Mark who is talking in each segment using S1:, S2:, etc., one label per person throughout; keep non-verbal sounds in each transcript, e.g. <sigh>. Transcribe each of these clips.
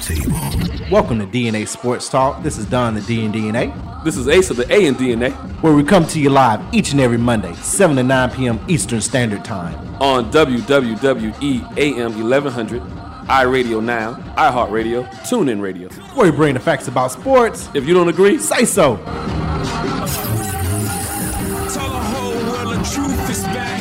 S1: table.
S2: Welcome to DNA Sports Talk. This is Don the D and DNA,
S3: This is Ace of the A in DNA
S2: where we come to you live each and every Monday, 7 to 9 p.m. Eastern Standard Time.
S3: on E WWE AM 1100, iRadio Now, iHeartRadio, TuneIn Radio.
S2: Where we bring the facts about sports.
S3: If you don't agree,
S2: Say so.
S4: Tell the whole world the truth is back.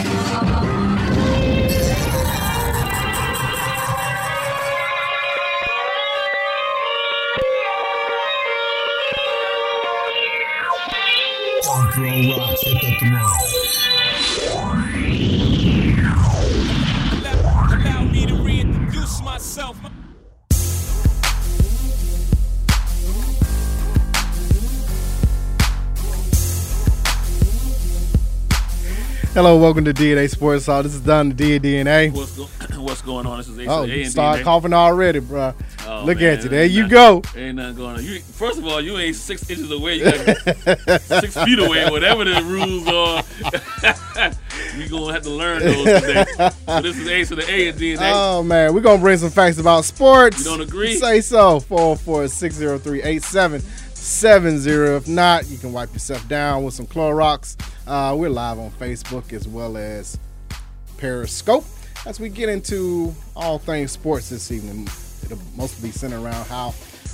S1: Punk Rock Rocks hit the throne.
S4: Allow allow me to reintroduce myself.
S5: Hello, welcome to DNA Sports Talk. This is Don the D DNA.
S6: What's, go- <laughs> what's going on? This is Ace
S5: Oh,
S6: of the A
S5: you
S6: and
S5: start
S6: DNA.
S5: coughing already, bro.
S6: Oh,
S5: Look
S6: man,
S5: at you. There
S6: ain't
S5: you
S6: nothing-
S5: go.
S6: Ain't nothing going on. You, first of all, you ain't six inches away. You got <laughs> six feet away, whatever the rules are. <laughs> you gonna have to learn those today. So this is Ace of the A and DNA.
S5: Oh man, we're gonna bring some facts about sports.
S6: You don't agree?
S5: Say so. 404-603-8770. If not, you can wipe yourself down with some Clorox. Uh, we're live on Facebook as well as Periscope. As we get into all things sports this evening, it'll mostly be centered around how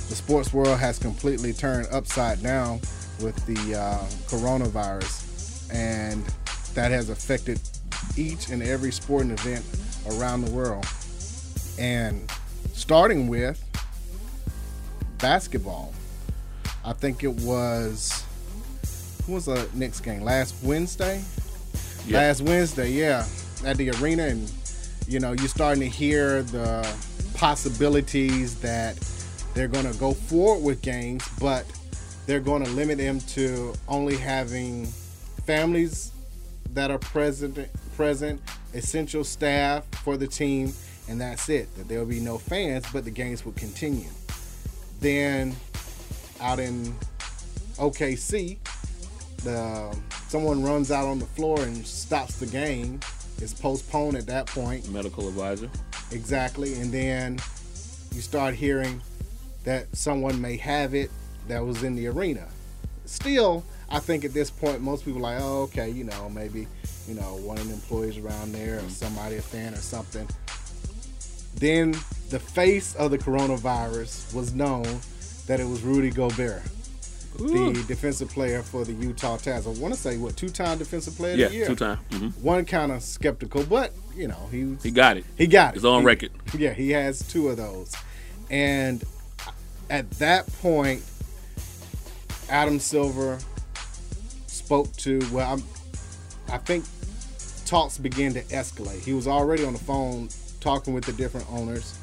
S5: the sports world has completely turned upside down with the uh, coronavirus, and that has affected each and every sporting event around the world and starting with basketball. I think it was who was the Knicks game last Wednesday.
S6: Yeah.
S5: Last Wednesday, yeah, at the arena, and you know you're starting to hear the possibilities that they're going to go forward with games, but they're going to limit them to only having families that are present present essential staff for the team and that's it that there will be no fans but the games will continue then out in okc the someone runs out on the floor and stops the game it's postponed at that point
S6: Medical advisor.
S5: exactly and then you start hearing that someone may have it that was in the arena still i think at this point most people are like oh okay you know maybe you know one of the employees around there
S6: Mm-hmm.
S5: or somebody a fan or something then the face of the coronavirus was known that it was rudy gobert the defensive player for the utah jazz i want to say what two-time defensive player
S6: Yeah,
S5: of the year
S6: two time.
S3: Mm-hmm.
S6: hmm
S5: one kind of skeptical but you know he was-
S6: He got it.
S5: he got it.
S6: It's on
S5: He-
S6: record.
S5: Yeah, he has two of those. And at that point, Adam Silver spoke to, well, I'm, I think talks began to escalate. He was already on the phone talking with the different owners.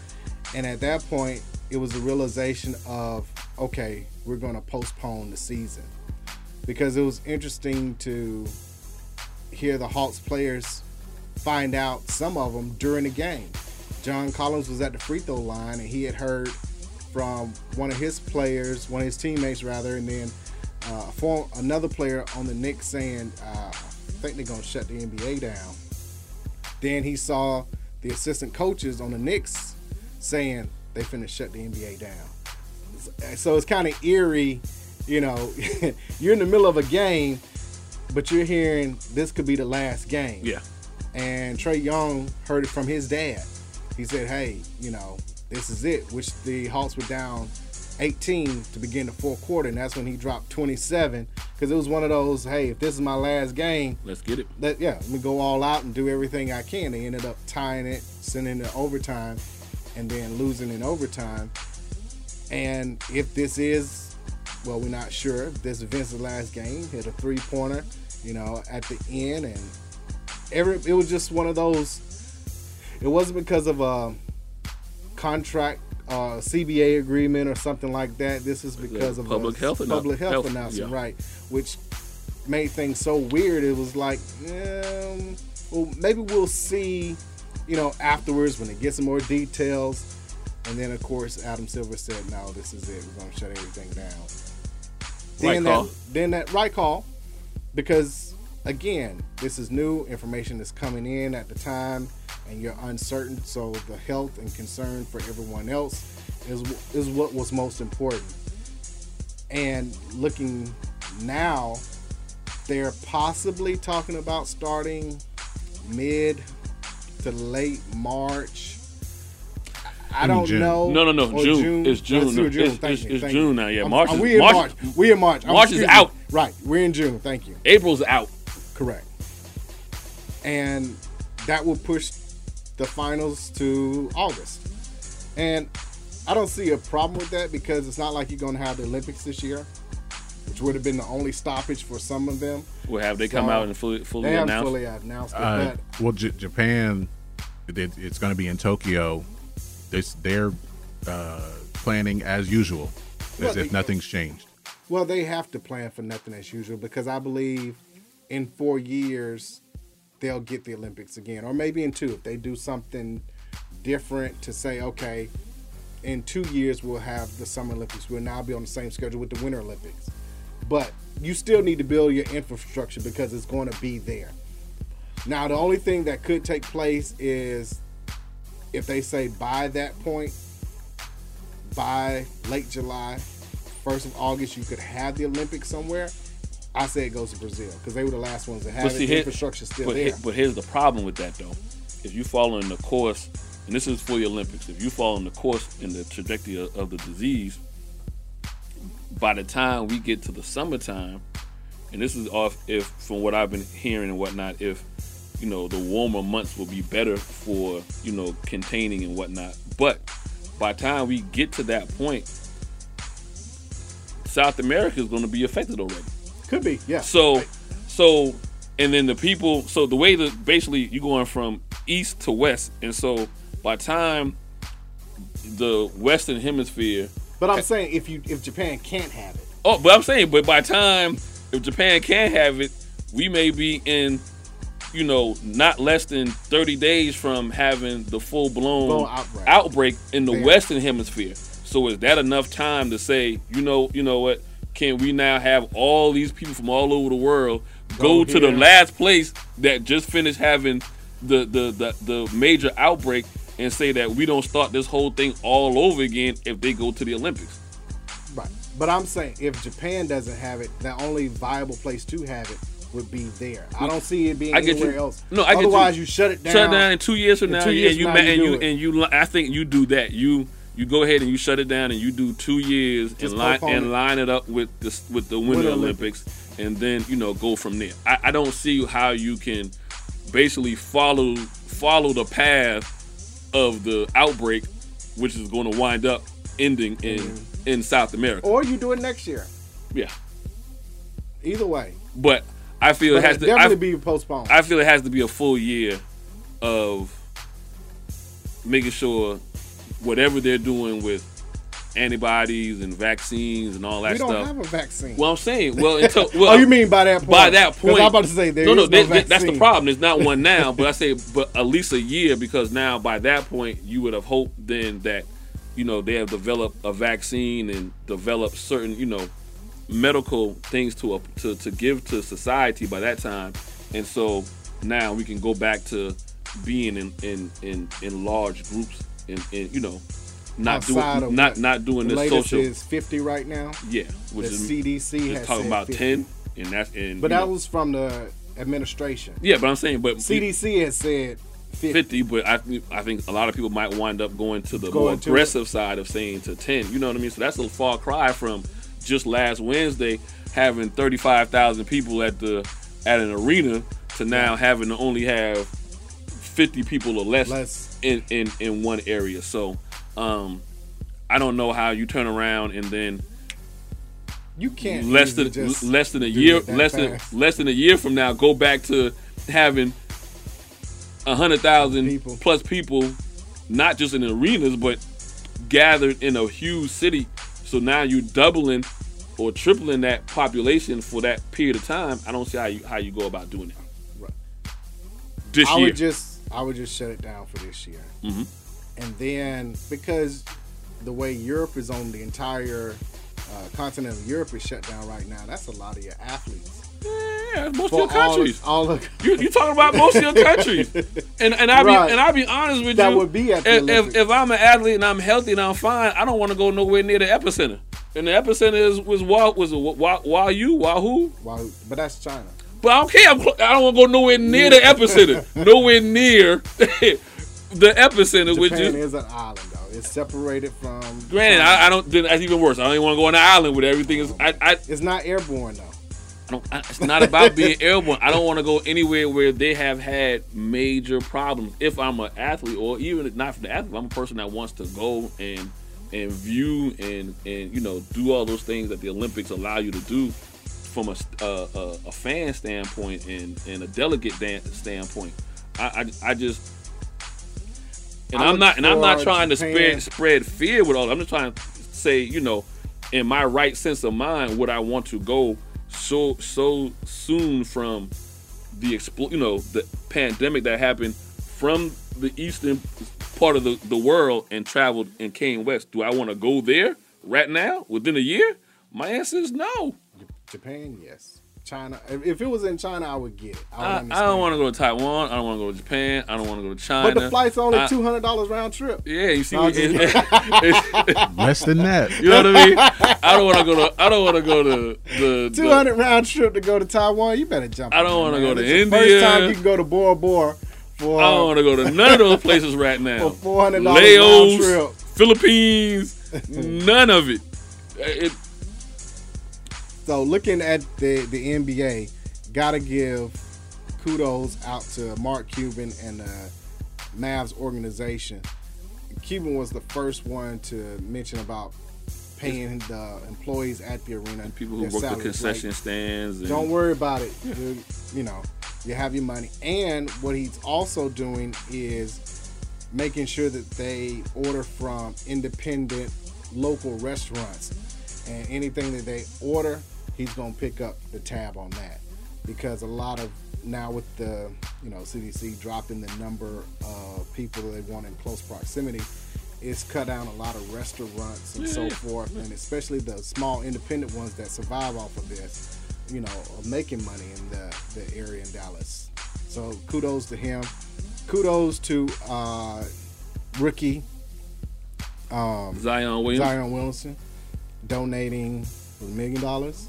S5: And at that point, it was a realization of, okay, we're going to postpone the season. Because it was interesting to hear the Hawks players find out some of them during the game. John Collins was at the free throw line and he had heard from one of his players, one of his teammates rather, and then uh, a form, another player on the Knicks saying, uh, I think they're going to shut the NBA down. Then he saw the assistant coaches on the Knicks saying they finna shut the NBA down. So it's kind of eerie, you know, <laughs> you're in the middle of a game, but you're hearing this could be the last game
S6: Yeah.
S5: and Trey Young heard it from his dad. He said, "Hey, you know, this is it." Which the Hawks were down 18 to begin the fourth quarter, and that's when he dropped 27 because it was one of those, "Hey, if this is my last game,
S6: Let's get it.
S5: let yeah, let me go all out and do everything I can." They ended up tying it, sending it to overtime, and then losing in overtime. And if this is, well, we're not sure. If this event's the last game, hit a three pointer, you know, at the end, and every it was just one of those. It wasn't because of a contract, uh, CBA agreement, or something like that. This is because of a
S6: public health annou-
S5: public health,
S6: health,
S5: announcement,
S6: yeah.
S5: right? Which made things so weird. It was like, um, well, maybe we'll see, you know, afterwards when it gets some more details. And then, of course, Adam Silver said, "No, this is it. We're going to shut everything down."
S6: Right
S5: then
S6: call.
S5: that then that right call, because again, this is new information that's coming in at the time, and you're uncertain. So the health and concern for everyone else is is what was most important. And looking now, they're possibly talking about starting mid to late March. I
S7: mean
S5: don't
S7: June.
S5: know.
S6: No, no, no,
S5: Or
S6: June. It's
S5: Oh,
S6: June.
S5: still
S6: It's- it's-
S5: Thank you,
S6: it's
S5: thank
S6: June
S5: you.
S6: now. Yeah,
S5: I'm-
S6: March
S5: I'm-
S6: is-
S5: we in
S6: March-
S5: March. We in March. I'm-
S6: March is
S5: excuse me.
S6: out.
S5: Right. We're in June. Thank you.
S6: April's out.
S5: Correct. And that will push the finals to August. And I don't see a problem with that because it's not like you're going to have the Olympics this year, which would have been the only stoppage for some of them.
S6: Well, have they come
S5: So,
S6: out and fully, fully
S5: They haven't
S6: announced?
S5: fully announced it,
S7: Uh,
S5: but
S7: well, J- Japan, it, it's going to be in Tokyo. It's, they're uh, planning as usual, as
S5: Well,
S7: if
S5: they-
S7: nothing's changed.
S5: Well, they have to plan for nothing as usual because I believe in four years they'll get the Olympics again, or maybe in two if they do something different to say, okay, in two years we'll have the Summer Olympics. We'll now be on the same schedule with the Winter Olympics. But you still need to build your infrastructure because it's going to be there. Now, the only thing that could take place is if they say by that point, by late July, first of August, you could have the Olympics somewhere. I say it goes to Brazil because they were the last ones to have
S6: But
S5: it.
S6: see,
S5: the
S6: here-
S5: infrastructure still
S6: but,
S5: there.
S6: he- but here's the problem with that though. If you follow in the course, and this is for the Olympics, if you follow in the course in the trajectory of, of the disease, by the time we get to the summertime, and this is off if from what I've been hearing and whatnot, if you know the warmer months will be better for you know containing and whatnot. But by the time we get to that point, South America is going to be affected already.
S5: Could be, yeah.
S6: So, so, and then the people. So the way that basically you're going from east to west, and so by the time the Western Hemisphere.
S5: but I'm saying if you if Japan can't have it,
S6: Oh, but I'm saying, but by the time if Japan can have it, we may be in, you know, not less than 30 days from having the full blown
S5: Full outbreak.
S6: outbreak in the
S5: Yeah.
S6: Western Hemisphere. So is that enough time to say, you know, you know what? Can we now have all these people from all over the world go,
S5: Go
S6: to the
S5: here.
S6: last place that just finished having the the, the the major outbreak and say that we don't start this whole thing all over again if they go to the Olympics?
S5: right? But I'm saying if Japan doesn't have it, the only viable place to have it would be there. I don't see it being
S6: I get
S5: anywhere
S6: you.
S5: else.
S6: No, I get you.
S5: Otherwise, you. shut it down.
S6: shut it down in two years from
S5: In
S6: now,
S5: two
S6: and
S5: years
S6: you
S5: from
S6: ma-
S5: now, you
S6: and
S5: do
S6: you
S5: it.
S6: and you. li- I think you do that. You you go ahead and you shut it down, and you do two years
S5: Just
S6: and line
S5: postpone it.
S6: and line it up with this with the Winter
S5: Winter
S6: Olympics, and then you know go from there. I, I don't see how you can basically follow follow the path of the outbreak, which is going to wind up ending in
S5: Mm-hmm.
S6: in South America.
S5: Or you do it next year.
S6: yeah,
S5: Either way,
S6: but I feel
S5: but
S6: it has
S5: it
S6: to. I-
S5: definitely be postponed.
S6: I feel it has to be a full year of making sure whatever they're doing with antibodies and vaccines and all that
S5: we don't
S6: stuff.
S5: have a vaccine.
S6: well, I'm saying,
S5: <laughs>
S6: well, until well,
S5: oh, you mean by that point?
S6: by that
S5: 'Cause
S6: point?
S5: I'm about to say there
S6: no, no,
S5: is
S6: that- that- that's the
S5: vaccine.
S6: problem. There's
S5: <laughs>
S6: not one now, but I say, but at least a year because now by that point you would have hoped then that you know they have developed a vaccine and developed certain you know medical things to a, to to give to society by that time, and so now we can go back to being in in in, in large groups and, and you know not
S5: Outside
S6: doing
S5: of
S6: not
S5: what
S6: not doing
S5: The
S6: this
S5: latest
S6: social
S5: is 50 right now.
S6: yeah, which
S5: the
S6: is
S5: CDC
S6: just
S5: has
S6: talking
S5: said
S6: about
S5: 50.
S6: ten, and that's and
S5: But
S6: you
S5: that
S6: know-
S5: was from the administration.
S6: yeah, but I'm saying, but
S5: CDC has said 50.
S6: 50, but I, think- I think a lot of people might wind up going to the
S5: Going
S6: more
S5: to it.
S6: aggressive side of saying to 10. You know what I mean? So that's a far cry from just last Wednesday having 35,000 people at the at an arena to now having to only have 50 people or less,
S5: Less.
S6: In, in in one area. So um I don't know how you turn around and then
S5: You can't
S6: less
S5: easily
S6: than
S5: just
S6: less than a
S5: do
S6: year
S5: it that
S6: less than <laughs>
S5: fast.
S6: less than a year from now go back to having a hundred thousand
S5: People.
S6: plus people, not just in arenas but gathered in a huge city. So now you doubling or tripling that population for that period of time. I don't see how you how you go about doing it.
S5: Right.
S6: This
S5: I
S6: year, Mm-hmm.
S5: would just I would just shut it down for this year, and then because the way Europe is on the entire uh, continent of Europe is shut down right now, that's a lot of your athletes.
S6: yeah, Yeah, most
S5: for
S6: of your countries.
S5: all all of <laughs>
S6: you you talking about most of your countries. And and I
S5: Right.
S6: be and I be honest with
S5: That
S6: you.
S5: would be at the
S6: if, if
S5: Olympics.
S6: if I'm an athlete and I'm healthy and I'm fine, I don't want to go nowhere near the epicenter. And the epicenter is was Wa was Wa Wa you Wahoo.
S5: Wow, but that's China.
S6: But I don't care. I'm cl- I don't want to go nowhere near
S5: <laughs>
S6: the epicenter. nowhere near <laughs> the epicenter, which
S5: Japan
S6: is
S5: is an island though. It's separated from.
S6: Granted, I, I don't. then That's even worse. I don't even want to go on an island where everything is. I, I,
S5: It's not airborne though.
S6: I don't. I, it's not about being airborne. I don't want to go anywhere where they have had major problems. If I'm an athlete, or even if not for the athlete, I'm a person that wants to go and and view and and you know do all those things that the Olympics allow you to do from a st- uh, a, a fan standpoint and and a delegate dan- standpoint. I, I, I just and
S5: I
S6: I'm
S5: look
S6: not and I'm not
S5: for
S6: trying to
S5: Japan-
S6: spread spread fear with all. I'm just trying to say, you know, in my right sense of mind, would I want to go so so soon from the expl- you know the pandemic that happened from the eastern part of the, the world and traveled and came west? Do I want to go there right now within a year? My answer is no.
S5: Japan, yes. China. If if it was in China, I would get it. I, would
S6: I, I
S5: understand.
S6: don't want to go to Taiwan. I don't want to go to Japan. I don't want to go to China.
S5: But the flight's only
S6: I-
S5: two hundred dollars round trip.
S6: Yeah, you see,
S5: No, I'm
S6: what- <laughs> it's-
S7: Less than that.
S6: You know what I mean? I don't want to go to. I don't want to go to the.
S5: Two hundred round trip to go to Taiwan. You better jump.
S6: I
S5: on
S6: don't
S5: it,
S6: wanna
S5: man.
S6: go to
S5: This is the
S6: India.
S5: First time you can go to Bora Bora for
S6: The, I don't want to go to none of those places right now.
S5: for four hundred dollars round trip.
S6: Laos, Philippines, none of it. Uh, It-
S5: So looking at the the NBA, gotta give kudos out to Mark Cuban and the Mavs organization. Cuban was the first one to mention about paying the employees at the arena and
S6: people who work the concession stands. And,
S5: Don't worry about it. You, you know, you have your money. And what he's also doing is making sure that they order from independent local restaurants. And anything that they order, he's going to pick up the tab on that. Because a lot of now with the, you know, CDC dropping the number of people that they want in close proximity, it's cut down a lot of restaurants and so forth, and especially the small independent ones that survive off of this, you know, are making money in the, the area in Dallas. So kudos to him. Kudos to uh, rookie
S6: Zion Williams.
S5: Zion Williamson donating a million dollars,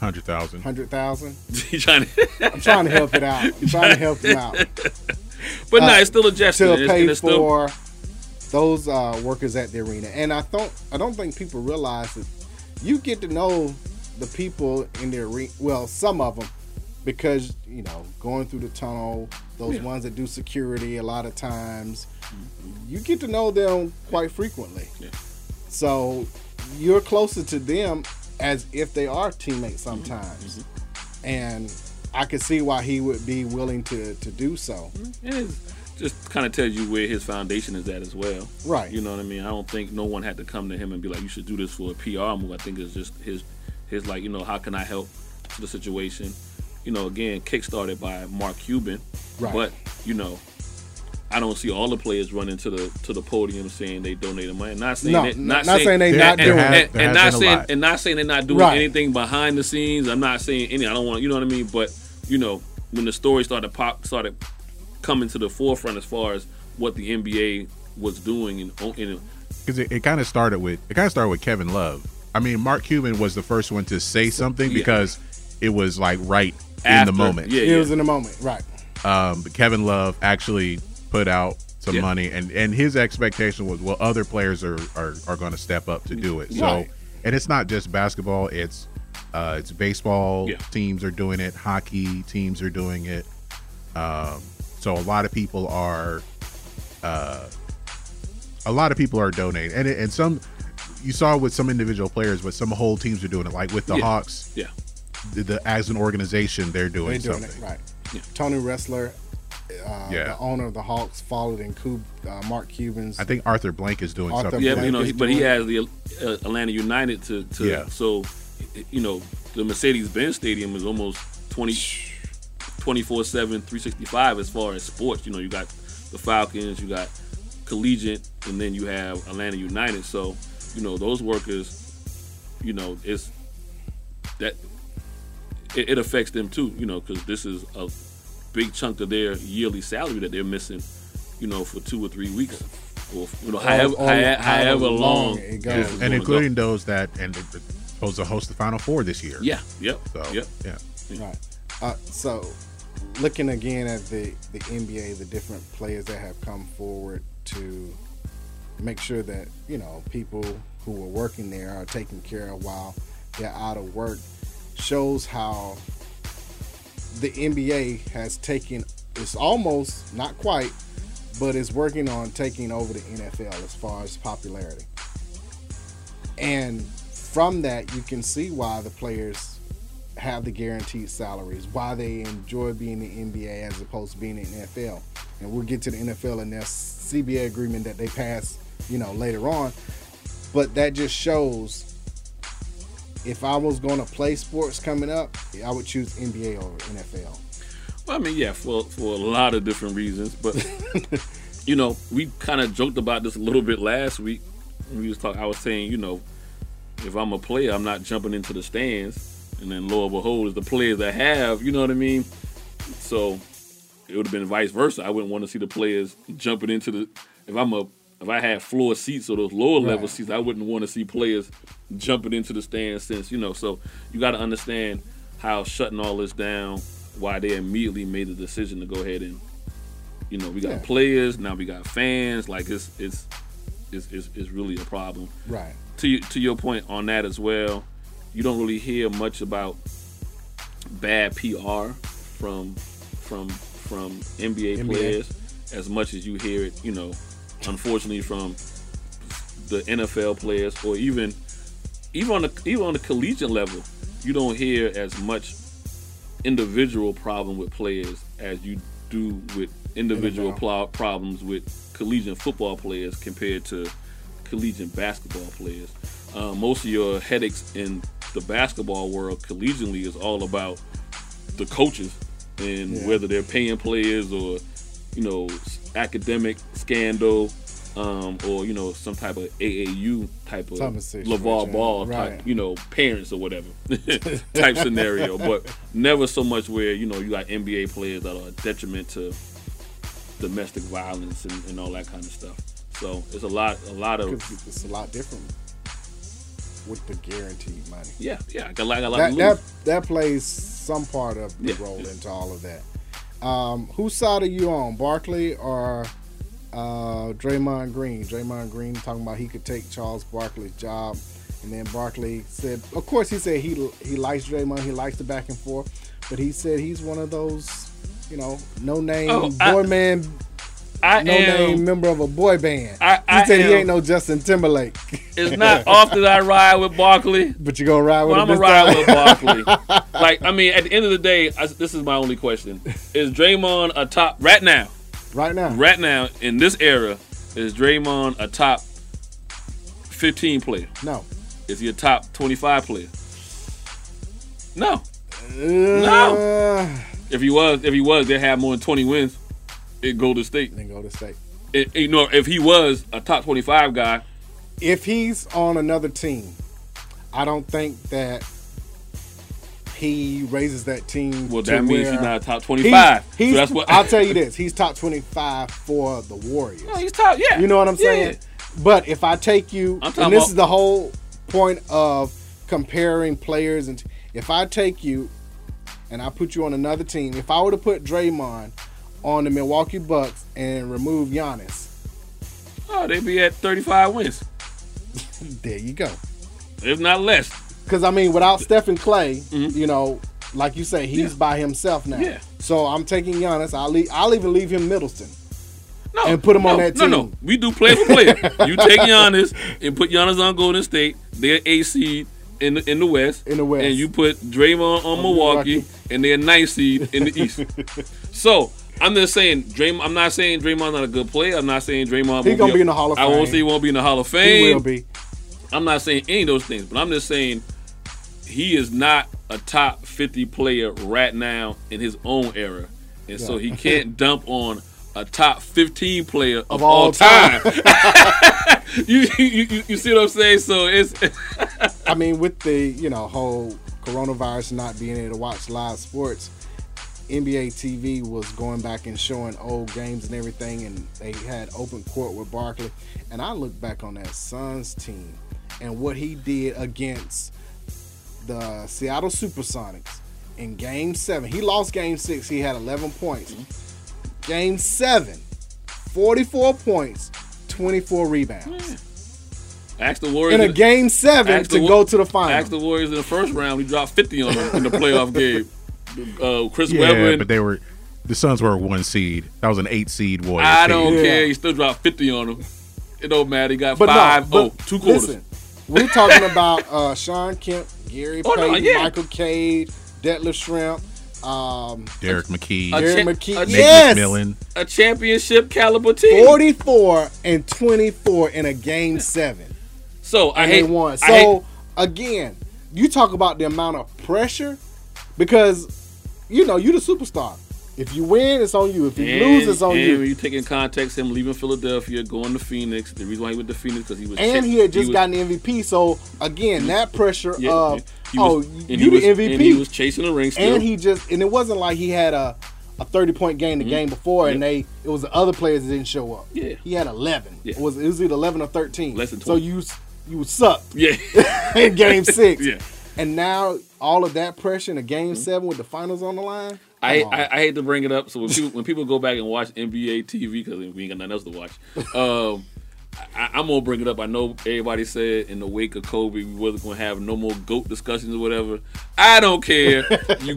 S7: 100,000.
S5: hundred thousand.
S6: He trying to-
S5: I'm trying to help it out. I'm trying to help him out.
S6: <laughs> but no, it's still a gesture.
S5: to
S6: and it's,
S5: pay
S6: and it's
S5: for
S6: still,
S5: those uh, workers at the arena. And I don't I don't think people realize that you get to know the people in the arena. Well, some of them, because you know, going through the tunnel, those ones that do security a lot of times, you get to know them quite frequently. So you're closer to them as if they are teammates
S6: Mm-hmm.
S5: sometimes. And I could see why he would be willing to, to do so.
S6: And Mm-hmm. it just kind of tells you where his foundation is at as well.
S5: Right.
S6: You know what I mean? I don't think no one had to come to him and be like, "You should do this for a PR move." I think it's just his, his like, you know, how can I help to the situation? You know, again, kickstarted by Mark Cuban.
S5: Right.
S6: But you know, I don't see all the players running to the to the podium saying they donated money. Not saying
S5: No,
S6: that,
S5: n-
S6: not,
S5: not saying they not
S6: and,
S5: doing
S6: and,
S7: it.
S6: and
S7: There has
S6: not
S7: been a
S6: saying
S7: lot.
S6: and not saying they're not doing
S5: Right.
S6: anything behind the scenes. I'm not saying any. I don't want you know what I mean. But you know, when the story started pop started coming to the forefront as far as what the NBA was doing and, and
S7: because it, it kind of started with it kind of started with Kevin Love. I mean, Mark Cuban was the first one to say something
S6: yeah.
S7: because it was like right
S6: after-
S7: in the moment.
S6: Yeah,
S5: It was
S6: yeah.
S5: in the moment, right?
S7: Um, but Kevin Love actually put out some
S6: Yeah.
S7: money, and and his expectation was, well, other players are are, are going to step up to do it. So,
S5: Right.
S7: and it's not just basketball; it's uh, it's baseball
S6: Yeah.
S7: teams are doing it, hockey teams are doing it. Um, so a lot of people are uh, a lot of people are donating, and it- and some you saw with some individual players, but some whole teams are doing it. Like with the
S6: Yeah.
S7: Hawks,
S6: yeah.
S7: the, the as an organization, they're doing
S5: They're doing
S7: something.
S5: it right. Tony Wrestler, uh,
S7: Yeah.
S5: the owner of the Hawks, followed in Cub, uh, Mark Cuban's.
S7: I think Arthur Blank is doing
S5: Arthur
S7: something.
S6: Yeah,
S5: Blank.
S6: but you know, he,
S5: is
S6: but he
S5: doing-
S6: has the uh, Atlanta United to, to
S7: Yeah.
S6: so you know the Mercedes Benz Stadium is almost 20, 24 7 365 as far as sports. You know, you got the Falcons, you got collegiate, and then you have Atlanta United. So you know those workers, you know, it's that it, it affects them too, you know, because this is a big chunk of their yearly salary that they're missing, you know, for two or three weeks, or you know, however,
S5: all-
S6: however,
S5: however
S6: however
S5: long
S6: long.
S5: it
S6: this
S5: goes.
S6: is
S5: And
S6: gonna
S7: and
S6: go.
S7: including those that and it- it's supposed to host the Final Four this year.
S6: yeah, yep,
S7: So
S6: yep.
S7: yeah,
S5: Right. Uh, so, looking again at the, the NBA, the different players that have come forward to make sure that, you know, people who are working there are taken care of while they're out of work shows how the NBA has taken, it's almost, not quite, but it's working on taking over the NFL as far as popularity. And from that, you can see why the players have the guaranteed salaries, why they enjoy being in the NBA as opposed to being in the NFL. And we'll get to the NFL and their CBA agreement that they passed, you know, later on. But that just shows if I was going to play sports coming up, I would choose NBA over NFL.
S6: Well, I mean, yeah, for for a lot of different reasons, but you know, we kind of joked about this a little bit last week. We was talk. I was saying, you know, if I'm a player, I'm not jumping into the stands, and then lo and behold, it's the players that have, you know what I mean. So it would have been vice versa. I wouldn't want to see the players jumping into the. If I'm a, if I had floor seats or those lower level
S5: Right.
S6: seats, I wouldn't want to see players jumping into the stands. Since you know, so you got to understand how shutting all this down, why they immediately made the decision to go ahead and, you know, we got
S5: Yeah.
S6: players now, we got fans. Like it's it's it's it's, it's really a problem
S5: Right.
S6: to you, to your point on that as well, you don't really hear much about bad PR from from from NBA,
S5: NBA.
S6: players as much as you hear it, you know, unfortunately from the NFL players or even even on the even on the collegiate level, you don't hear as much individual problem with players as you do with individual
S5: NFL.
S6: pl- problems with collegiate football players compared to collegiate basketball players. Uh, most of your headaches in the basketball world collegiately is all about the coaches and
S5: Yeah.
S6: whether they're paying players or you know s- academic scandal um, or you know some type of AAU type of
S5: Type of situation,
S6: Lavar Ball
S5: right.
S6: type you know parents or whatever <laughs>
S5: <laughs>
S6: type scenario, but never so much where you know you got NBA players that are a detriment to domestic violence and, and all that kind of stuff. So it's a lot, a lot of
S5: Because it's a lot different with the guaranteed money.
S6: yeah, yeah. I got, I got a lot
S5: that,
S6: of
S5: that that plays some part of the
S6: Yeah.
S5: role into all of that. Um, whose side are you on, Barkley or uh, Draymond Green? Draymond Green talking about he could take Charles Barkley's job, and then Barkley said, of course, he said he he likes Draymond, he likes the back and forth, but he said he's one of those, you know, no name
S6: Oh,
S5: boy
S6: I-
S5: man,
S6: I
S5: no name member of a boy band.
S6: I- I
S5: he said he
S6: am-
S5: ain't no Justin Timberlake,
S6: <laughs>
S5: <laughs>
S6: It's not often I ride with Barkley,
S5: but you gonna ride with
S6: but
S5: him
S6: I'm a
S5: this
S6: ride
S5: time?
S6: with
S5: <laughs>
S6: Barkley. like, I mean, at the end of the day, I, this is my only question: Is Draymond a top right now?
S5: right now.
S6: Right now, in this era, is Draymond a top 15 player?
S5: No,
S6: Is he a top 25 player? No. Oh!
S5: no.
S6: If he was, if he was, they'd have more than 20 wins at Golden State.
S5: Then go to state.
S6: It- you know, if he was a top 25 guy,
S5: if he's on another team, I don't think that he raises that team.
S6: well,
S5: to
S6: that means
S5: where-
S6: he's not a top
S5: He's-
S6: 25.
S5: he's-
S6: so that's what
S5: I'll tell you this: he's top twenty-five for the Warriors.
S6: <laughs> No, he's top. Yeah.
S5: You know what I'm saying? But if I take you,
S6: I'm talking
S5: and this
S6: about-
S5: is the whole point of comparing players, and if I take you and I put you on another team, if I were to put Draymond on the Milwaukee Bucks and remove Giannis,
S6: Oh, they'd be at 35 wins,
S5: there you go.
S6: if not less.
S5: Because I mean, without Stephen Clay, you know, like you say, he's
S6: Mm-hmm. Yeah.
S5: by himself now.
S6: Yeah.
S5: So I'm taking Giannis. I'll leave, I'll even leave him Middleton.
S6: No,
S5: And put him
S6: no,
S5: on that
S6: no, No,
S5: team.
S6: we do play for player. you take Giannis and put Giannis on Golden State. They're A seed in the, in the West.
S5: In the West.
S6: and you put Draymond on Milwaukee,
S5: Milwaukee.
S6: and they're ninth seed in the
S5: <laughs>
S6: East. so I'm just saying, Draymond. I'm not saying Draymond's not a good player. I'm not saying Draymond.
S5: He
S6: won't
S5: gonna
S6: a-
S5: be in the Hall of
S6: I
S5: Fame.
S6: won't say he won't be in the Hall of Fame.
S5: He will be.
S6: I'm not saying any of those things, but I'm just saying he is not a top 50 player right now in his own era. And so he
S5: <laughs>
S6: can't dump on a top 15 player of, all,
S5: all
S6: time. <laughs> you, you, you, you see what I'm saying? So it's <laughs>
S5: I mean, with the you know whole coronavirus not being able to watch live sports, NBA TV was going back and showing old games and everything, and they had open court with Barkley. And I look back on that Suns team and what he did against the Seattle Supersonics in Game Seven. He lost Game Six. He had 11 points. Game Seven, 44 points, 24 rebounds
S6: Ask the Warriors
S5: in a Game Seven
S6: ask
S5: to
S6: the Wa-
S5: go to the
S6: Ask
S5: final.
S6: the Warriors in the first round. We dropped 50 on them in
S5: <laughs>
S6: the playoff game. Uh, Chris
S7: Yeah,
S6: Webber. and-
S7: but they were the Suns were a one seed. That was an eight seed Warriors.
S6: I
S7: team.
S6: don't
S5: Yeah.
S6: care. He still dropped 50 on him. It don't matter. He got
S5: But no,
S6: five.
S5: but
S6: oh, two quarters.
S5: Listen, we're
S6: <laughs>
S5: talking about uh, Sean Kemp, Gary
S6: Oh, no,
S5: Payton,
S6: yeah.
S5: Michael Cade, Detlef Shrimp, um,
S7: Derek McKee, Nick
S6: A
S5: Gary
S6: cha-
S5: McKee.
S6: a Nick
S5: yes,
S7: McMillan.
S6: A championship caliber team.
S5: 44 and 24 in a game seven.
S6: So I
S5: And
S6: hate
S5: they won.
S6: I hate,
S5: So again, you talk about the amount of pressure because you know you're the superstar. If you win, it's on you. If you lose,
S6: and,
S5: it's on
S6: and
S5: you.
S6: When you take in context him leaving Philadelphia, going to Phoenix. The reason why he went to Phoenix because he was
S5: and
S6: cha-
S5: he had just
S6: was-
S5: gotten the MVP. So again, that pressure
S6: yeah,
S5: of
S6: he
S5: oh,
S6: was- and he
S5: you
S6: was-
S5: the
S6: and
S5: MVP,
S6: he was chasing the ring still.
S5: and he just and it wasn't like he had a a 30 point game the game before and they it was the other players that didn't show up
S6: Mm-hmm. Yeah.
S5: he had 11
S6: Yeah.
S5: it was it was either 11 or 13
S6: Less than
S5: so
S6: 20.
S5: you s- you sucked <laughs>
S6: yeah,
S5: in
S6: <laughs>
S5: game six
S6: yeah. Mm-hmm.
S5: and now all of that pressure in a game seven with the finals on the line
S6: I,
S5: Come on.
S6: I, I hate to bring it up. So when people, when people go back and watch NBA TV because we ain't got nothing else to watch, um, I, I'm gonna bring it up. I know everybody said in the wake of Kobe we wasn't gonna have no more goat discussions or whatever. I don't care. You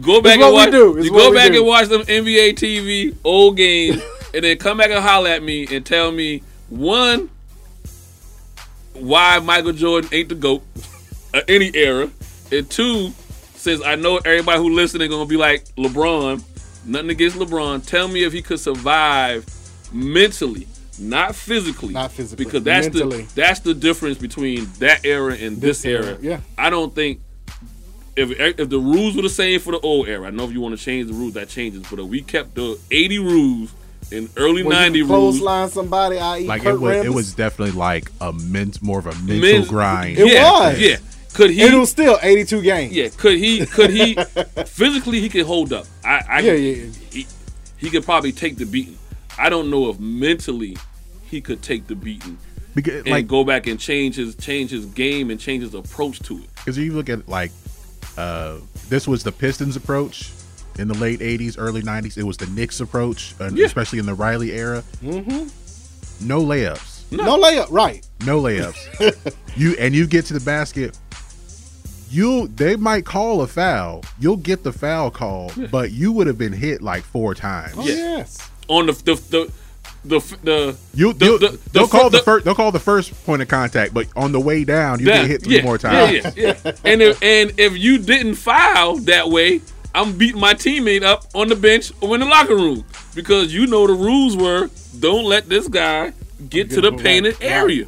S5: <laughs>
S6: go back
S5: what
S6: and
S5: we
S6: watch.
S5: do. It's
S6: You
S5: what
S6: go
S5: we
S6: back
S5: do.
S6: and watch them NBA TV old games, and then come back and holler at me and tell me one why Michael Jordan ain't the GOAT of any era. And two, since I know everybody who listening gonna be like LeBron, nothing against LeBron. Tell me if he could survive mentally, not physically.
S5: Not physically,
S6: Because that's
S5: mentally.
S6: the that's the difference between that era and this,
S5: era,
S6: era.
S5: yeah.
S6: I don't think if if the rules were the same for the old era, I know if you want to change the rules, that changes. But if we kept the 80 rules and early
S5: When you
S6: 90 rules.
S5: clothesline somebody i.e
S7: Like
S5: Kurt
S7: it was, it
S5: Rambis,
S7: was definitely like a ment, more of a mental
S6: men-
S7: grind.
S5: It
S6: yeah,
S5: was.
S6: Yeah. Could he
S5: and it was still 82 games
S6: Yeah, could he? Could
S5: <laughs>
S6: he? physically, he could hold up. I, I
S5: yeah yeah, yeah.
S6: He, he could probably take the beating. I don't know if mentally he could take the beating
S7: Because,
S6: and
S7: like
S6: go back and change his change his game and change his approach to it.
S7: because you look at like uh this was the Pistons approach in the late '80s, early '90s. It was the Knicks approach, uh,
S6: Yeah.
S7: especially in the Riley era. Mm-hmm. No layups,
S5: no layup right
S7: no layups. you and you get to the basket. You they might call a foul. You'll get the foul call, but you would have been hit like four times.
S5: oh
S6: Yeah.
S5: yes
S6: On the the the the, the
S7: You
S6: the-
S7: you'll-
S6: the- the
S7: they'll call
S6: fir-
S7: the first they'll call the first point of contact, but on the way down you
S6: down.
S7: get hit three
S6: yeah,
S7: more times.
S6: Yeah, yeah, yeah. and if and if you didn't foul that way, I'm beating my teammate up on the bench or in the locker room because you know the rules were don't let this guy get to the
S5: Right,
S6: painted
S5: right.
S6: area.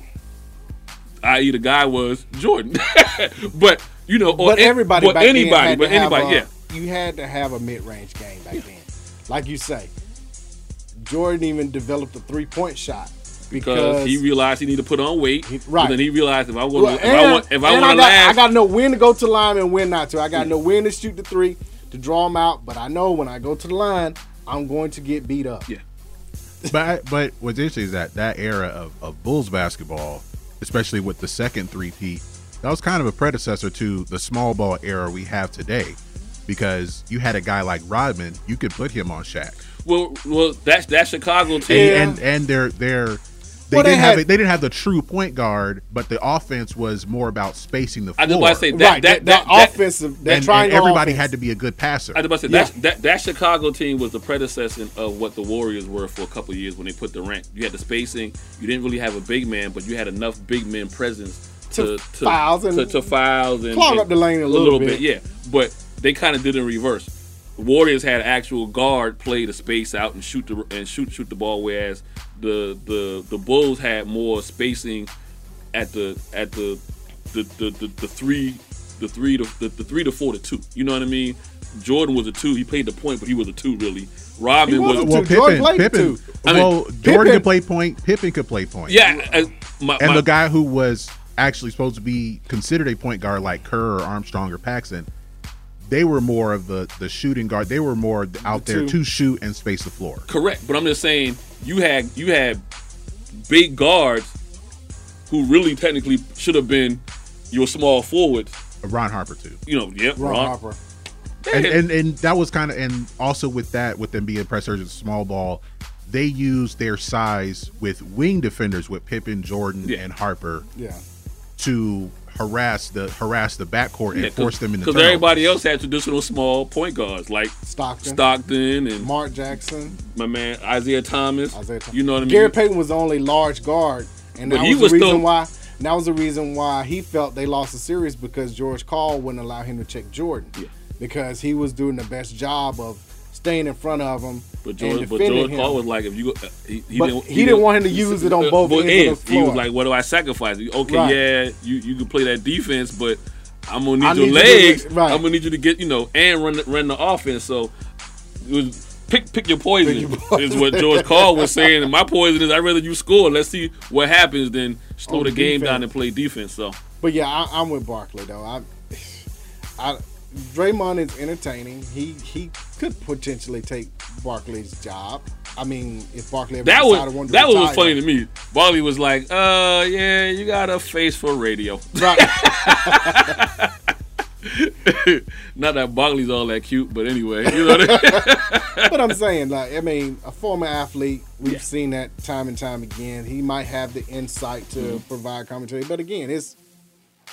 S6: I.e., the guy was Jordan, <laughs> but you know, or
S5: but
S6: an-
S5: everybody,
S6: but
S5: back then
S6: anybody,
S5: had
S6: but
S5: to have uh,
S6: anybody, yeah.
S5: a- You had to have a mid-range game back then, like you say. Jordan even developed a three-point shot
S6: Because
S5: because
S6: he realized he needed to put on weight.
S5: He- right.
S6: right. Then he realized if I want,
S5: Well,
S6: if I want, if I
S5: and
S6: want
S5: got-
S6: to last,
S5: I got to know when to go to the line and when not to. I got to know when to shoot the three to draw them out. But I know when I go to the line, I'm going to get beat up.
S6: Yeah.
S7: <laughs> but but what's interesting is that that era of, of Bulls basketball, especially with the second three peat, that was kind of a predecessor to the small ball era we have today, because you had a guy like Rodman, you could put him on Shaq,
S6: well, well, that's that Chicago
S7: and
S6: team.
S7: and, and they're they're. They
S5: Well, they
S7: didn't have
S5: had-
S7: it. They didn't have the true point guard, but the offense was more about spacing the floor.
S6: I just want to say that
S5: right.
S6: that,
S5: That,
S6: that, that
S5: offensive, that
S7: and, and
S5: triangle.
S7: everybody
S5: offense.
S7: had to be a good passer.
S6: I was about to say
S5: Yeah.
S6: that, that that Chicago team was the predecessor of what the Warriors were for a couple of years when they put the rank. You had the spacing. You didn't really have a big man, but you had enough big men presence
S5: To
S6: to to
S5: fouls and-
S6: to, to fouls and
S5: Clog
S6: and
S5: up the lane a little bit.
S6: Yeah, but they kind of did it in reverse. Warriors had actual guard play the space out and shoot the and shoot shoot the ball, whereas the the the Bulls had more spacing at the at the the the, the, the three the three to the, the three to four to two. You know what I mean? Jordan was a two. He played the point, but he was a two really. Robin
S5: He was
S6: was,
S5: a
S6: a
S7: well,
S5: two. Jordan
S7: Pippen,
S5: played the
S7: Pippen.
S5: two.
S6: I mean,
S7: well, Jordan
S5: Pippen-
S7: could play point. Pippen could play point.
S6: yeah. I- my,
S7: and
S6: my-
S7: the guy who was actually supposed to be considered a point guard like Kerr or Armstrong or Paxson, they were more of the the shooting guard. They were more out there
S3: two.
S7: to shoot and space the floor.
S6: Correct, but I'm just saying you had you had big guards who really technically should have been your small forwards.
S7: Ron Harper too.
S6: You know, yeah,
S5: Ron
S6: Ron-
S5: Harper.
S6: <laughs>
S7: and, and and that was kind of and also with that with them being press urgent small ball they use their size with wing defenders with Pippen, Jordan,
S6: Yeah.
S7: and Harper
S5: Yeah.
S7: to harass the harass the backcourt and
S6: Yeah,
S7: force them into
S6: because
S7: turnovers.
S6: everybody else had traditional small point guards like
S5: Stockton.
S6: Stockton and
S5: Mark Jackson.
S6: my man Isaiah Thomas.
S5: Isaiah Thomas.
S6: You know what I mean?
S5: Gary Payton was the only large guard, and
S6: But
S5: that
S6: he
S5: was,
S6: was
S5: the reason
S6: still-
S5: why. And that was the reason why he felt they lost the series because George Call wouldn't allow him to check Jordan because he was doing the best job of staying in front of him
S6: But
S5: and
S6: George, but
S5: defending
S6: George
S5: him.
S6: Paul was like, if you, go- uh, he, he, Uh,
S5: But he didn't want him to use it on both ends of the
S6: He was
S5: floor.
S6: like, what do I sacrifice? Okay,
S5: Right.
S6: yeah, you, you can play that defense, but I'm gonna need
S5: I need
S6: your
S5: you to
S6: legs.
S5: get- right.
S6: I'm gonna need you to get you know and run the, run the offense. So it was pick pick your poison is what George Carl was saying. And my poison is I'd rather you score. Let's see what happens than slow
S5: On
S6: the game down
S5: defense.
S6: and play defense. So
S5: But yeah, I, I'm with Barkley though. I, I, Draymond is entertaining. He he could potentially take Barkley's job. I mean, if Barkley ever
S6: that
S5: decided
S6: was
S5: wanted
S6: that
S5: to
S6: was funny
S5: retire.
S6: to me. Barley was like, uh, yeah, you got a face for radio. <laughs>
S5: Right.
S6: Not that Barkley's all that cute, but anyway, you know what I
S5: <laughs>
S6: mean?
S5: but I'm saying, like, I mean, a former athlete, we've seen that time and time again. He might have the insight to
S6: Mm-hmm.
S5: provide commentary, but again, it's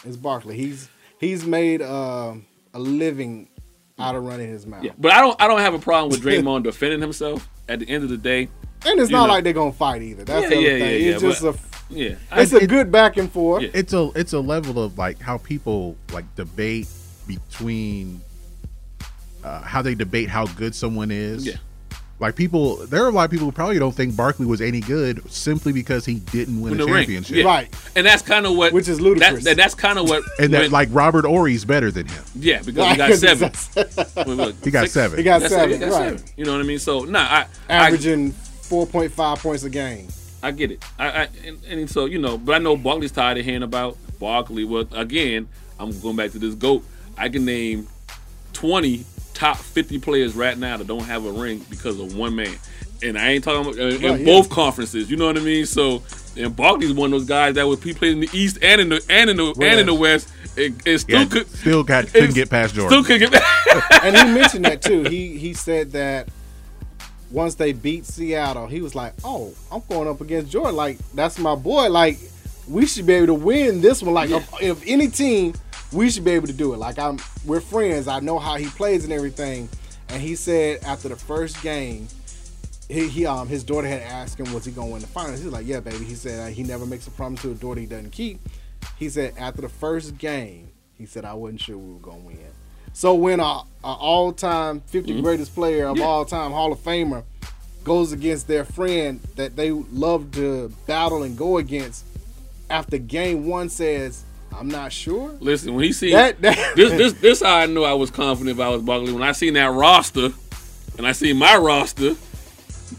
S5: it's Barkley. He's he's made uh, a living out of running his mouth,
S6: Mm-hmm. Yeah. But I don't I don't have a problem with Draymond defending himself. At the end of the day,
S5: and it's
S6: You
S5: not
S6: know.
S5: like they're gonna fight either. That's
S6: Yeah,
S5: the other
S6: yeah,
S5: thing.
S6: yeah,
S5: it's
S6: yeah,
S5: just
S6: but-
S5: a
S6: yeah, I,
S5: it's a good back and forth.
S6: Yeah.
S7: it's a it's a level of like how people like debate between uh, how they debate how good someone is.
S6: Yeah.
S7: Like people, there are a lot of people who probably don't think Barkley was any good simply because he didn't win
S6: Win
S7: a
S6: the ring.
S7: championship.
S6: Yeah.
S5: Right.
S6: and that's kind of what
S5: Which is ludicrous.
S6: That, that, that's kind of
S5: <laughs>
S6: what
S7: And that
S6: when-
S7: like Robert Ory's better than him.
S6: yeah because he got
S5: Because
S6: seven.
S5: he's a-
S6: Wait, look,
S7: He got
S6: six-
S7: seven.
S5: <laughs> He got
S6: that's
S5: seven,
S6: it, that's
S5: right.
S6: seven. You know what I mean? So nah, I
S5: Averaging 4.5 points a game.
S6: I, I get it. I, I and, and so you know, but I know Barkley's tired of hearing about Barkley. Well, again, I'm going back to this goat. I can name 20 top 50 players right now that don't have a ring because of one man. And I ain't talking about uh, in
S5: Right, yeah.
S6: both conferences. You know what I mean? So, and Barkley's one of those guys that would he played in the East and in the and in the and in the West, and, and still
S7: Yeah,
S6: could
S7: still got
S6: and
S7: couldn't get past Jordan.
S6: Still could get. <laughs>
S5: And he mentioned that too. He he said that once they beat Seattle, he was like, "Oh, I'm going up against Jordan. Like that's my boy. Like we should be able to win this one. Like if, if any team, we should be able to do it. Like I'm we're friends. I know how he plays and everything." And he said after the first game, he, he um his daughter had asked him was he gonna win the finals. He's like, yeah, baby. He said uh, he never makes a promise to a daughter he doesn't keep. He said after the first game, he said I wasn't sure we were gonna win. So when a, a all time 50
S6: Mm-hmm.
S5: greatest player of all time Hall of Famer goes against their friend that they love to battle and go against, after game one says, I'm not sure.
S6: Listen, when he seen
S5: That- that- <laughs>
S6: this, this, this, how I knew I was confident if I was Barkley. When I seen that roster, and I seen my roster,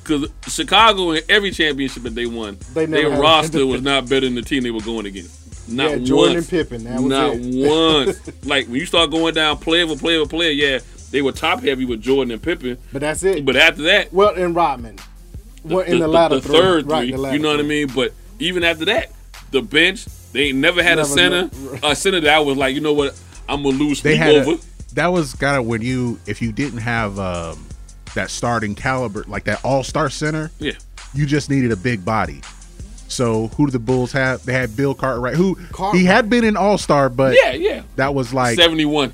S6: because Chicago in every championship that they won,
S5: They never
S6: their
S5: had-
S6: roster was not better than the team they were going against. Not
S5: Yeah, Jordan
S6: once,
S5: and Pippen, that was
S6: not
S5: it. <laughs>
S6: once. Like when you start going down player for player for player, yeah, they were top heavy with Jordan and Pippen.
S5: But that's it.
S6: But after that,
S5: well, and Rodman. Well, in the,
S6: the,
S5: latter
S6: the
S5: three.
S6: third three.
S5: Right, the latter
S6: you know what I
S5: three.
S6: mean? But even after that, the bench, they ain't never had a
S5: Never
S6: center,
S5: knew-
S6: a center that I was like, you know what, I'm gonna lose
S7: They
S6: sleep
S7: had a,
S6: over.
S7: that was kind of when you if you didn't have um, that starting caliber like that all star center,
S6: Yeah.
S7: you just needed a big body. So who did the Bulls have? They had Bill Cartwright, who
S5: Cartwright.
S7: he had been an all star, but
S6: Yeah, yeah.
S7: that was like
S6: 71.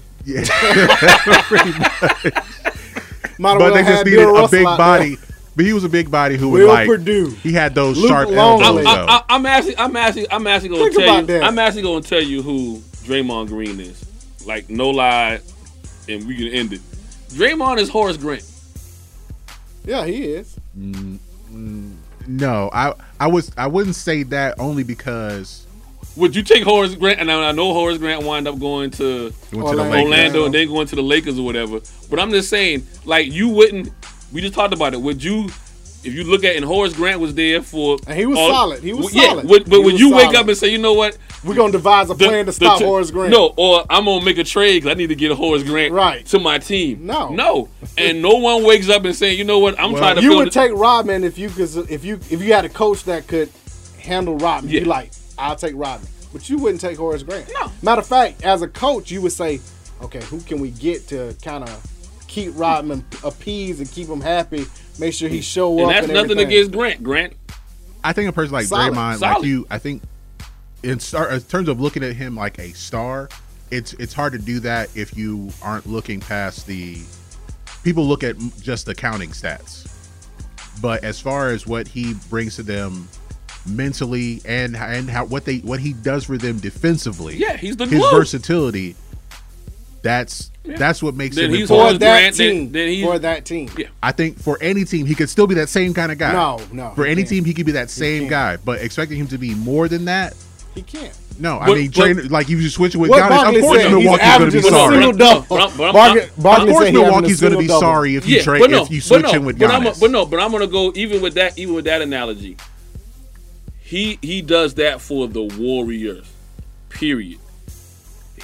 S5: Might as
S7: but
S5: well
S7: they just
S5: had
S7: needed
S5: Bill
S7: a
S5: Russell
S7: big
S5: out
S7: body. But he was a big body who would
S5: Will
S7: like
S5: Perdue.
S7: he had those
S5: Luke
S7: sharp
S5: Longley.
S7: elbows though.
S6: I, am actually, I'm actually, I'm actually gonna
S5: Think
S6: tell you,
S5: about that.
S6: I'm actually gonna tell you who Draymond Green is. Like no lie, and we can end it. Draymond is Horace Grant.
S5: there. Yeah, he is.
S7: no, I I was I wouldn't say that only because
S6: Would you take Horace Grant? And I I know Horace Grant wind up going to
S7: he went to the
S5: Orlando.
S7: Lakers.
S6: Orlando and then going to the Lakers or whatever. But I'm just saying, like you wouldn't. We just talked about it. Would you if you look at and Horace Grant was there for
S5: And he was solid. He was
S6: Well, yeah,
S5: solid.
S6: but- but
S5: He
S6: when
S5: was
S6: you wake
S5: solid.
S6: up and say, you know what,
S5: We're gonna devise a
S6: the-
S5: plan
S6: the
S5: to stop
S6: t-
S5: Horace Grant.
S6: No, or I'm gonna make a trade because I need to get a Horace Grant
S5: Right.
S6: to my team.
S5: No.
S6: no, and no one wakes up and saying, you know what, I'm
S7: Well,
S6: trying to
S5: you
S6: build.
S5: would
S6: it."
S5: take Rodman if you could, if you if you had a coach that could handle Rodman.
S6: Yeah.
S5: You'd be like, I'll take Rodman, but you wouldn't take Horace Grant.
S6: No.
S5: Matter of fact, as a coach, you would say, okay, who can we get to kind of keep Rodman appeased and keep him happy, make sure he show up.
S6: and that's nothing
S5: everything.
S6: against Grant. Grant,
S7: I think a person like
S5: Solid,
S7: Draymond,
S6: solid.
S7: like you, I think in, star, in terms of looking at him like a star, it's it's hard to do that if you aren't looking past the people look at m- just the counting stats. But as far as what he brings to them mentally and and how what they what he does for them defensively,
S6: yeah, he's the
S7: his
S6: glue.
S7: versatility, that's that's what makes
S6: Then
S7: him
S6: he's
S7: important.
S5: for
S6: Horace
S5: that
S6: Grant, then-
S5: team.
S6: then he-
S5: for that team.
S6: Yeah.
S7: I think for any team, he could still be that same kind of guy.
S5: No, no,
S7: For
S5: he
S7: any
S5: can't.
S7: team, he could be that same guy, but expecting him to be more than that,
S5: He can't.
S7: no. I
S6: But-
S7: mean,
S6: but-
S7: train, like you just switch it with
S5: What
S7: Giannis.
S5: Barkley
S7: Of course,
S5: said, he's
S7: Milwaukee's going to be
S5: averaging a
S7: sorry.
S5: single
S7: Of
S5: double.
S6: But I'm- but I'm-
S5: Barkley,
S6: I'm-
S5: Barkley
S7: course,
S5: said he having a
S7: Milwaukee's going to be
S5: single-double.
S7: sorry if you
S6: yeah,
S7: train
S6: but no,
S7: if you switch
S6: but no,
S7: him with
S6: but, I'm a-
S7: Giannis.
S6: but no, but I'm gonna go even with that, even with that analogy. He he does that for the Warriors. Period.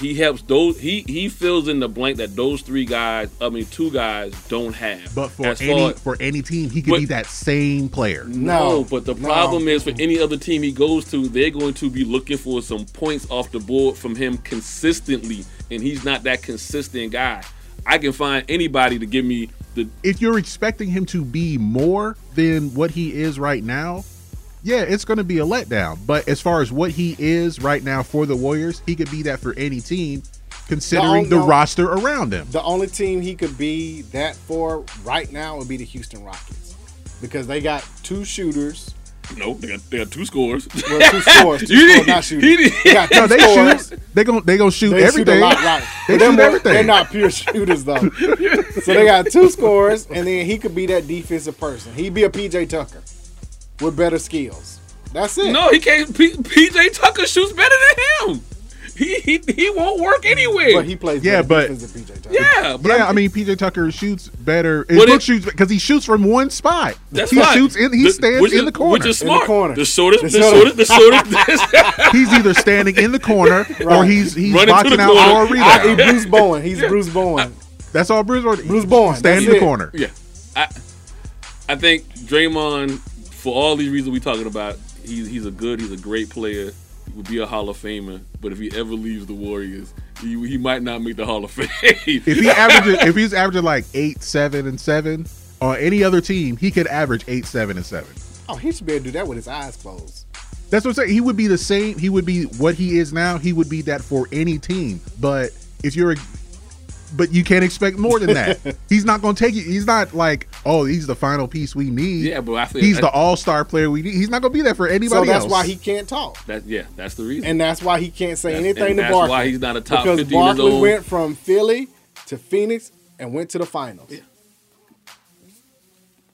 S6: He helps those. He he fills in the blank that those three guys, I mean two guys, don't have.
S7: But for
S6: As far
S7: any
S6: as-
S7: for any team, he could
S6: But-
S7: be that same player.
S5: No,
S6: No, but the
S5: no.
S6: problem is for any other team he goes to, they're going to be looking for some points off the board from him consistently, and he's not that consistent guy. I can find anybody to give me the
S7: If you're expecting him to be more than what he is right now, yeah, it's going to be a letdown. But as far as what he is right now for the Warriors, he could be that for any team, considering the
S5: no.
S7: roster around him.
S5: The only team he could be that for right now would be the Houston Rockets because they got two shooters.
S6: no. They got, they got two scores. <laughs>
S5: Well, two scores. Two
S6: You
S5: scores,
S6: did-
S5: not
S6: you
S5: shooters.
S6: did-
S5: They got two
S7: No, they
S5: scores.
S7: shoot. They gon' they gonna shoot
S5: They
S7: everything.
S5: shoot a lot, right?
S7: They
S5: But they're
S7: shoot
S5: more-
S7: everything.
S5: They're not pure shooters though. so they got two scores, and then he could be that defensive person. He'd be a PJ Tucker with better skills. That's it.
S6: no, he can't. P, PJ Tucker shoots better than him. He he, he won't work anywhere.
S5: but he plays.
S7: Yeah,
S5: better
S7: but-
S5: defense than PJ Tucker.
S6: yeah, but
S7: yeah, I mean PJ Tucker shoots better. His
S6: What
S7: book
S6: it-
S7: shoots because he shoots from one spot.
S6: that's
S7: he
S6: fine.
S7: shoots in. He
S6: The-
S7: stands
S6: which
S7: in
S6: is-
S7: the corner.
S6: which is smart.
S5: corner.
S6: The shortest, the
S5: The shortest.
S6: shortest, the
S7: <laughs>
S6: shortest.
S7: He's either standing in the
S5: <laughs>
S7: corner or he's he's
S6: Running to
S7: boxing
S6: the
S7: out
S6: corner.
S7: for a
S5: I, he
S7: rebound.
S5: Bruce Bowen. Oh, He's Bruce Bowen.
S7: That's all Bruce. Brown-
S5: Bruce Bowen.
S7: Stand
S5: that's
S7: in the
S5: it.
S7: corner.
S6: Yeah, I I think Draymond, for all these reasons we're talking about, he's he's a good, he's a great player. He would be a Hall of Famer, but if he ever leaves the Warriors, he, he might not make the Hall of <laughs> Fame.
S7: If he averages, if he's averaging like eight, seven, and seven on any other team, he could average eight, seven, and seven.
S5: Oh, he should be able to do that with his eyes closed.
S7: That's what I'm saying. He would be the same. He would be what he is now. He would be that for any team. But if you're, a, but you can't expect more than
S5: <laughs>
S7: that. he's not going to take you. He's not like, oh, he's the final piece we need.
S6: yeah, but I think
S7: he's the
S6: that-
S7: all star player we need. He's not going to be there for
S5: So
S7: anybody
S5: that's
S7: else.
S5: why he can't talk,
S6: that yeah, that's the reason.
S5: and that's why he can't say
S6: That's-
S5: anything
S6: and
S5: to
S6: that's
S5: Barkley.
S6: why he's not a top
S5: because
S6: 15 years
S5: Barkley
S6: old.
S5: went from Philly to Phoenix and went to the finals.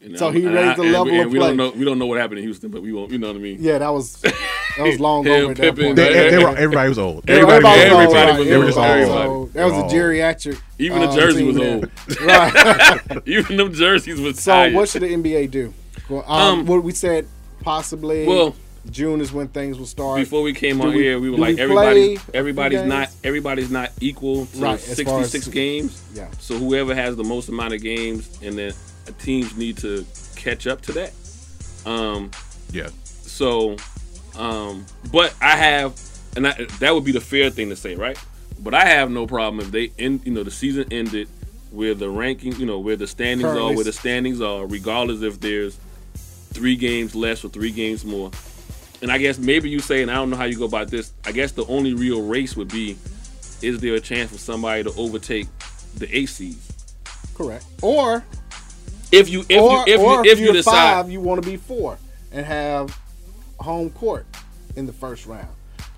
S6: And
S5: so
S6: I'm-
S5: he
S6: and
S5: raised the
S6: and
S5: level
S6: we,
S5: of
S6: and we don't
S5: play.
S6: know we don't know what happened in Houston, but we won't. You know what I mean?
S5: Yeah, that was that was long
S6: <laughs> Him,
S5: over. At that
S6: Pippen,
S5: point.
S7: They-
S6: Right, right,
S7: they were-
S6: right.
S7: everybody was old.
S5: Yeah,
S6: Everybody-
S5: everybody was
S6: everybody
S5: old,
S6: was
S5: right?
S6: old.
S5: Everybody was
S7: Everybody.
S5: old. That was
S7: Oh.
S5: a geriatric.
S6: Even the
S5: um,
S6: jersey was
S5: team there.
S6: old.
S5: Right.
S6: <laughs> Even them jerseys was
S5: so
S6: tired.
S5: what should the NBA do? Well, um,
S6: Um,
S5: what we said possibly.
S6: Well-
S5: June is when things will start.
S6: before we came
S5: Do
S6: on
S5: we-
S6: here, we were
S5: do
S6: like
S5: we
S6: everybody's
S5: play
S6: everybody's
S5: games?
S6: not everybody's not equal to
S5: Right, as far as-
S6: 66 games.
S5: Yeah.
S6: So whoever has the most amount of games, and then teams need to catch up to that. Um.
S7: yeah.
S6: So, um. But I have, and I, that would be the fair thing to say, right? But I have no problem if they end. You know, the season ended where the ranking. You know, where the standings
S5: Currently-
S6: are. Where the standings are, regardless if there's three games less or three games more. And I guess maybe you say, and I don't know how you go about this. I guess the only real race would be, is there a chance for somebody to overtake the eight seeds?
S5: correct. Or
S6: If you if
S5: or
S6: you if
S5: or
S6: you if you
S5: you're
S6: decide,
S5: five, you want to be four and have home court in the first round.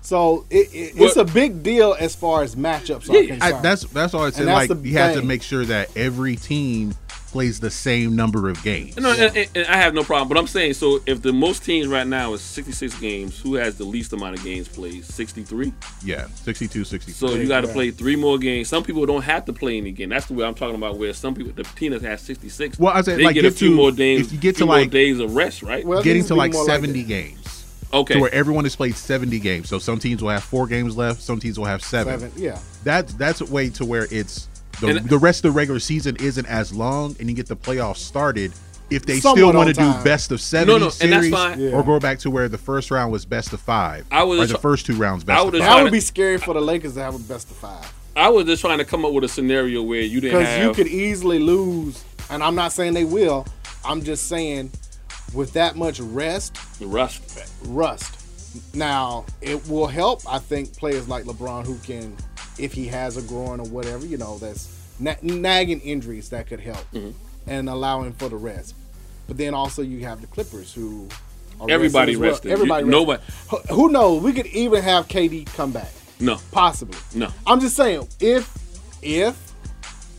S5: So it, it, it's
S6: But-
S5: a big deal as far as matchups are
S6: Yeah,
S5: concerned.
S7: I, that's that's all I said.
S5: that's
S7: Like
S5: the
S7: you have to
S5: thing.
S7: make sure that every team plays the same number of games.
S6: No, and, and- and I have no problem. But I'm saying, so if the most teams right now is 66 games, who has the least amount of games played? 63.
S7: Yeah, 62, 63.
S6: So you got to play three more games. Some people don't have to play any game. That's the way I'm talking about. Where some people, the peanuts has 66.
S7: Well, I said,
S6: they
S7: like,
S6: get a
S7: get
S6: few
S7: to-
S6: more days.
S7: if you get to,
S6: few more
S7: like-
S6: days of rest, right?
S5: Well,
S7: Getting
S5: these
S7: to
S5: be
S7: like
S5: more
S7: 70
S5: it.
S7: games.
S6: okay.
S7: To where everyone has played 70 games. So some teams will have four games left, some teams will have seven.
S5: Seven, yeah.
S7: That's that's a way to where it's the,
S6: And-
S7: the rest of the regular season isn't as long and you get the playoffs started. If they
S5: Somewhat
S7: still
S5: on
S7: want to do
S5: time.
S7: best of seven
S6: No, no, and that's
S7: series,
S6: fine.
S5: Yeah.
S7: or go back to where the first round was best of five,
S6: I was
S7: or
S6: just-
S7: the first two rounds
S6: I
S7: best of
S6: was
S7: five.
S6: just
S5: That
S6: trying
S5: would
S6: to-
S5: be scary for the Lakers to have a best of five.
S6: I was just trying to come up with a scenario where you didn't
S5: Because
S6: have.
S5: you could easily lose, and I'm not saying they will. I'm just saying, with that much rest,
S6: the rust.
S5: rust. Now it will help, I think, players like LeBron who can, if he has a groin or whatever, you know, that's na- nagging injuries that could help
S6: Mm-hmm.
S5: and allowing for the rest. But then also you have the Clippers who are
S6: Everybody
S5: resting
S6: rested. You-
S5: as well. Everybody,
S6: nobody-
S5: rested. Who who knows? We could even have KD come back,
S6: No,
S5: possibly.
S6: no.
S5: I'm just saying, if if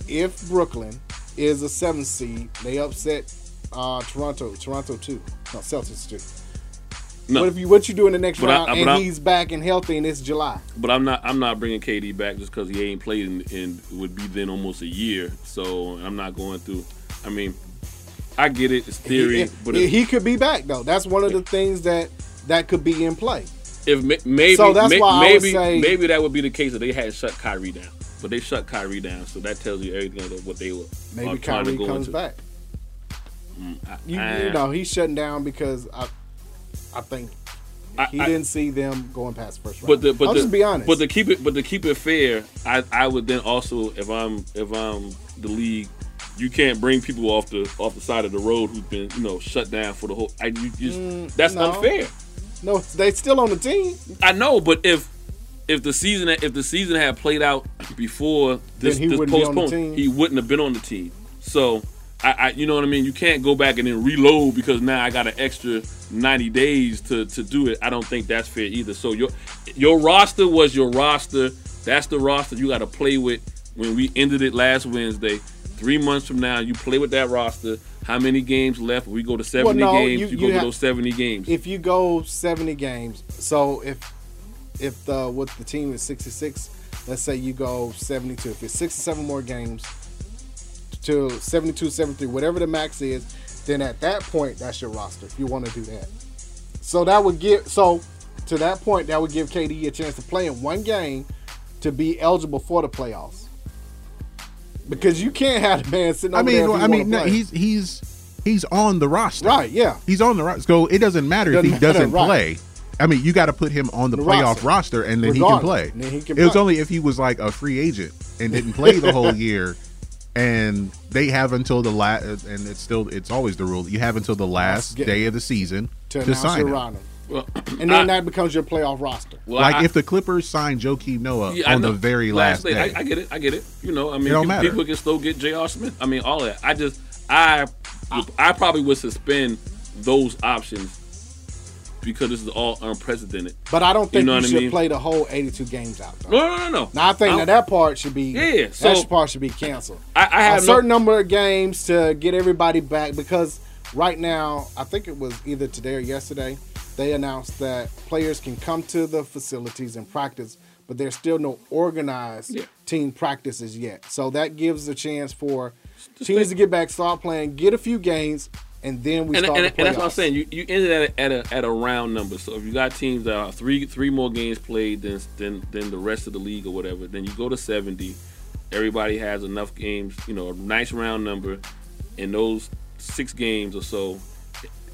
S5: if Brooklyn is a seven seed, they upset uh, Toronto, Toronto two, no Celtics two.
S6: No.
S5: What if you what you do in the next
S6: But I-
S5: round
S6: I-
S5: and
S6: but I-
S5: he's back and healthy and it's July?
S6: But I'm not. I'm not bringing KD back just because he ain't played in, in would be then almost a year. So I'm not going through. I mean, I get it. It's theory.
S5: He-
S6: but
S5: he,
S6: if,
S5: he could be back though. That's one of the things that that could be in play.
S6: if ma- maybe
S5: So that's
S6: ma-
S5: why I would
S6: maybe
S5: say-
S6: maybe that would be the case if they had shut Kyrie down. But they shut Kyrie down, so that tells you everything of what they were.
S5: Maybe
S6: are trying
S5: Kyrie
S6: to go
S5: comes
S6: into.
S5: back.
S6: I-
S5: You,
S6: I-
S5: you know he's shutting down because I I think
S6: I-
S5: he
S6: I-
S5: didn't see them going past first round.
S6: But the but
S5: I'll
S6: the,
S5: just be honest.
S6: But to keep it but to keep it fair, I, I would then also if I'm if I'm the league, you can't bring people off the off the side of the road who've been you know shut down for the whole. I you just that's
S5: Mm, no.
S6: unfair.
S5: no, they still on the team.
S6: I know, but if if the season if the season had played out before this,
S5: he
S6: this
S5: wouldn't be on the team.
S6: postponement, he wouldn't have been on the team. So I, I you know what I mean. You can't go back and then reload because now I got an extra ninety days to to do it. I don't think that's fair either. So your your roster was your roster. That's the roster you got to play with. When we ended it last Wednesday, three months from now, you play with that roster. How many games left? We go to seventy
S5: no,
S6: games.
S5: you-
S6: You,
S5: you
S6: go to
S5: have-
S6: those seventy games.
S5: if you go 70 games so if if the what the team is 66 let's say you go 72 if it's 67 more games to 72 73 whatever the max is then at that point that's your roster if you want to do that so that would give so to that point that would give KD a chance to play in one game to be eligible for the playoffs because you can't have the man sitting over
S7: I mean,
S5: there if
S7: I
S5: he
S7: mean,
S5: wanna
S7: no,
S5: play.
S7: he's he's he's on the roster.
S5: Right, yeah.
S7: He's on the roster. So it doesn't matter if he
S5: Doesn't matter,
S7: doesn't
S5: right.
S7: play. I mean, you got to put him on the,
S5: The
S7: playoff roster,
S5: roster.
S7: and then
S5: Regardless,
S7: he can play.
S5: then he can
S7: it was
S5: play.
S7: only if he was like a free agent and didn't play the
S5: <laughs>
S7: whole year, and they have until the last. And it's still, it's always the rule. You have until the last
S5: Get-
S7: day of the season
S5: to
S7: to,
S5: announce
S7: sign
S5: your
S7: him.
S5: roster.
S6: Well, <clears throat>
S5: and then that becomes your playoff roster
S6: well,
S7: Like
S6: I-
S7: if the Clippers signed Joakim Noah
S6: Yeah, I
S7: on the
S6: know.
S7: very last,
S6: thing,
S7: day,
S6: I, I get it. I get it. You know, I mean,
S7: It don't
S6: people,
S7: matter.
S6: people can still get J.R. Smith. I mean, all that. I just, I, I probably would suspend those options because this is all unprecedented.
S5: But I don't
S6: You
S5: think you,
S6: know what I
S5: should
S6: mean?
S5: play the whole 82 games out. Though.
S6: No, no, no, no.
S5: Now I think
S6: I-
S5: that that part should be
S6: Yeah, so-
S5: that part should be canceled.
S6: I, I
S5: A
S6: have
S5: certain
S6: no,
S5: number of games to get everybody back because right now I think it was either today or yesterday they announced that players can come to the facilities and practice, but there's still no organized
S6: Yeah.
S5: team practices yet. So that gives a chance for
S6: think-
S5: teams to get back, start playing, get a few games, and then we
S6: and,
S5: start
S6: and,
S5: the
S6: and that's what I'm
S5: playoffs.
S6: saying. You you ended at a, at a at a round number. So if you got teams that are three three more games played than than than the rest of the league or whatever, then you go to 70. Everybody has enough games, you know, a nice round number. In those six games or so,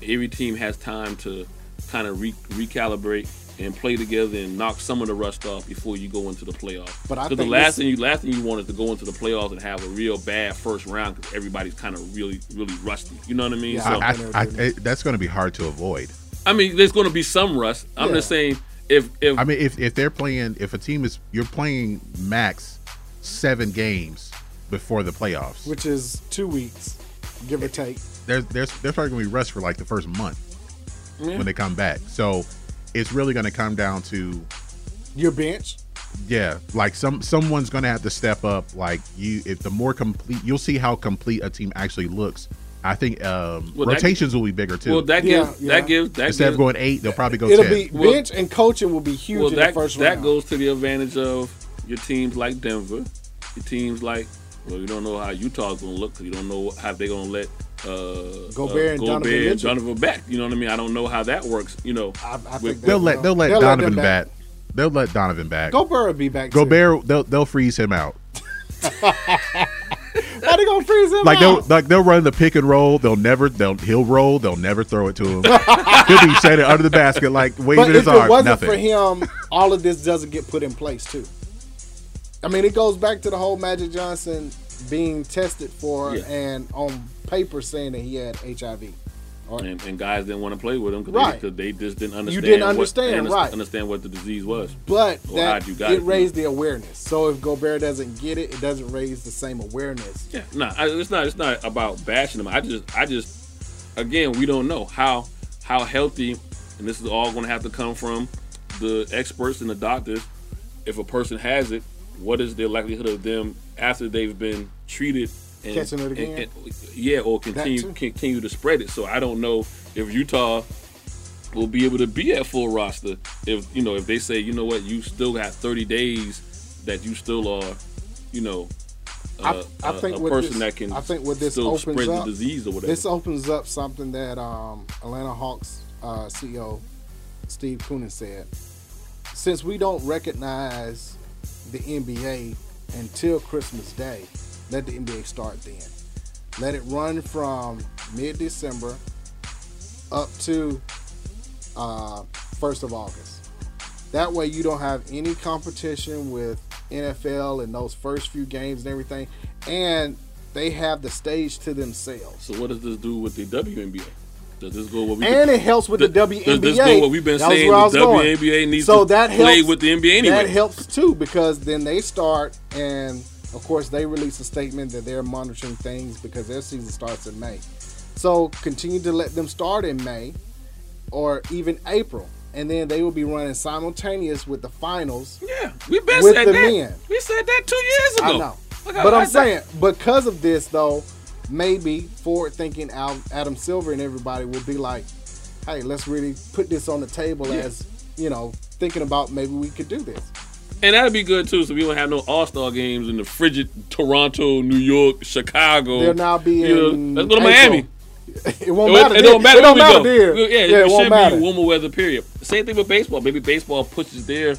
S6: every team has time to kind of re- recalibrate and play together and knock some of the rust off before you go into the playoffs.
S5: But I
S6: 'Cause the
S5: think
S6: last
S5: this-
S6: thing you last thing you want is to go into the playoffs and have a real bad first round because everybody's kind of really really rusty. You know what I mean?
S5: Yeah,
S6: So-
S5: I-
S7: I- I- I- that's going to be hard to avoid.
S6: I mean, there's going to be some rust. I'm
S5: Yeah.
S6: just saying, if if
S7: I mean, if if they're playing, if a team is you're playing max seven games before the playoffs,
S5: which is two weeks, give or take.
S7: there's there's there's probably gonna be rest for like the first month when they come back. So it's really gonna come down to
S5: Your bench,
S7: yeah like some someone's gonna have to step up like you if the more complete you'll see how complete a team actually looks i think um
S6: Well, that-
S7: rotations will be bigger too
S6: Well, that
S5: Yeah,
S6: gives
S5: yeah.
S6: that gives that
S7: instead
S6: gives,
S7: of going eight they'll probably go
S5: It'll
S7: 10
S5: be
S6: Well-
S5: bench and coaching will be huge
S6: well
S5: in
S6: that
S5: the first
S6: that
S5: round.
S6: goes to the advantage of your teams like Denver, your teams like well you don't know how Utah's gonna look 'cause you don't know how they're gonna let uh,
S5: Gobert and
S6: uh,
S5: Donovan Mitchell.
S6: and Donovan back. You know what I mean? I don't know how that works. You know,
S5: I, I think
S6: with-
S7: they'll let they'll let
S5: They'll let
S7: donovan
S5: them
S7: bat
S5: back.
S7: they'll let donovan back
S5: Gobert will be back. too.
S7: gobert they'll, they'll freeze him out
S5: Why they gonna freeze him
S7: like they'll
S5: out?
S7: like they'll run the pick and roll they'll never they'll he'll roll they'll never throw it to him he'll be standing under the basket like waving
S5: But
S7: his
S5: if it
S7: arm
S5: wasn't
S7: nothing
S5: for him, all of this doesn't get put in place too. I mean, it goes back to the whole Magic Johnson being tested for
S6: Yeah.
S5: and on paper saying that he had HIV.
S6: and, and guys didn't want to play with them because
S5: Right.
S6: they, just didn't understand.
S5: didn't
S6: what-
S5: understand,
S6: underst-
S5: right.
S6: Understand what the disease was.
S5: But
S6: Well,
S5: that
S6: how'd you got
S5: it
S6: it?
S5: raised the awareness. So if Gobert doesn't get it, it doesn't raise the same awareness.
S6: Yeah, no, I it's not. It's not about bashing them. I just, I just, again, we don't know how how healthy, and this is all going to have to come from the experts and the doctors. If a person has it, what is the likelihood of them after they've been treated and,
S5: Catching it again?
S6: and- and- yeah, or continue
S5: too.
S6: continue to spread it. So I don't know if Utah will be able to be at full roster if you know if they say you know what you still have 30 days that you still are you know
S5: I-
S6: uh,
S5: I
S6: a-
S5: think
S6: a
S5: with
S6: person
S5: this-
S6: that can
S5: I think with this
S6: still
S5: opens
S6: spread
S5: up,
S6: the disease or whatever.
S5: This opens up something that um, Atlanta Hawks uh, CEO Steve Coonan said. Since we don't recognize the NBA until Christmas Day, let the NBA start then. Let it run from mid December up to uh, 1st of August. That way, you don't have any competition with NFL and those first few games and everything. And they have the stage to themselves.
S6: so what does this do with the WNBA? Does this go what we
S5: And it helps with the,
S6: Does-
S5: WNBA.
S6: does this go what we've been
S5: That was
S6: saying
S5: where I
S6: the
S5: was going.
S6: WNBA needs to play with the NBA anyway.
S5: That helps too because then they start and of course they release a statement that they're monitoring things because their season starts in May. So continue to let them start in May or even April, and then they will be running simultaneous with the finals
S6: yeah, we been
S5: with
S6: said
S5: the
S6: that.
S5: men.
S6: We said that two years ago.
S5: I know.
S6: Look how
S5: But I'm
S6: hard that-
S5: saying because of this though, maybe forward thinking Al- Adam Silver and everybody will be like, "Hey, let's really put this on the table as you know, thinking about maybe we could do this."
S6: and that'd be good too. So we don't have no All Star games in the frigid Toronto, New York, Chicago.
S5: They'll now be
S6: You know,
S5: in
S6: let's go to
S5: April.
S6: Miami.
S5: It won't
S6: It,
S5: matter.
S6: it don't matter.
S5: It don't
S6: where we
S5: matter.
S6: go.
S5: There.
S6: Yeah,
S5: Yeah,
S6: it,
S5: it
S6: should
S5: won't matter.
S6: be warmer weather. Period. Same thing with baseball. Maybe baseball pushes their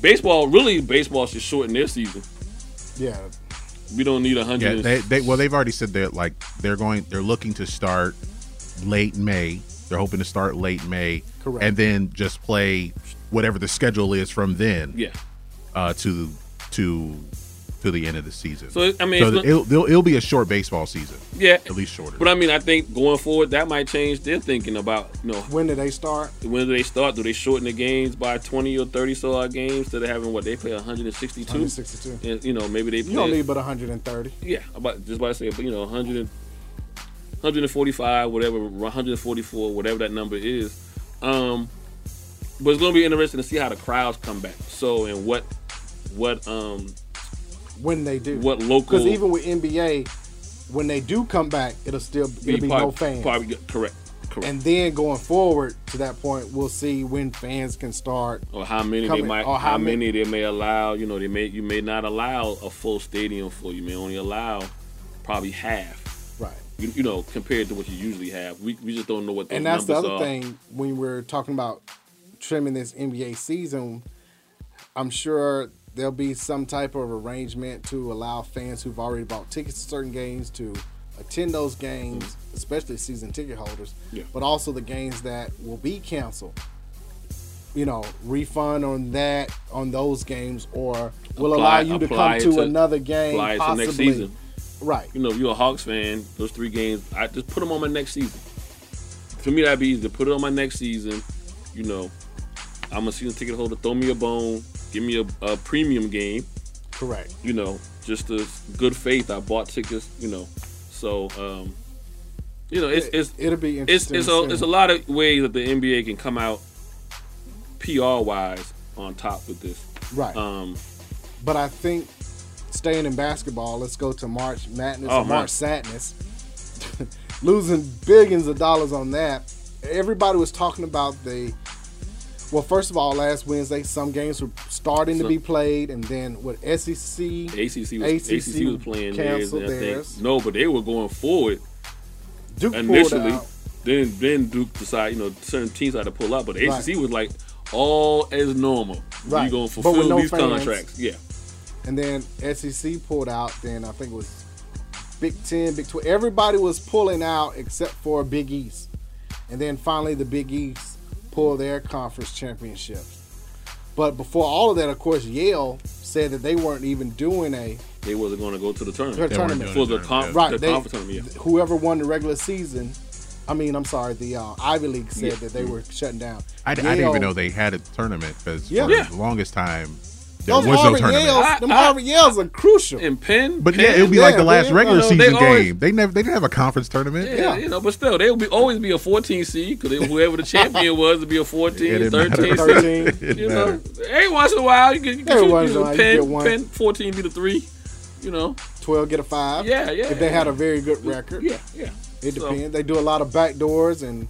S6: baseball. Really, baseball should shorten their season.
S5: Yeah,
S6: We don't need a hundred.
S7: Yeah,
S6: and-
S7: they, they well they've already said that like they're going they're looking to start late May. They're hoping to start late May,
S5: Correct.
S7: And then just play whatever the schedule is from then
S6: yeah.
S7: uh, to to to the end of the season.
S6: So I mean,
S7: So
S6: it's not-
S7: it'll, it'll, it'll be a short baseball season,
S6: yeah.
S7: at least shorter.
S6: But I mean, I think going forward, that might change their thinking about you know
S5: when do they start?
S6: when do they start? Do they shorten the games by twenty or thirty so odd games instead of having what they play one hundred and sixty two?
S5: 162.
S6: You know, maybe they play
S5: You don't need but 130.
S6: yeah about just about to say but you know 100 and, 145 whatever 144 whatever that number is um but it's gonna be interesting to see how the crowds come back so and what what um
S5: When they do,
S6: what local
S5: because even with NBA, when they do come back, it'll still it'll be,
S6: prob-
S5: no fans.
S6: probably correct correct
S5: And then going forward to that point, we'll see when fans can start.
S6: or how many
S5: Coming-
S6: they might,
S5: or
S6: how,
S5: how
S6: many they may allow. You know, they may you may not allow a full stadium full. You may only allow probably half.
S5: Right.
S6: You, you know, compared to what you usually have, we, we just don't know what those
S5: And that's the
S6: numbers
S5: other
S6: are.
S5: thing when we're talking about trimming this NBA season. I'm sure there'll be some type of arrangement to allow fans who've already bought tickets to certain games to attend those games, especially season ticket holders,
S6: Yeah.
S5: but also the games that will be canceled. You know, refund on that on those games, or will allow
S6: Apply-
S5: you to
S6: apply
S5: come
S6: it
S5: to,
S6: to-
S5: another game
S6: apply it to
S5: possibly.
S6: next season.
S5: Right.
S6: You know, if you're a Hawks fan, those three games, I just put them on my next season. For me, that'd be easy to put it on my next season. You know, I'm a season ticket holder. Throw me a bone. Give me a, a premium game.
S5: Correct.
S6: you know, just the good faith. I bought tickets, you know, so um, you know, it's it's
S5: It'll be
S6: it's
S5: interesting.
S6: it's
S5: to
S6: a
S5: see.
S6: it's a lot of ways that the NBA can come out PR wise on top with this.
S5: Right.
S6: Um,
S5: But I think staying in basketball, let's go to March Madness
S6: Oh,
S5: or
S6: man.
S5: March Sadness. <laughs> Losing billions of dollars on that. Everybody was talking about the. Well, first of all, last Wednesday, some games were starting to
S6: So-
S5: be played, and then E with SEC,
S6: ACC was
S5: ACC
S6: ACC was playing theirs.
S5: canceled
S6: and I think
S5: theirs.
S6: no, but they were going forward
S5: Duke pulled
S6: initially.
S5: out.
S6: Then then Duke decided, you know, certain teams had to pull out, but the
S5: Right.
S6: ACC was like all as normal.
S5: Right.
S6: We're gonna
S5: But with
S6: fulfill
S5: no
S6: these
S5: fans.
S6: contracts. Yeah.
S5: and then SEC pulled out. Then I think it was Big Ten, Big Twelve. Everybody was pulling out except for Big East, and then finally the Big East pulled their conference championships. But before all of that, of course, Yale said that they weren't even doing a
S6: They wasn't gonna go to the
S5: their
S6: tournament.
S5: tournament.
S7: doing
S6: For the, con-
S5: Right,
S6: the
S5: they-
S6: conference tournament, yeah.
S5: Whoever won the regular season, I mean, I'm sorry, the uh, Ivy League said that they were shutting down.
S7: I, I didn't
S5: Yale-
S7: even know they had a tournament because
S5: Yeah.
S7: for
S5: Yeah.
S7: the longest time there
S5: Those
S7: was no
S5: Harvard
S7: tournament.
S5: Yales,
S6: I-
S5: them
S6: I-
S5: Harvard Yales are crucial.
S6: And Penn,
S7: But
S6: Penn,
S7: yeah, it would be like the
S5: yeah,
S7: last
S5: yeah,
S7: regular
S5: no,
S7: season
S6: they
S7: game.
S6: always-
S7: they never they didn't have a conference tournament.
S6: Yeah,
S5: Yeah.
S6: you know, but still, they will be always be a 14 seed because whoever
S7: <laughs>
S6: the champion was would be a 14,
S7: didn't
S6: 13
S7: matter.
S6: seed.
S5: 13.
S7: <laughs> <laughs>
S6: <laughs>
S7: It
S6: You know,
S7: mattered.
S6: every once in a while you get you get
S5: Every
S6: you,
S5: once in a
S6: you
S5: while you
S6: pin,
S5: get one.
S6: pin 14 be the three. You know,
S5: 12 get a 5.
S6: Yeah, yeah.
S5: If they had a very good record.
S6: yeah, yeah.
S5: It
S6: So,
S5: depends. They do a lot of backdoors and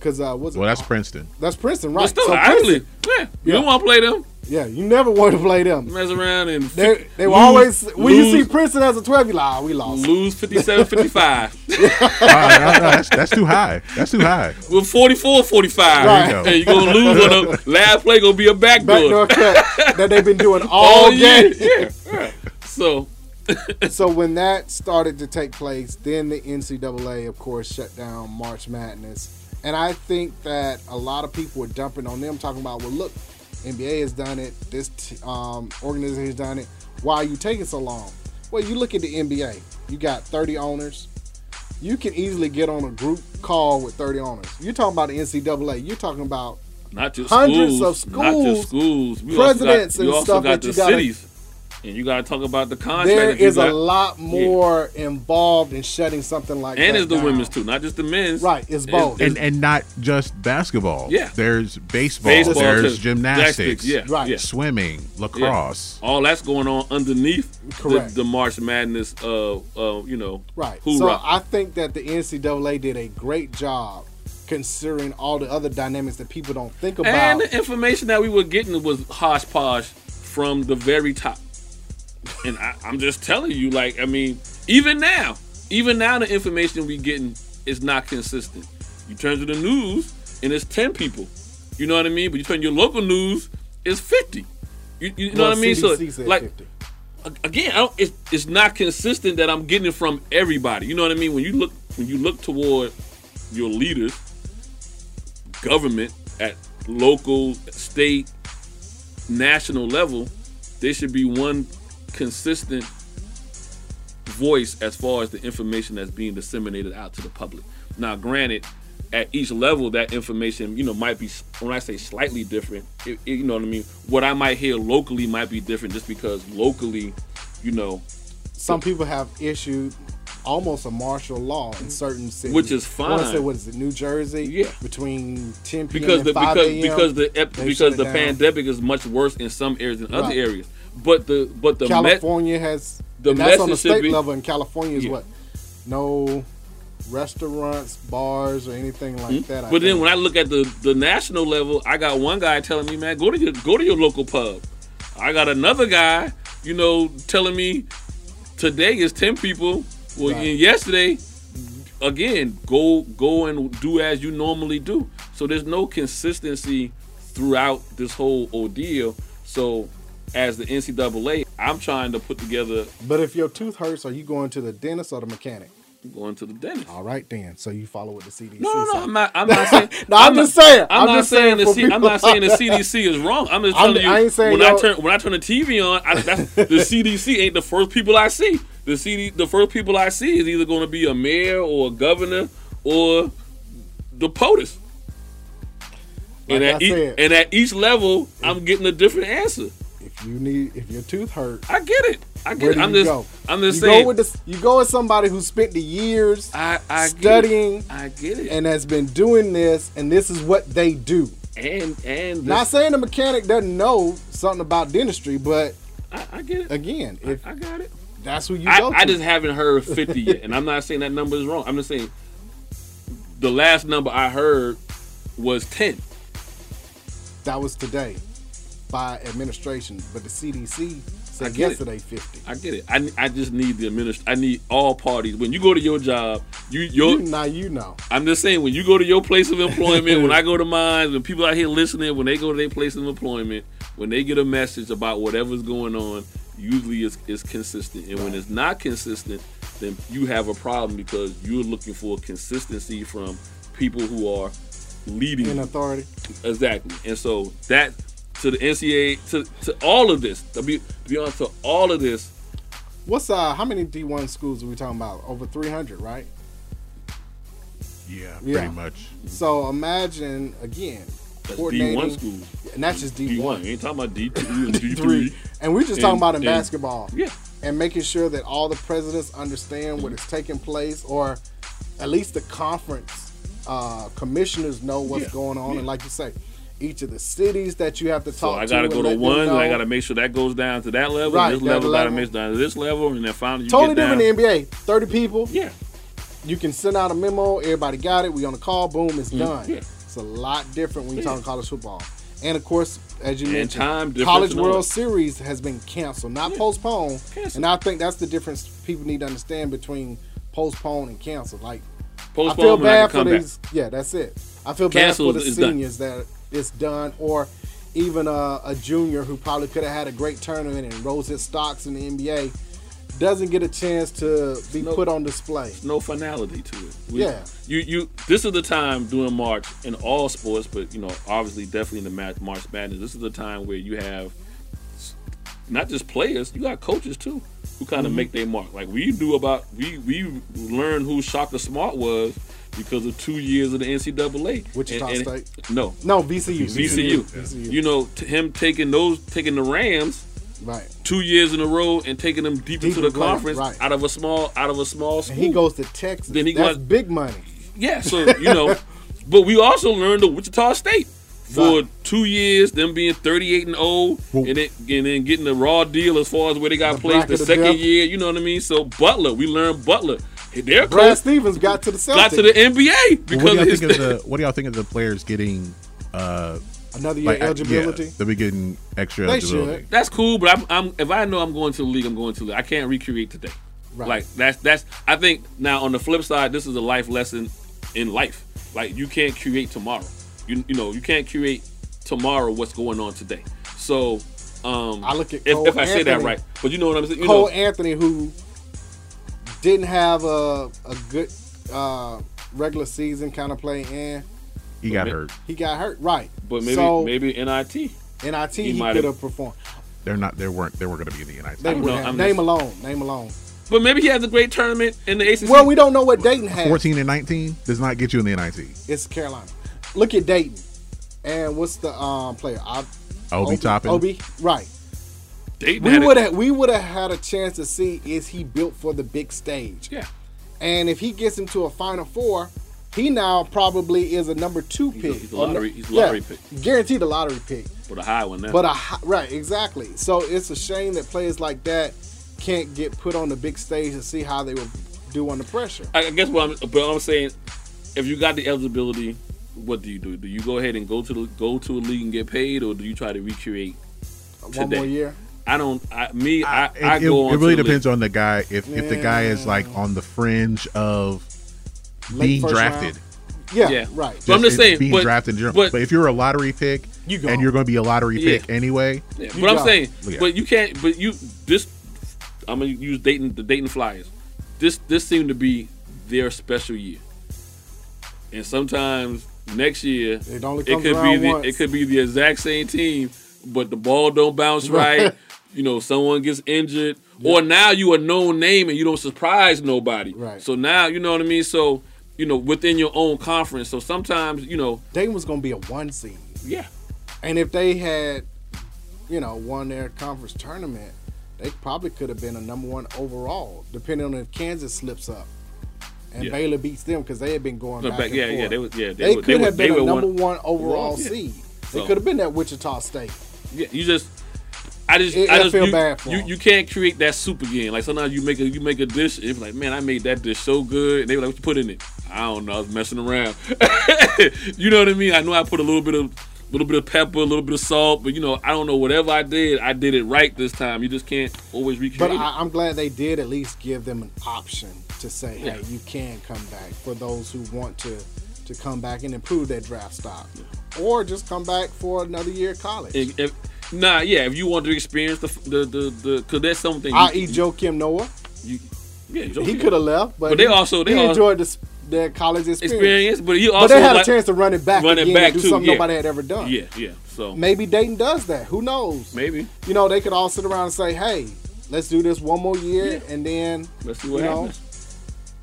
S5: because uh, what's
S7: Well, that's
S5: it?
S7: Princeton. <laughs>
S5: that's Princeton, right?
S6: But still,
S5: So
S6: actually,
S5: Princeton-
S6: yeah, you
S5: Yeah.
S6: don't want to play them.
S5: yeah, you never want to play them.
S6: Mess around and
S5: They
S6: fi-
S5: they were
S6: lose-
S5: always when you
S6: lose-
S5: see Princeton as a twelve, you like, oh, we lost.
S6: lose 57 55
S7: All right, all right, Uh, that's, that's too high. That's too high.
S6: <laughs> with 44 45.
S5: Right.
S6: And you're going to lose
S7: <laughs>
S6: on the last play, going to be a
S5: Backdoor
S6: <laughs> backdoor
S5: cut that they've been doing all,
S6: all
S5: game.
S6: year. <laughs> Yeah, yeah. So,
S5: So when that started to take place, then the NCAA, of course, shut down March Madness, and I think that a lot of people were dumping on them, talking about, well, look, NBA has done it, this t- um, organization has done it. Why are you taking so long? Well, you look at the NBA. You got 30 owners. You can easily get on a group call with 30 owners. You're talking about the NCAA. You're talking about
S6: not just
S5: Hundreds
S6: schools,
S5: of
S6: not
S5: schools,
S6: just schools, we
S5: presidents
S6: also got,
S5: and
S6: you also
S5: stuff
S6: got
S5: that
S6: the
S5: you gotta-
S6: cities, and you got to talk about the contract.
S5: there
S6: that you
S5: is a
S6: got.
S5: lot more involved in shutting something like
S6: and
S5: that
S6: it's the
S5: down.
S6: women's too, not just the men's.
S5: Right, it's both.
S7: And and not just basketball.
S6: Yeah.
S7: There's baseball.
S6: baseball,
S7: there's
S6: too.
S7: gymnastics.
S6: yeah,
S5: Right.
S6: yeah.
S7: Swimming, lacrosse.
S6: All that's going on underneath the,
S5: Correct.
S6: the March Madness. Uh, uh, you know,
S5: Right.
S6: Hoorah.
S5: So I think that the NCAA did a great job considering all the other dynamics that people don't think about.
S6: and the information that we were getting was hodgepodge from the very top. And I, I'm just telling you, like, I mean, even now, even now, the information we getting is not consistent. You turn to the news, and it's ten people. You know what I mean? But you turn your local news, it's fifty. You, you know
S5: Well,
S6: what I mean?
S5: CDC said
S6: like,
S5: 50.
S6: again, I don't, it's, it's not consistent that I'm getting it from everybody. You know what I mean? When you look when you look toward your leaders, government at local, state, national level, there should be one consistent voice as far as the information that's being disseminated out to the public. Now, granted, at each level, that information, you know, might be when I say slightly different. It, it- you know what I mean? What I might hear locally might be different, just because locally, you know,
S5: Some people have issued almost a martial law in certain cities.
S6: Which is
S5: I want to
S6: fine.
S5: say, what is it, New Jersey?
S6: Yeah.
S5: Between 10 p.m.
S6: because
S5: and
S6: the
S5: 5
S6: because
S5: a.m.
S6: because the ep-
S5: they shut
S6: because
S5: it
S6: the
S5: down.
S6: pandemic is much worse in some areas than other
S5: Right.
S6: areas. But the but the met-
S5: California has
S6: the
S5: and that's on the
S6: message should
S5: state
S6: be-
S5: level in California is
S6: Yeah.
S5: what no restaurants, bars, or anything like that. I
S6: Hmm? But then
S5: think.
S6: when I look at the the national level, I got one guy telling me, man, go to your go to your local pub. I got another guy, you know, telling me today is ten people. Well,
S5: Right.
S6: and yesterday, again, go go and do as you normally do. So there's no consistency throughout this whole ordeal. So as the NCAA, I'm trying to put together
S5: but if your tooth hurts, are you going to the dentist or the mechanic?
S6: going to the dentist.
S5: All right, then. So you follow what the CDC
S6: No, no, no.
S5: said.
S6: I'm not. I'm not saying.
S5: <laughs> No, I'm just saying.
S6: I'm,
S5: I'm
S6: not
S5: just saying
S6: saying, the
S5: for
S6: C, I'm
S5: people-
S6: not saying the CDC is wrong. I'm just
S5: I'm-
S6: telling you.
S5: I ain't saying
S6: when I
S5: y'all-
S6: turn when I turn the TV on, I, that's, the CDC ain't the first people I see. The CD the first people I see is either going to be a mayor or a governor or the POTUS. and
S5: Like
S6: at
S5: I
S6: each,
S5: said.
S6: and at each level, I'm getting a different answer.
S5: if you need if your tooth hurt,
S6: I get it. I get
S5: where
S6: it.
S5: do
S6: I'm
S5: you
S6: just
S5: go?
S6: I'm just
S5: you
S6: saying.
S5: go with this. You go with somebody who spent the years
S6: I, I get it.
S5: studying
S6: I get it.
S5: and has been doing this, and this is what they do.
S6: and and
S5: Not
S6: this,
S5: saying the mechanic doesn't know something about dentistry, but
S6: I, I get it.
S5: again, if
S6: I got it.
S5: that's who you
S6: I,
S5: go to,
S6: I just
S5: <laughs>
S6: haven't heard 50 yet, and I'm not saying that number is wrong. I'm just saying the last number I heard was 10.
S5: that was today by administration, but the CDC
S6: I
S5: said
S6: get it.
S5: yesterday 50.
S6: I get it. I, I just need the administ. I need all parties. When you go to your job, you your.
S5: You- now you know.
S6: I'm just saying when you go to your place of
S5: <laughs>
S6: employment, when I go to mine, when people out here listening, when they go to their place of employment, when they get a message about whatever's going on, usually it's, it's consistent. And when it's not consistent, then you have a problem because you're looking for consistency from people who are leading
S5: In authority.
S6: Exactly. And so that to the NCAA to, to all of this, to be, to be honest, to all of this,
S5: What's uh how many D1 schools are we talking about? Over 300, right?
S6: Mm-hmm.
S7: Yeah, pretty
S5: Yeah.
S7: much.
S5: So imagine again
S6: that's
S5: coordinating
S6: D1 schools.
S5: and that's just D1.
S6: D1. You ain't talking about D2
S5: <laughs>
S6: and D3.
S5: Three. And we're just
S6: And-
S5: talking about in
S6: and-
S5: basketball.
S6: Yeah.
S5: and making sure that all the presidents understand what is taking place, or at least the conference uh, commissioners know what's
S6: Yeah,
S5: going on.
S6: yeah.
S5: And like you say, each of the cities that you have to talk
S6: So
S5: to.
S6: I gotta
S5: and
S6: go
S5: let
S6: to
S5: them
S6: one.
S5: know.
S6: I gotta make sure that goes down to that level.
S5: Right,
S6: and this
S5: that
S6: level, gotta
S5: level.
S6: make it down to this level, and then finally you
S5: Totally
S6: get down.
S5: different in the NBA. Thirty people.
S6: yeah,
S5: You can send out a memo. Everybody got it. We on the call. Boom. It's done.
S6: Mm. yeah.
S5: It's a lot different when you're talking college football. And of course, as you
S6: And
S5: mentioned,
S6: time difference
S5: College
S6: and all
S5: World
S6: that.
S5: Series has been canceled, not postponed.
S6: Canceled.
S5: And I think that's the difference people need to understand between postponed and canceled. Like I
S6: postpone
S5: feel
S6: when I
S5: bad
S6: can
S5: for
S6: come back.
S5: these. Yeah, that's it. I feel
S6: Cancelled
S5: bad for the
S6: is done.
S5: seniors that it's done, or even a, a junior who probably could have had a great tournament and rose his stocks in the NBA doesn't get a chance to be
S6: Nope.
S5: put on display.
S6: no finality to it. We-
S5: Yeah.
S6: You you this is the time during March in all sports, but you know obviously definitely in the Ma- March Madness. This is the time where you have s- not just players, you got coaches too who kind of make their mark. Like we do about we we learned who Shaka Smart was because of two years of the NCAA.
S5: Whicheeta
S6: And- and-
S5: State.
S6: No.
S5: No, VCU.
S6: VCU,
S5: VCU.
S6: you know, t- him taking those, taking the Rams,
S5: Right.
S6: two years in a row, and taking them deep, into the
S5: into the Rams,
S6: conference
S5: right.
S6: out of a small, out of a small school.
S5: And he goes to Texas.
S6: Then he
S5: that's
S6: got-
S5: big money.
S6: Yeah, so
S5: <laughs>
S6: you know, but we also learned of Wichita State for
S5: Right.
S6: two years, them being thirty-eight and old,
S7: Well-
S6: and then and then getting the raw deal as far as where they got
S5: The
S6: placed the
S5: bracket of
S6: second
S5: death.
S6: year. You know what I mean? So Butler, we learned Butler, their
S5: Brad
S6: coach
S5: Stevens got to the Celtics.
S6: got to the NBA
S7: Well, what
S6: because
S7: do y'all
S6: of his.
S7: think of the What do y'all think of the players getting uh
S5: Another year
S7: like,
S5: eligibility.
S7: Yeah, they'll be getting extra
S5: They
S7: eligibility.
S5: should.
S6: that's cool, but I'm, I'm if I know I'm going to the league, I'm going to the league. I can't recreate today.
S5: Right.
S6: Like that's that's I think now on the flip side, this is a life lesson in life. Like you can't create tomorrow. You you know you can't create tomorrow what's going on today. So um,
S5: I look at
S6: if,
S5: Cole
S6: if I say that
S5: Anthony.
S6: right, but you know what I'm saying. You
S5: Cole
S6: know,
S5: Anthony, who didn't have a a good uh, regular season kind of play, and
S7: He got hurt.
S5: he got hurt. Right.
S6: but maybe
S5: so,
S6: maybe nit.
S5: NIT he,
S6: might
S5: could
S6: have-
S5: have performed.
S7: They're not. They weren't. They weren't going to be in the United
S5: They
S7: States.
S5: would
S6: know,
S5: have.
S6: I'm
S5: name
S6: just-
S5: alone. Name alone.
S6: But maybe he has a great tournament in the ACC.
S5: Well, we don't know what Dayton has.
S7: Fourteen and nineteen does not get you in the NIT.
S5: It's Carolina. Look at Dayton. And what's the um, player? I,
S7: Obi Toppin.
S5: Obi. Right.
S6: Dayton
S5: We
S6: had a-
S5: would have. We would have had a chance to see is he built for the big stage?
S6: Yeah.
S5: And if he gets into a Final Four, he now probably is a number two
S6: a-
S5: pick.
S6: he's a
S5: Or
S6: lottery- he's a
S5: yeah,
S6: lottery pick.
S5: Guaranteed a lottery pick.
S6: with a high one now.
S5: But a hi- right, exactly. So it's a shame that players like that can't get put on the big stage and see how they will do under pressure.
S6: I guess what I'm, but I'm saying, if you got the eligibility, what do you do? Do you go ahead and go to the go to a league and get paid, or do you try to recreate?
S5: One more
S6: Today.
S5: year.
S6: I don't. I, me, I,
S7: it,
S6: I
S7: it-
S6: go on.
S7: it
S6: to
S7: really
S6: the
S7: depends on the guy. If if the guy is like on the fringe of
S5: Late
S7: being
S5: first
S7: drafted,
S5: round. Yeah,
S6: league. Yeah,
S5: right.
S6: But I'm just saying,
S7: being
S6: but,
S7: drafted in general.
S6: but,
S7: But, if you're a lottery pick,
S5: You
S7: and
S5: gone.
S7: you're going to be a lottery
S6: Yeah.
S7: pick anyway.
S6: yeah,
S5: you
S6: but I'm
S5: got-
S6: saying,
S7: Yeah.
S6: but you can't. But you this. I'm gonna use Dayton the Dayton Flyers. This this seemed to be their special year, and sometimes next year
S5: It only
S6: it
S5: comes
S6: could be
S5: around
S6: the,
S5: once.
S6: it could be the exact same team, but the ball don't bounce right. <laughs> you know, someone gets injured, or now you a known name and you don't surprise nobody.
S5: Right.
S6: So now you know what I mean. So you know within your own conference. So sometimes you know,
S5: Dayton was going to be a one seed,
S6: yeah,
S5: and if they had, you know, won their conference tournament, they probably could have been a number one overall, depending on if Kansas slips up. And
S6: Yeah.
S5: Baylor beats them because they had been going
S6: No,
S5: back,
S6: back-
S5: and
S6: yeah, yeah,
S5: forth.
S6: they was- yeah, they
S5: they
S6: were-
S5: could
S6: they were-
S5: have
S6: they
S5: been
S6: were
S5: a number
S6: one-
S5: one overall
S6: Yeah.
S5: seed.
S6: So,
S5: It could have been that Wichita State.
S6: yeah, you just. I just,
S5: It-
S6: I
S5: I
S6: just
S5: feel
S6: you,
S5: bad for
S6: you.
S5: 'em.
S6: You can't create that soup again. Like sometimes you make a you make a dish and it's like, man, I made that dish so good. And they were like, what you put in it? I don't know. I was messing around. <laughs> you know what I mean? I know I put a little bit of little bit of pepper, a little bit of salt, but you know, I don't know. Whatever I did, I did it right this time. You just can't always recreate.
S5: But
S6: it.
S5: I, I'm glad they did at least give them an option to say, hey,
S6: Yeah.
S5: you can come back for those who want to to come back and improve their draft stock, or just come back for another year of college.
S6: If, if, nah, yeah. If you want to experience the the the, the cause that's something. you-
S5: I.e. E Joe Kim Noah,
S6: you- yeah, Joe
S5: he
S6: Kim.
S5: could have left, but,
S6: But they
S5: he-
S6: also- they
S5: he
S6: also-
S5: enjoyed this, their college experience.
S6: experience, but you
S5: But
S6: also
S5: they had
S6: like-
S5: a chance to run it back,
S6: run it
S5: again
S6: back
S5: and do
S6: too,
S5: something
S6: yeah.
S5: nobody had ever done.
S6: Yeah, yeah. So
S5: Maybe Dayton does that. Who knows?
S6: maybe
S5: You know, they could all sit around and say, hey, let's do this one more year, and then
S6: let's see what
S5: You know,
S6: happens.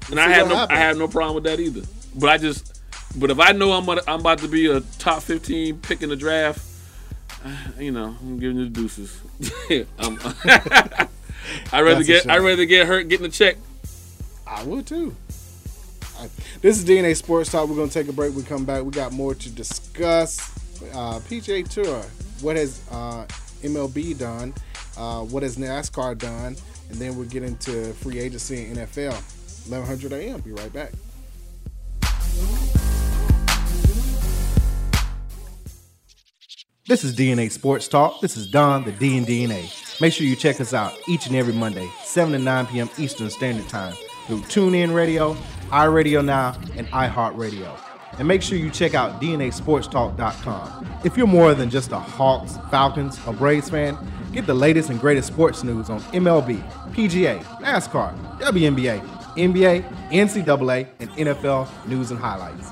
S6: And I
S5: see
S6: have
S5: what
S6: no
S5: happens.
S6: I have no problem with that either. But I just but if I know I'm about, I'm about to be a top 15 pick in the draft, uh, you know I'm giving you the deuces. <laughs> I'm, <laughs> I rather
S5: That's a
S6: get I
S5: shame.
S6: rather get hurt getting a check.
S5: I would too. I- This is DNA Sports Talk. We're going to take a break. We come back. We got more to discuss. Uh, PGA Tour. What has uh, MLB done? Uh, what has NASCAR done? And then we'll get into free agency and NFL. 1100 AM. Be right back.
S2: This is DNA Sports Talk. This is Don, the D and DNA. Make sure you check us out each and every Monday, 7 to 9 p.m. Eastern Standard Time through TuneIn Radio, iRadio Now, and iHeartRadio. And make sure you check out DNASportsTalk.com. If you're more than just a Hawks, Falcons, or Braves fan, get the latest and greatest sports news on MLB, PGA, NASCAR, WNBA, NBA, NCAA, and NFL news and highlights.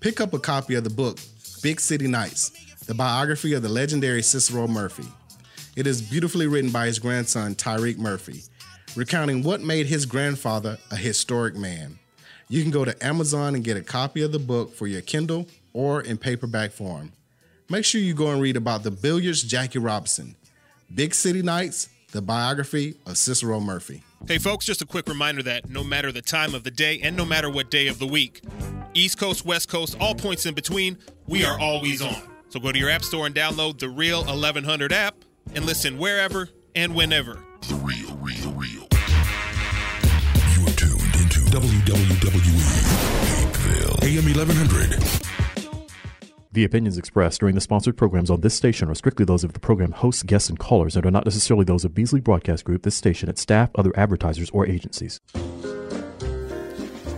S8: Pick up a copy of the book, Big City Nights, the biography of the legendary Cicero Murphy. It is beautifully written by his grandson, Tyreek Murphy, recounting what made his grandfather a historic man. You can go to Amazon and get a copy of the book for your Kindle or in paperback form. Make sure you go and read about the billiards Jackie Robinson, Big City Nights, the biography of Cicero Murphy.
S9: Hey, folks, just a quick reminder that no matter the time of the day and no matter what day of the week, East Coast, West Coast, all points in between, we are always on. So go to your app store and download the Real 1100 app and listen wherever and whenever.
S1: The real, real, real. You are tuned into WWE Hapeville. AM 1100.
S10: The opinions expressed during the sponsored programs on this station are strictly those of the program hosts, guests, and callers and are not necessarily those of Beasley Broadcast Group, this station, its staff, other advertisers, or agencies.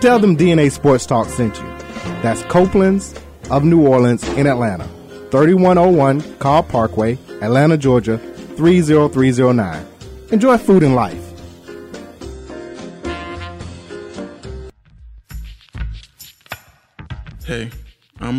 S2: Tell them DNA Sports Talk sent you. That's Copeland's of New Orleans in Atlanta. 3101 Carl Parkway, Atlanta, Georgia, 30309. Enjoy food and life.
S11: Hey, I'm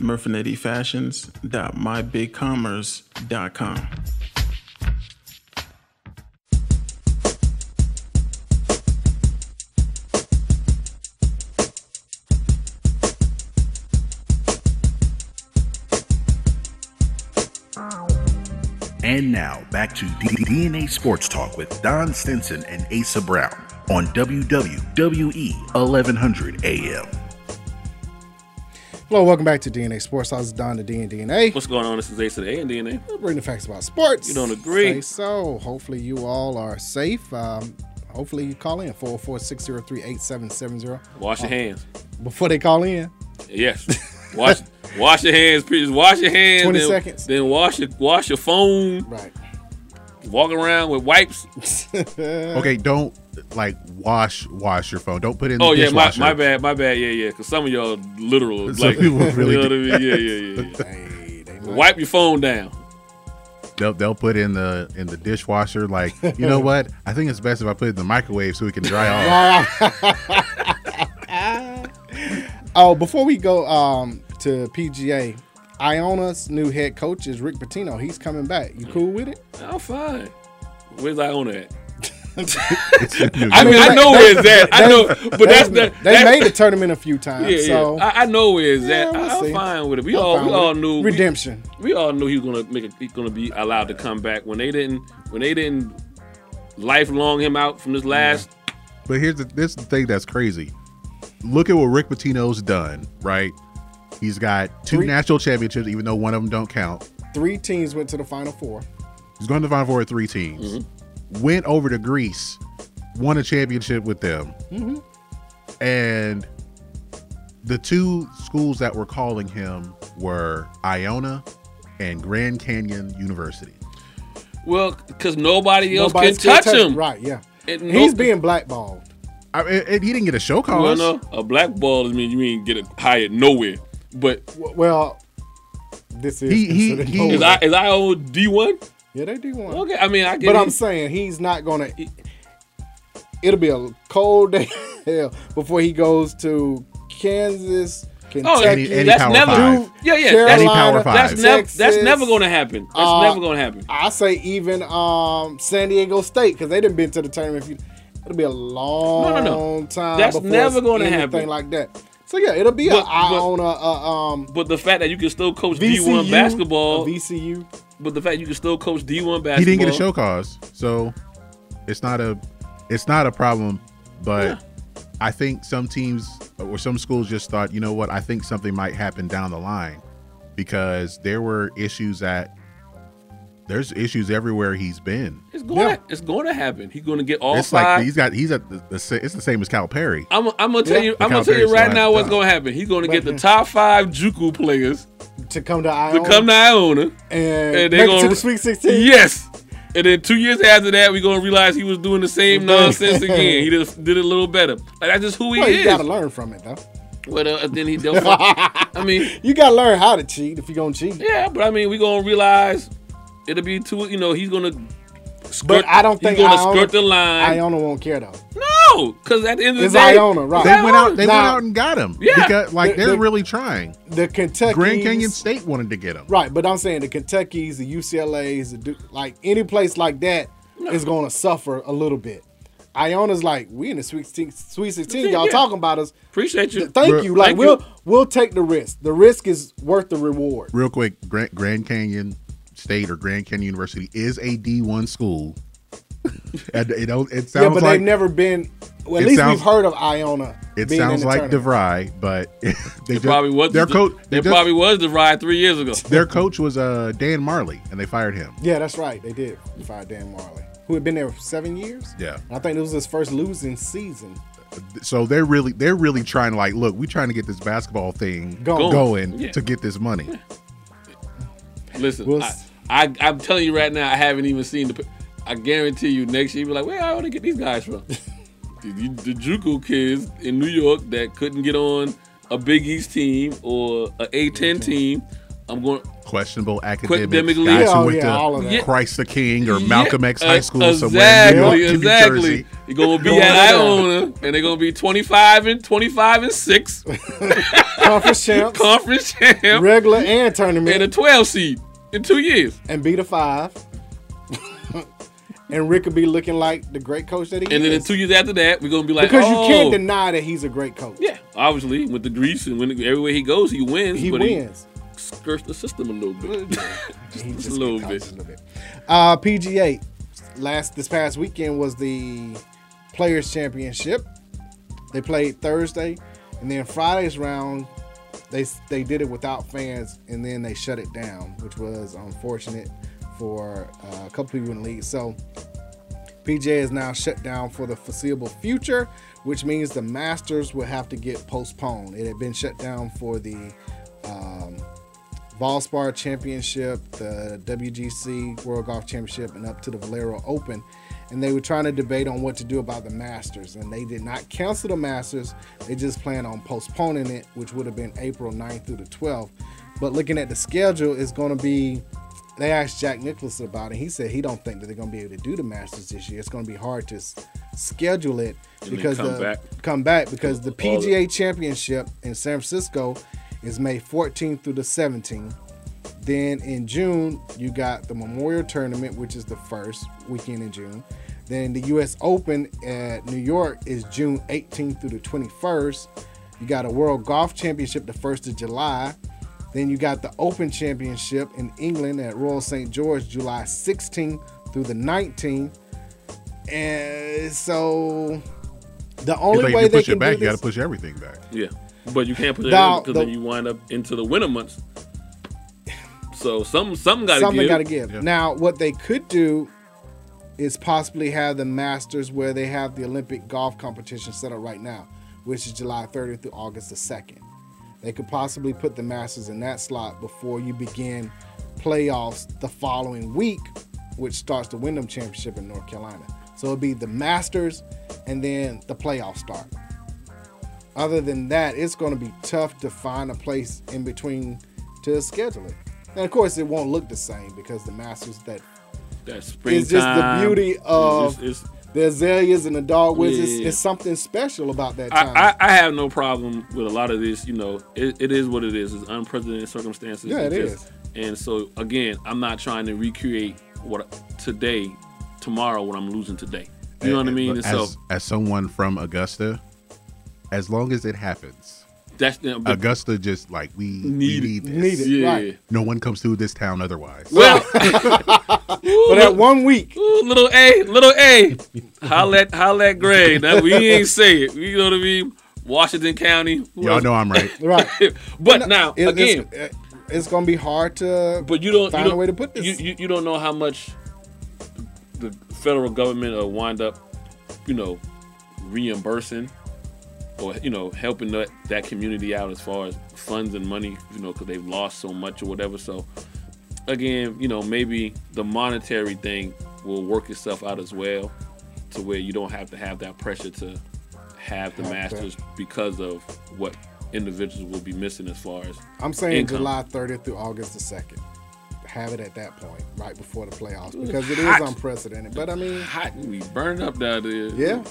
S11: murfinettifashions.mybigcommerce.com.
S12: And now back to D- DNA Sports Talk with Don Stinson and Asa Brown on E WWE 1100 AM.
S5: Hello, welcome back to DNA Sports. I was Don the D and DNA.
S6: What's going on? This is Ace of the A and DNA.
S5: We're bringing the facts about sports.
S6: You don't agree.
S5: Say so hopefully you all are safe. Um, hopefully you call in 404-603-8770
S6: Wash your hands.
S5: before they call in.
S6: Yes. Wash wash your hands, please. Wash your hands.
S5: 20
S6: then,
S5: seconds.
S6: Then wash your wash your phone.
S5: Right.
S6: Walk around with wipes.
S7: Okay, don't like wash wash your phone. Don't put it in
S6: Oh
S7: the
S6: yeah, my,
S7: dishwasher.
S6: my bad, my bad. Yeah, yeah. Cause some of y'all literal.
S7: Some
S6: like,
S7: people really
S6: <laughs> you know what
S7: do.
S6: I mean? Yeah, yeah, yeah.
S5: <laughs>
S6: yeah. Wipe your phone down.
S7: They'll, they'll put in the in the dishwasher. Like you
S6: <laughs>
S7: know what? I think it's best if I put it in the microwave so it can dry off.
S5: Oh, before we go um, to PGA, Iona's new head coach is Rick Pitino. He's coming back. You cool with it?
S6: I'm fine. Where's I on at?
S5: I
S6: I mean, I
S5: mean,
S6: know
S5: they-
S6: where it's at. I know, but that's
S5: they,
S6: not.
S5: they
S6: that's-
S5: made the tournament a few times.
S6: <laughs> Yeah, yeah.
S5: so
S6: I, I know where it's at.
S5: we'll
S6: I'm
S5: see.
S6: fine with it. We
S5: I'm
S6: all
S5: fine
S6: we
S5: with
S6: all
S5: it.
S6: knew we-
S5: redemption.
S6: we all knew he was gonna make it. He's gonna be allowed to come back when they didn't. When they didn't lifelong him out from this last.
S7: But here's the this is the thing that's crazy. Look at what Rick Pitino's done, right? He's got two
S5: Three.
S7: national championships, even though one of them don't count.
S5: Three teams went to the final four.
S7: He's going to the Final Four at three teams.
S6: Mm-hmm.
S7: Went over to Greece, won a championship with them,
S6: Mm-hmm.
S7: and the two schools that were calling him were Iona and Grand Canyon University.
S6: Well, because nobody else
S5: Nobody
S6: can touch him.
S5: Right? Yeah.
S6: And
S5: He's
S6: no-
S5: being blackballed.
S7: I mean, and he didn't get a show call.
S6: Well, no, a black ball I mean you ain't get hired nowhere. But
S5: W- Well, this is <laughs>
S7: He- he-
S5: considered
S7: he-
S5: bold.
S6: is I is I old D one?
S5: yeah they do one.
S6: Okay, I mean I get
S5: But
S6: it.
S5: I'm saying he's not gonna. It'll be a cold day <laughs> hell before he goes to Kansas,
S6: Oh,
S5: Kentucky,
S7: Any- any
S6: that's
S7: Power
S6: never.
S7: Five.
S6: Yeah, yeah.
S7: Any
S6: That's,
S7: Power
S5: Carolina,
S7: Five.
S6: that's never. That's
S5: Texas.
S6: never gonna happen. That's
S5: Uh,
S6: never gonna happen.
S5: I say even um, San Diego State because they didn't been to the tournament. If you, it'll be a long
S6: no, no.
S5: time.
S6: That's
S5: before
S6: never
S5: it's
S6: gonna
S5: anything
S6: happen.
S5: like that. So yeah, it'll be
S6: But-
S5: a eye
S6: but-
S5: on a, a um,
S6: But the fact that you can still coach D
S5: VCU
S6: one basketball,
S5: a VCU.
S6: but the fact you can still coach D one basketball,
S7: he didn't get a show cause, so it's not a it's not a problem. But I think some teams or some schools just thought, you know what, I think something might happen down the line because there were issues that there's issues everywhere he's been.
S6: It's going. To, it's going to happen. He's going to get all
S7: it's
S6: five.
S7: like he's got he's at the, the sa- it's the same as Cal Perry.
S6: I'm, I'm gonna tell you. I'm
S7: Cal
S6: gonna tell you
S7: Perry's
S6: right
S7: last
S6: now what's
S7: job.
S6: gonna happen. He's gonna get the
S5: Right.
S6: top five JUCO players
S5: to come to
S6: to
S5: Iowa
S6: come
S5: <laughs>
S6: to Iona.
S5: and,
S6: and
S5: make
S6: they're
S5: it to
S6: gonna
S5: the Sweet Sixteen.
S6: Yes. And then two years after that, we're gonna realize he was doing the same
S5: <laughs>
S6: nonsense again. He just did it a little better. Like that's just who he
S5: Well,
S6: is.
S5: Oh, you gotta learn from it though.
S6: But uh, then he,
S5: <laughs>
S6: they'll fuck- I mean,
S5: You gotta learn how to cheat if you're gonna cheat.
S6: yeah, but I mean, we gonna realize it'll be too. You know, he's gonna. Skirt,
S5: But I don't think
S6: he's gonna
S5: Iona-
S6: skirt the line.
S5: Iona won't care though.
S6: No, because at the end of the
S5: It's
S6: day,
S5: Iona, right.
S7: They went out. They went
S5: Now-
S7: out and got him.
S6: Yeah.
S7: because like
S5: The-
S7: they're
S5: the-
S7: really trying.
S5: The Kentucky
S7: Grand Canyon State wanted to get him.
S5: Right, but I'm saying the Kentuckys, the UCLA's, the Duke, like any place like that is going to suffer a little bit. Iona's like, we in the Sweet 16, Sweet 16 y'all
S6: Yeah.
S5: talking about us.
S6: Appreciate you.
S5: Thank
S7: Bro,
S5: you. Like
S6: thank
S5: we'll
S6: you.
S5: we'll take the risk. The risk is worth the reward.
S7: real quick grand, grand canyon state or grand canyon university is a d1
S5: <laughs>
S7: school and it, don't- it
S5: Yeah,
S7: sounds like
S5: but they've never been. Well, at
S7: It
S5: least
S7: sounds-
S5: we've heard of Iona.
S7: it
S5: being in
S7: sounds
S5: the
S7: like
S5: tournament.
S7: devry but <laughs> they just,
S6: probably was
S7: their
S6: the-
S7: coach they
S6: They
S7: just-
S6: probably was the ride three years ago.
S7: their coach was uh dan marley and they fired him
S5: Yeah, that's right. They did fire Dan Marley, who had been there for seven years.
S7: Yeah.
S5: And I think it was his first losing season.
S7: so they're really they're really trying to like look we're trying to get this basketball thing
S5: Going.
S7: going,
S6: Yeah.
S7: to get this money
S6: Listen,
S5: We'll
S6: I,
S5: s-
S6: I, I'm telling you right now, I haven't even seen the. I guarantee you, next year, you'll be like, where I want to get these
S7: <laughs>
S6: guys from? the, the JUCO kids in New York that couldn't get on a Big East team or a A10 team. I'm going.
S7: questionable academics
S6: Academically-
S7: guys
S5: Yeah, oh,
S7: who went
S5: yeah, all of
S7: to
S5: that. Yeah.
S7: christ the king or malcolm x high school
S6: exactly,
S7: somewhere in New York, to New
S6: Exactly.
S7: Jersey.
S6: You're gonna be
S5: Going
S6: at
S5: down.
S6: Iona, and they're gonna be 25 and 25 and six <laughs>
S5: Conference champs,
S6: conference champ
S5: regular and tournament.
S6: and a 12 seed in two years.
S5: and be the five. and Rick could be looking like the great coach that he
S6: And then
S5: is.
S6: in two years after that, we're gonna be like,
S5: because
S6: oh,
S5: you can't deny that he's a great coach.
S6: Yeah, obviously with the Greece and when, everywhere he goes, he wins.
S5: He
S6: but
S5: wins.
S6: skirt the system a little bit. just, just a little bit.
S5: Uh, PGA last this past weekend was the Players Championship. They played Thursday, and then Friday's round they they did it without fans, and then they shut it down, which was unfortunate for uh, a couple people in the league. So PJ is now shut down for the foreseeable future, which means the Masters will have to get postponed. It had been shut down for the um, Valspar Championship, the WGC World Golf Championship, and up to the Valero Open. And they were trying to debate on what to do about the Masters. And they did not cancel the Masters. They just plan on postponing it, which would have been April 9th through the 12th. But looking at the schedule, it's going to be. They asked Jack Nicklaus about it. He said he don't think that they're going to be able to do the Masters this year. It's going to be hard to s- schedule it
S6: And then
S5: because
S6: come
S5: the
S6: back.
S5: come back because the
S6: All the-
S5: PGA Championship in San Francisco is May 14th through the 17th. Then in June, you got the Memorial Tournament, which is the first weekend in June. Then the U.S. Open at New York is June 18th through the 21st. You got a World Golf Championship the 1st of July. Then you got the Open Championship in England at Royal St. George, July 16th through the 19th. And so the
S7: like, if
S5: only way
S7: you
S5: they
S7: push
S5: can
S7: it back,
S5: do
S7: you
S5: this,
S7: got to push everything back.
S6: <laughs> Yeah, but you can't put it
S5: Now,
S6: in because
S5: the-
S6: then you wind up into the winter months. So some some gotta
S5: something
S6: give.
S5: got to give. Now, what they could do is possibly have the Masters where they have the Olympic golf competition set up right now, which is July 30th through August the 2nd. They could possibly put the Masters in that slot before you begin playoffs the following week, which starts the Wyndham Championship in North Carolina. So it'd be the Masters and then the playoffs start. Other than that, it's going to be tough to find a place in between to schedule it. And of course, it won't look the same because the Masters that
S6: That
S5: it's just the
S6: springtime.
S5: beauty
S6: It's-
S5: of
S6: it's-
S5: the azaleas and the dogwoods.
S6: Yeah,
S5: It's,
S6: yeah, yeah.
S5: it's something special about that time.
S6: I, I, I have no problem with a lot of this. You know, it, it is what it is. It's unprecedented circumstances.
S5: Yeah, it
S6: it is. And so again, I'm not trying to recreate what today, tomorrow, what I'm losing today. You know what I mean? And
S7: Eh, As,
S6: so
S7: as someone from Augusta, as long as it happens,
S6: that's the,
S7: Augusta just like we we need,
S6: Need it.
S7: this.
S6: Need it, Yeah. right.
S7: No one comes through this town otherwise.
S6: Well,
S5: for that one week,
S6: little A, little A, holla at, holla at Greg. Now, we ain't say it. You know what I mean? Washington County. who
S7: Y'all
S6: else?
S7: know I'm right.
S5: right.
S6: <laughs> But now
S5: It-
S6: again,
S5: it's, it's going to be hard to
S6: but you don't
S5: find
S6: you don't,
S5: a way to put this.
S6: You, you, you don't know how much the federal government will wind up, you know, reimbursing or you know helping that, that community out as far as funds and money, you know, because they've lost so much or whatever. So again, you know, maybe the monetary thing will work itself out as well, to where you don't have to have that pressure to have
S5: Have
S6: the
S5: that.
S6: masters because of what individuals will be missing as far as
S5: I'm saying
S6: income.
S5: July 30th through August the 2nd. Have it at that point, right before the playoffs,
S6: Ooh,
S5: because it is
S6: hot.
S5: unprecedented. But I mean,
S6: hot and we burned up down there.
S5: yeah.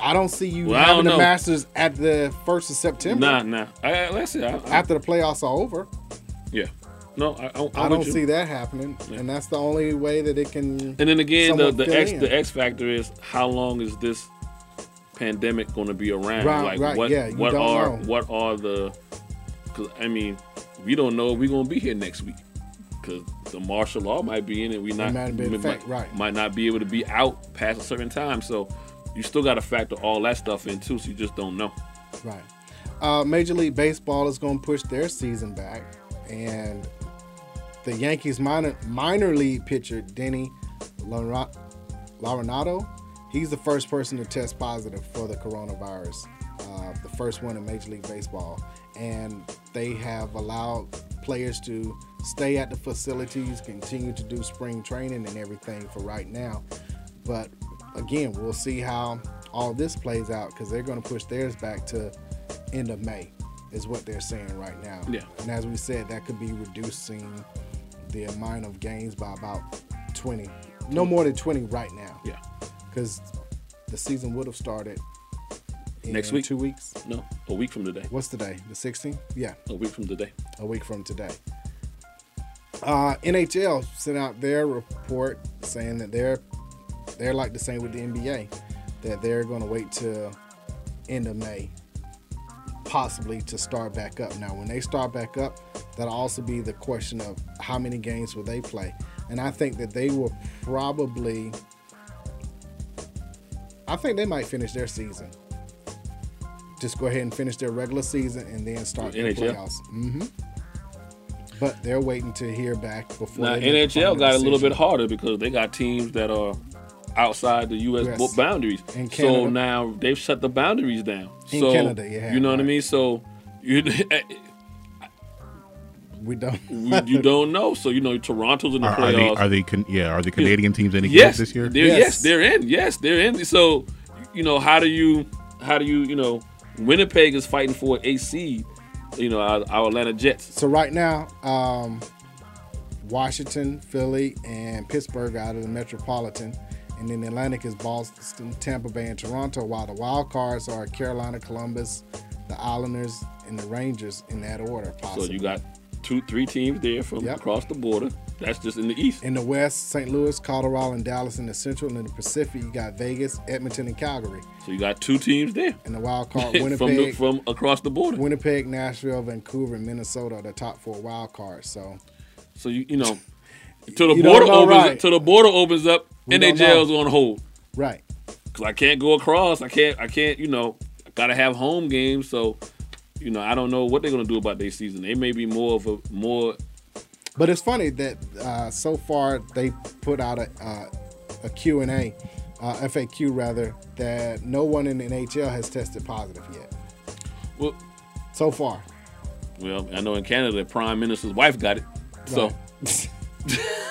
S5: I don't see you
S6: Well, I
S5: having
S6: don't
S5: the
S6: know.
S5: Masters at the 1st of September
S6: Nah, nah. I, I- that's it. I, I,
S5: after the playoffs are over.
S6: yeah. No, I, I,
S5: I don't see that happening, and that's the only way that it can.
S6: And then again, the,
S5: somewhat
S6: the
S5: fill
S6: X
S5: in.
S6: the X factor is how long is this pandemic going to be around?
S5: Right,
S6: like
S5: right,
S6: what
S5: yeah, you
S6: what
S5: don't
S6: are
S5: know.
S6: what are the? Because I mean, we don't know if we're going to be here next week because the martial law might be in it. We not
S5: might have been
S6: we
S5: fact- right.
S6: might not be able to be out past a certain time. So you still got to factor all that stuff in too. So you just don't know.
S5: Right. Uh, Major League Baseball is going to push their season back, and the Yankees minor minor league pitcher Denny Lara- Laronado, he's the first person to test positive for the coronavirus, uh, the first one in Major League Baseball, and they have allowed players to stay at the facilities, continue to do spring training and everything for right now. But again, we'll see how all this plays out because they're going to push theirs back to end of May, is what they're saying right now.
S6: Yeah.
S5: And as we said, that could be reducing the amount of games by about 20, no more than 20 right now.
S6: Yeah.
S5: Because the season would have started in
S6: Next week?
S5: Two weeks.
S6: No, a week from today.
S5: What's today? The 16th? Yeah,
S6: A week from today.
S5: a week from today. Uh, NHL sent out their report saying that they're they're like the same with the NBA, that they're going to wait till end of May possibly to start back up. Now, when they start back up, that'll also be the question of how many games will they play. And I think that they will probably, I think they might finish their season. Just go ahead and finish their regular season and then start their
S6: NHL?
S5: playoffs. hmm But they're waiting to hear back before.
S6: Now
S5: they make the final
S6: NHL got a little
S5: decision.
S6: bit harder because they got teams that are outside the U.S.
S5: Yes.
S6: bo- boundaries.
S5: And
S6: So
S5: Canada.
S6: now they've shut the boundaries down.
S5: In
S6: so
S5: Canada, yeah,
S6: you know what I mean. So you <laughs>
S5: we don't
S6: you, don't know. So you know Toronto's in the
S7: Are, are they?
S6: playoffs.
S7: Are they? Can, yeah. Are the Canadian teams any
S6: yes,
S7: good this year?
S6: They're, yes. they're in. Yes, they're in. So you know how do you how do you you know Winnipeg is fighting for a seed. You know our, our Atlanta Jets.
S5: <laughs> So right now, um, Washington, Philly, and Pittsburgh are out of the metropolitan, and then the Atlantic is Boston, Tampa Bay, and Toronto. While the wild cards are Carolina, Columbus, the Islanders, and the Rangers in that order. Possibly.
S6: So you got two three teams there from
S5: Yep.
S6: across the border. That's just in the east.
S5: In the West, St. Louis, Colorado, and Dallas in the Central, and in the Pacific, you got Vegas, Edmonton, and Calgary.
S6: So you got two teams there.
S5: And the wild card,
S6: <laughs> from the,
S5: Winnipeg-
S6: from across the border.
S5: Winnipeg, Nashville, Vancouver, and Minnesota are the top four wild cards. So
S6: So you you know, till the
S5: You don't
S6: border
S5: know,
S6: opens
S5: right.
S6: till the border opens up,
S5: We don't
S6: NHL's
S5: know.
S6: on hold
S5: right.
S6: because I can't go across. I can't I can't you know I gotta have home games. So you know I don't know what they're gonna do about their season. They may be more of a more
S5: But it's funny that uh, so far they put out a, uh, a Q&A, uh, FAQ rather, that no one in the NHL has tested positive yet.
S6: Well-
S5: so far.
S6: well. I know in Canada, the prime minister's wife got it. So
S5: So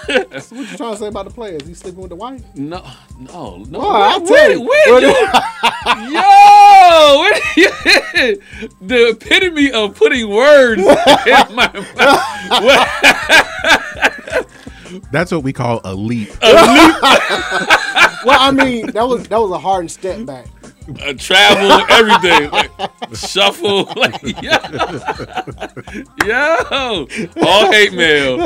S5: what you trying to say about the players? You sleeping with the wife?
S6: no no no.
S5: Well, I'll
S6: wait,
S5: tell
S6: wait,
S5: you.
S6: wait, dude. Yo, wait, <laughs> the epitome of putting
S5: <laughs>
S6: words in my mouth.
S7: That's what we call a leap.
S5: <laughs>
S6: Uh,
S5: well, I mean, that was that was a hard step back.
S6: uh, travel, everything, like, shuffle, <laughs> like yo, yo, all hate mail.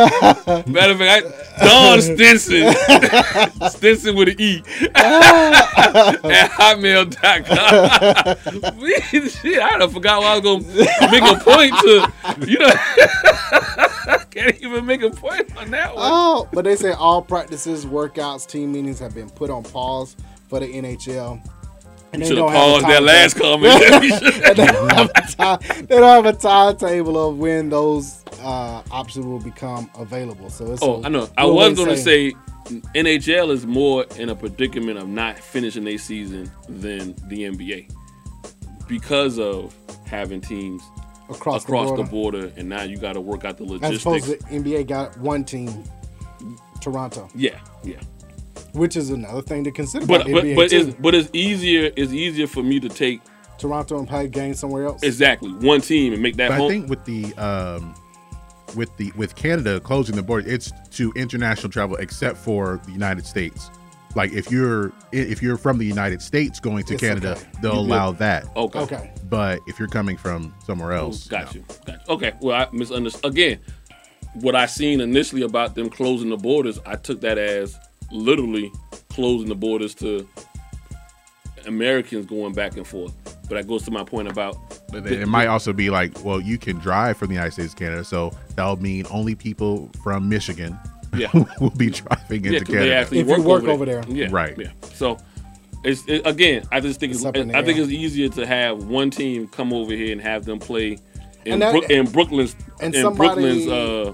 S6: Matter of fact, I, Don Stinson, <laughs> Stinson with an E at hotmail.com. <laughs> We- Shit, I done forgot why I was gonna make a point to you know. <laughs> I can't even make a point on that one.
S5: Oh, but they say all practices, workouts, team meetings have been put on pause for the NHL.
S6: You
S5: they
S6: should have
S5: don't have
S6: paused
S5: a
S6: that
S5: timetable.
S6: last comment. <laughs>
S5: And they, don't have a time, <laughs> they don't have a timetable of when those uh, options will become available. So it's
S6: Oh,
S5: a
S6: I know. I
S5: little
S6: was
S5: way
S6: gonna
S5: saying-
S6: say NHL is more in a predicament of not finishing their season than the NBA because of having teams
S5: Across the
S6: the,
S5: border.
S6: border. and now you got to work out the
S5: as opposed
S6: logistics.
S5: to NBA got one team, Toronto,
S6: yeah, yeah.
S5: which is another thing to consider.
S6: But
S5: about
S6: but
S5: NBA
S6: but
S5: too.
S6: it's, but it's easier it's easier for me to take
S5: Toronto and play games somewhere else.
S6: exactly one team and make that
S7: But I
S6: home.
S7: think with the um, with the with Canada closing the border, it's to international travel except for the United States. Like if you're i- if you're from the United States going to
S5: It's
S7: Canada,
S5: okay.
S7: they'll
S6: You good. Oh.
S7: allow that.
S6: okay.
S5: Okay.
S7: But if you're coming from somewhere else,
S6: Got you. Got you. Okay. Well, I misunderstood. Again, what I seen initially about them closing the borders, I took that as literally closing the borders to Americans going back and forth. But that goes to my point about
S7: But it it might also be like, well, you can drive from the United States to Canada, so that'll mean only people from Michigan <laughs>
S6: Yeah. <laughs>
S7: will be driving
S6: yeah,
S7: into
S6: 'cause they
S7: Canada.
S6: actually
S5: If you
S6: work,
S5: work
S6: over,
S5: over
S6: there.
S5: there.
S6: Yeah.
S7: Right.
S6: Yeah. So. It's, it, again, I just think it's,
S5: up in the
S6: I think
S5: air.
S6: it's easier to have one team come over here and have them play in,
S5: And that-
S6: Brook, in Brooklyn's
S5: and
S6: in
S5: somebody-
S6: Brooklyn's uh,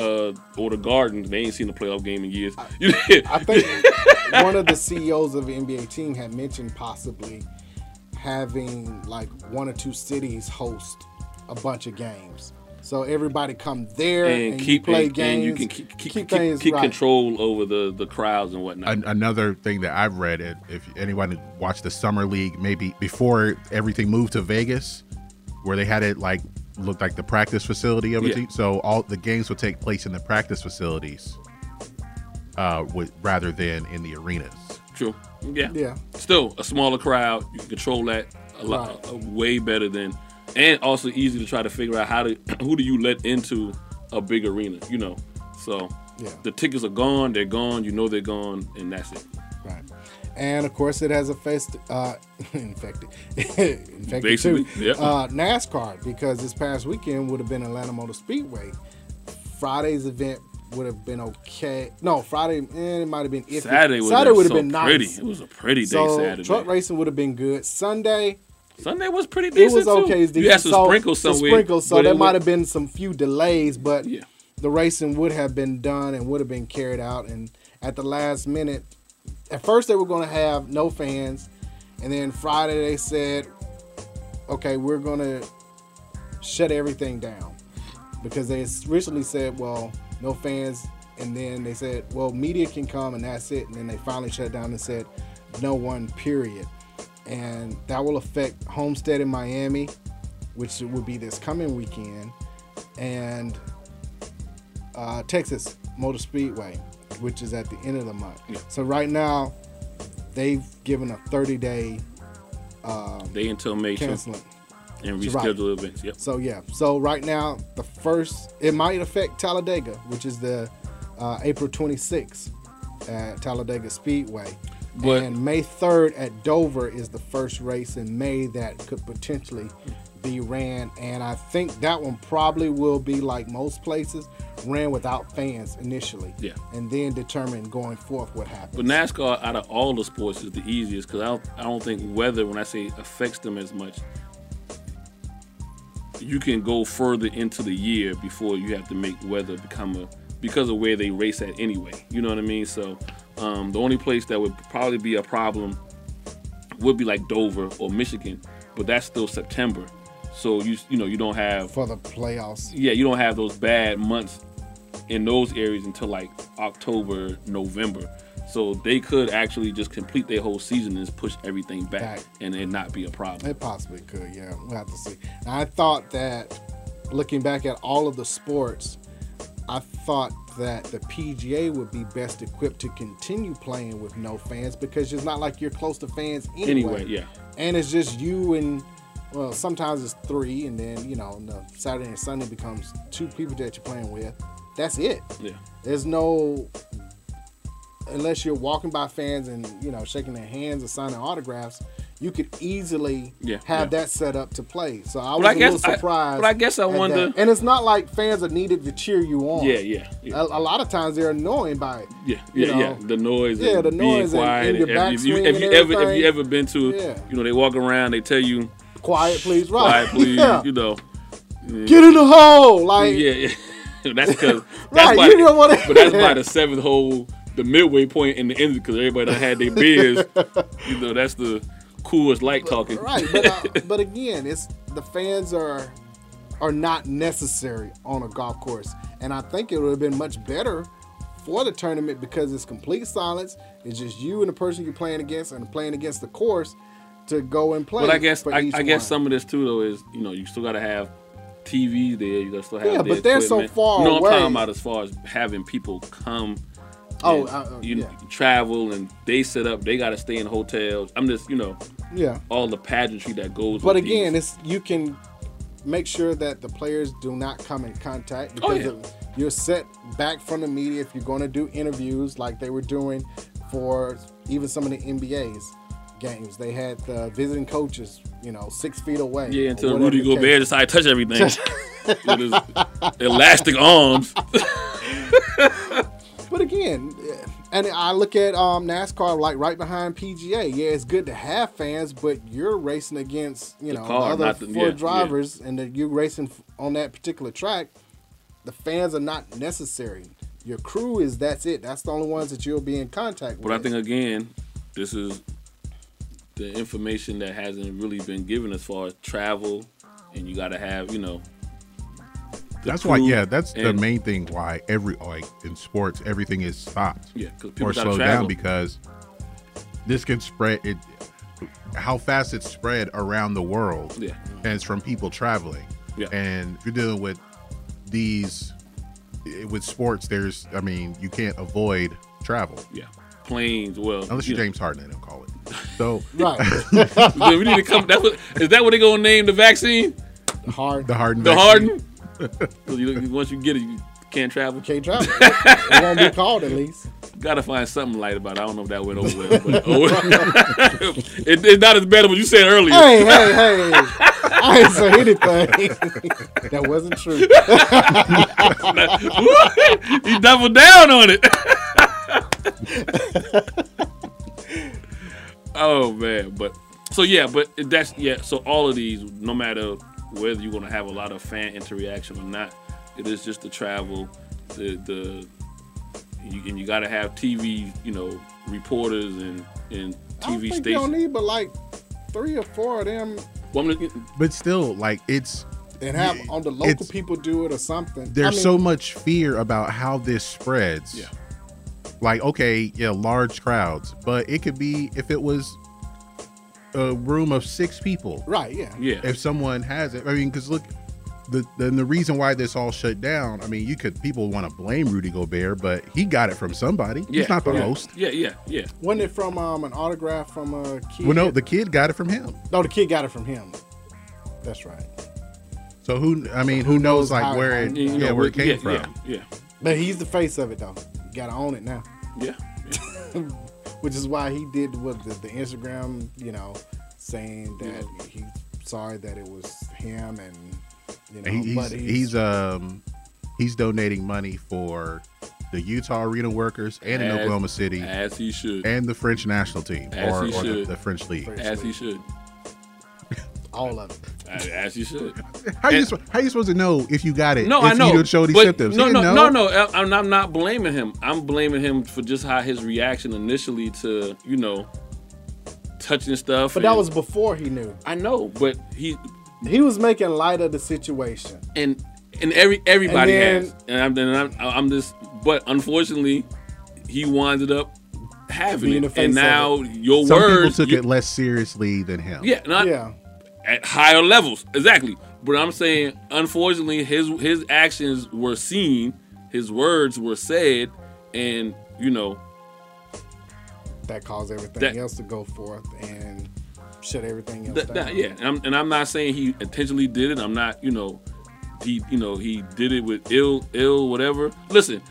S6: uh, or the Gardens. They ain't seen a playoff game in years. <laughs>
S5: I think one of the CEOs of the NBA team had mentioned possibly having like one or two cities host a bunch of games. So everybody come there and,
S6: <laughs> and,
S5: you
S6: keep
S5: play
S6: and,
S5: games.
S6: and you can keep keep, keep,
S5: things
S6: keep
S5: right.
S6: control over the the crowds and whatnot.
S7: An- another thing that I've read, if- if anyone watched the summer league, maybe before everything moved to Vegas, where they had it like looked like the practice facility of a
S6: Yeah.
S7: team, so all the games would take place in the practice facilities, uh, with, rather than in the arenas.
S6: True. Yeah.
S5: Yeah.
S6: Still a smaller crowd. You can control that a lot a- way better than, and also easy to try to figure out how to <clears throat> who do you let into a big arena. You know. So
S5: Yeah.
S6: the tickets are gone. They're gone. You know they're gone, and that's it.
S5: Right. and of course it has a face uh, <laughs> infected, infected
S6: Basically,
S5: too.
S6: yep.
S5: Uh, NASCAR because this past weekend would have been Atlanta Motor Speedway. Friday's event would have been okay. No, Friday eh, it might have been iffy.
S6: Saturday would've been
S5: would've
S6: so pretty. It was a pretty day
S5: So,
S6: Saturday.
S5: Truck racing would have been good. Sunday.
S6: Sunday was pretty
S5: It
S6: decent,
S5: was
S6: too.
S5: okay. It's
S6: You
S5: decent.
S6: had some
S5: so,
S6: sprinkles
S5: some
S6: somewhere,
S5: sprinkles, so
S6: but it
S5: there
S6: looked-
S5: might have been some few delays, but the racing would have been done and would have been carried out. And at the last minute, at first they were going to have no fans, and then Friday they said, "Okay, we're going to shut everything down," because they originally said, "Well, no fans," and then they said, "Well, media can come," and that's it. And then they finally shut down and said, "No one." Period and that will affect Homestead in Miami, which will be this coming weekend, and uh, Texas Motor Speedway, which is at the end of the month. So right now, they've given a 30-day um,
S6: They until May too.
S5: canceling.
S6: and
S5: That's right.
S6: reschedule events. Yep.
S5: So yeah, so right now the first it might affect Talladega, which is the uh, April 26th at Talladega Speedway,
S6: But-
S5: and May 3rd at Dover is the first race in May that could potentially be ran, and I think that one probably will be like most places ran without fans initially,
S6: Yeah.
S5: and then determine going forth what happens.
S6: But NASCAR, out of all the sports, is the easiest because I don't, I don't think weather, when I say affects them as much, you can go further into the year before you have to make weather become a because of where they race at anyway. You know what I mean? So um, the only place that would probably be a problem would be like Dover or Michigan, but that's still September. So you you know you don't have
S5: for the playoffs.
S6: yeah, you don't have those bad months in those areas until like October, November. So they could actually just complete their whole season and just push everything back,
S5: Back.
S6: and it not be a problem.
S5: It possibly could, yeah. We'll have to see. And I thought that looking back at all of the sports, I thought that the PGA would be best equipped to continue playing with no fans because it's not like you're close to fans anyway.
S6: Anyway, yeah.
S5: And it's just you and well, sometimes it's three, and then you know, on the Saturday and Sunday becomes two people that you're playing with. That's it.
S6: Yeah.
S5: There's no unless you're walking by fans and you know shaking their hands or signing autographs, you could easily
S6: Yeah,
S5: have
S6: yeah.
S5: that set up to play. So I
S6: But
S5: was
S6: I
S5: a little
S6: guess I-
S5: surprised.
S6: but I guess I
S5: at that.
S6: wonder-
S5: And it's not like fans are needed to cheer you on.
S6: Yeah, yeah, yeah.
S5: A, a lot of times they're annoying by it.
S6: Yeah,
S5: You
S6: yeah,
S5: know,
S6: yeah. The noise,
S5: yeah,
S6: and
S5: the
S6: being
S5: noise and-
S6: quiet.
S5: and your
S6: every- if you,
S5: backswing
S6: if you
S5: and
S6: ever, if you
S5: everything.
S6: ever been to,
S5: Yeah.
S6: you know, they walk around, they
S5: <laughs>
S6: tell you,
S5: Quiet, please. Right.
S6: quiet,
S5: <laughs>
S6: please,
S5: Yeah.
S6: you know. Yeah.
S5: Get in the hole. Like
S6: yeah, yeah. <laughs>
S5: <laughs>
S6: that's because
S5: Right, you don't wanna-
S6: But
S5: <laughs>
S6: that's by the seventh hole, the midway point in the end, because everybody done had
S5: <laughs>
S6: their beers. you know, that's the coolest light talking.
S5: right but, uh, <laughs> but again it's the fans are are not necessary on a golf course and i think it would have been much better for the tournament because it's complete silence it's just you and the person you're playing against and playing against the course to go and play
S6: <laughs> But I guess
S5: for
S6: I,
S5: each
S6: I guess
S5: one.
S6: some of this too though is you know you still gotta have TV there. You gotta still have
S5: Yeah,
S6: their
S5: but they're so
S6: equipment.
S5: far
S6: You know what I'm
S5: away.
S6: talking about as far as having people come.
S5: Oh,
S6: and
S5: uh, uh,
S6: you
S5: yeah.
S6: travel and they set up. They gotta stay in hotels. I'm just you know
S5: Yeah.
S6: all the pageantry that goes.
S5: But
S6: with
S5: again,
S6: these.
S5: it's you can make sure that the players do not come in contact
S6: Oh,
S5: because
S6: yeah.
S5: of- you're set back from the media if you're going to do interviews like they were doing for even some of the NBA's games. They had the visiting coaches, you know, six feet away.
S6: yeah
S5: or
S6: until
S5: whatever
S6: Rudy
S5: the case.
S6: Gobert decided to touch everything <laughs> with his elastic arms.
S5: But again, eh, and I look at um, NASCAR like right behind PGA. Yeah, it's good to have fans, but you're racing against you
S6: The
S5: know
S6: car,
S5: other
S6: not the-
S5: four
S6: yeah,
S5: drivers, and that you're racing f- on that particular track. The fans are not necessary. Your crew is that's it. That's the only ones that you'll be in contact
S6: But
S5: with. <laughs>
S6: I think again, this is the information that hasn't really been given as far as travel, and you got to have you know. the
S7: That's why,
S6: crew
S7: yeah, that's the
S6: and-
S7: main thing why every like in sports everything is stopped.
S6: Yeah, 'cause people
S7: or
S6: gotta
S7: slowed
S6: travel.
S7: down because this can spread it. How fast it's spread around the world,
S6: Yeah.
S7: and it's from people traveling.
S6: Yeah.
S7: and if you're dealing with these eh, with sports. There's, I mean, you can't avoid travel.
S6: Yeah, planes. Well,
S7: unless you're James Harden, they don't call it. So
S6: <laughs> we need to come. That's what is that what they gonna name the vaccine?
S5: hard
S7: the <laughs> Harden,
S6: The
S7: vaccine.
S6: Harden.
S7: <laughs>
S6: 'Cause you- once you get it, you can't travel.
S5: Can't travel. it won't be called at least. <laughs>
S6: Gotta find something light about it. I don't know if that went over well. But, oh, well. <laughs> it, it's not as bad as what you said earlier.
S5: Hey, hey, hey. I didn't say anything. <laughs> that wasn't true.
S6: <laughs> he doubled down on it. <laughs> oh man, but so yeah, but that's yeah. So all of these, no matter whether you're gonna have a lot of fan interaction or not, it is just the travel, the the you, and you gotta have TV, you know, reporters and and
S5: I don't
S6: TV
S5: think you don't
S6: stations.
S5: need but like three or four of them
S6: Well, I'm gonna-
S7: But still, like it's
S5: and have on the local
S7: It's-
S5: people do it or something.
S7: there's
S5: I mean,
S7: so much fear about how this spreads. Yeah. Like, okay, yeah, large crowds, but it could be if it was a room of six people.
S5: Right, yeah.
S6: Yeah.
S7: If someone has it, I mean, because look, the then the reason why this all shut down, I mean, you could people want to blame Rudy Gobert, but he got it from somebody. He's not the
S6: yeah,
S7: host.
S6: Yeah, yeah, yeah.
S5: Wasn't it from um, an autograph from a kid?
S7: Well, no, the kid got it from him.
S5: No, the kid got it from him. That's right.
S7: So who? I mean, who knows
S5: how
S7: like
S5: it
S7: where it,
S5: happened.
S7: yeah,
S5: You know,
S7: where it came
S6: yeah,
S7: from?
S6: Yeah,
S5: But he's the face of it though. You gotta own it now.
S6: yeah,
S5: Which is why he did what the, the Instagram, you know, saying that he's sorry that it was him and you know,
S7: And he- he's,
S5: but
S7: he's um he's donating money for the Utah arena workers and in
S6: As-
S7: Oklahoma
S6: yeah.
S7: City
S6: As he should.
S7: and the French national team
S6: As
S7: or,
S6: he
S7: or the,
S6: should.
S7: the French league.
S6: As he should.
S5: all of it.
S6: As as
S7: <laughs>
S6: he should.
S7: How you sp- how you supposed to know if you got it?
S6: No,
S7: if
S6: I know.
S7: You don't show these
S6: but
S7: symptoms.
S6: No,
S7: You
S6: no,
S7: didn't
S6: no,
S7: know?
S6: no. I- I'm, I'm not blaming him. I'm blaming him for just how his reaction initially to you know touching stuff.
S5: But that
S6: and-
S5: was before he knew.
S6: I know, but he
S5: He was making light of the situation.
S6: and and every everybody
S5: And then-
S6: has, and I'm, and I'm I'm just. But unfortunately, he winded up having
S5: Being the
S6: it,
S5: face
S6: and
S5: of
S6: now your
S7: Some
S6: words.
S7: people took
S6: you-
S7: it less seriously than him.
S6: yeah, not,
S5: Yeah.
S6: at higher levels. Exactly. But I'm saying, unfortunately, his his actions were seen, his words were said, and you know,
S5: That caused everything
S6: That-
S5: else to go forth and shut everything else
S6: that,
S5: down.
S6: that- yeah. And I'm, and I'm not saying he intentionally did it. I'm not, you know, he you know he did it with ill ill whatever. Listen,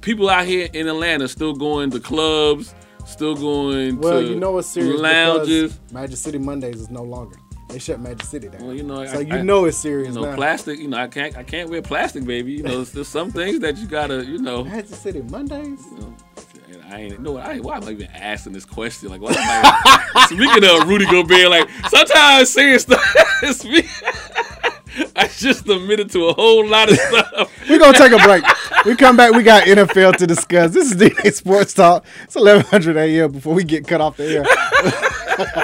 S6: people out here in Atlanta still going to clubs, still going
S5: Well,
S6: to
S5: you know it's serious
S6: lounges.
S5: because Magic City Mondays is no longer. They shut Magic City down.
S6: Well, you know,
S5: so
S6: I-
S5: you
S6: I-
S5: know it's serious
S6: you know,
S5: now.
S6: plastic. You know, I can't. I can't wear plastic, baby. You know, there's some things that you gotta. You know,
S5: Magic City Mondays.
S6: And I ain't know. I ain't, why am I even asking this question? Like, why am I <laughs> speaking of Rudy Gobert? Like, sometimes serious stuff. <laughs> It's me. I just admitted to a whole lot of stuff.
S2: We're gonna take a
S5: <laughs>
S2: break. we come back. We got NFL to discuss. This is DNA Sports Talk. It's 1100 a.m. Before we get cut off the air.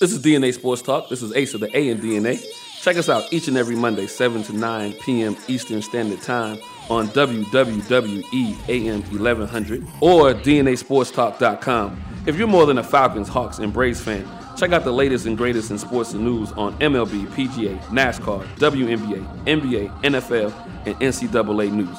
S3: This is DNA Sports Talk. This is Ace of the A and DNA. Check us out each and every Monday, 7 to 9 p.m. Eastern Standard Time on E WWWE AM 1100 or DNASportsTalk.com. If you're more than a Falcons, Hawks, and Braves fan, check out the latest and greatest in sports and news on MLB, PGA, NASCAR, WNBA, NBA, NFL, and NCAA news.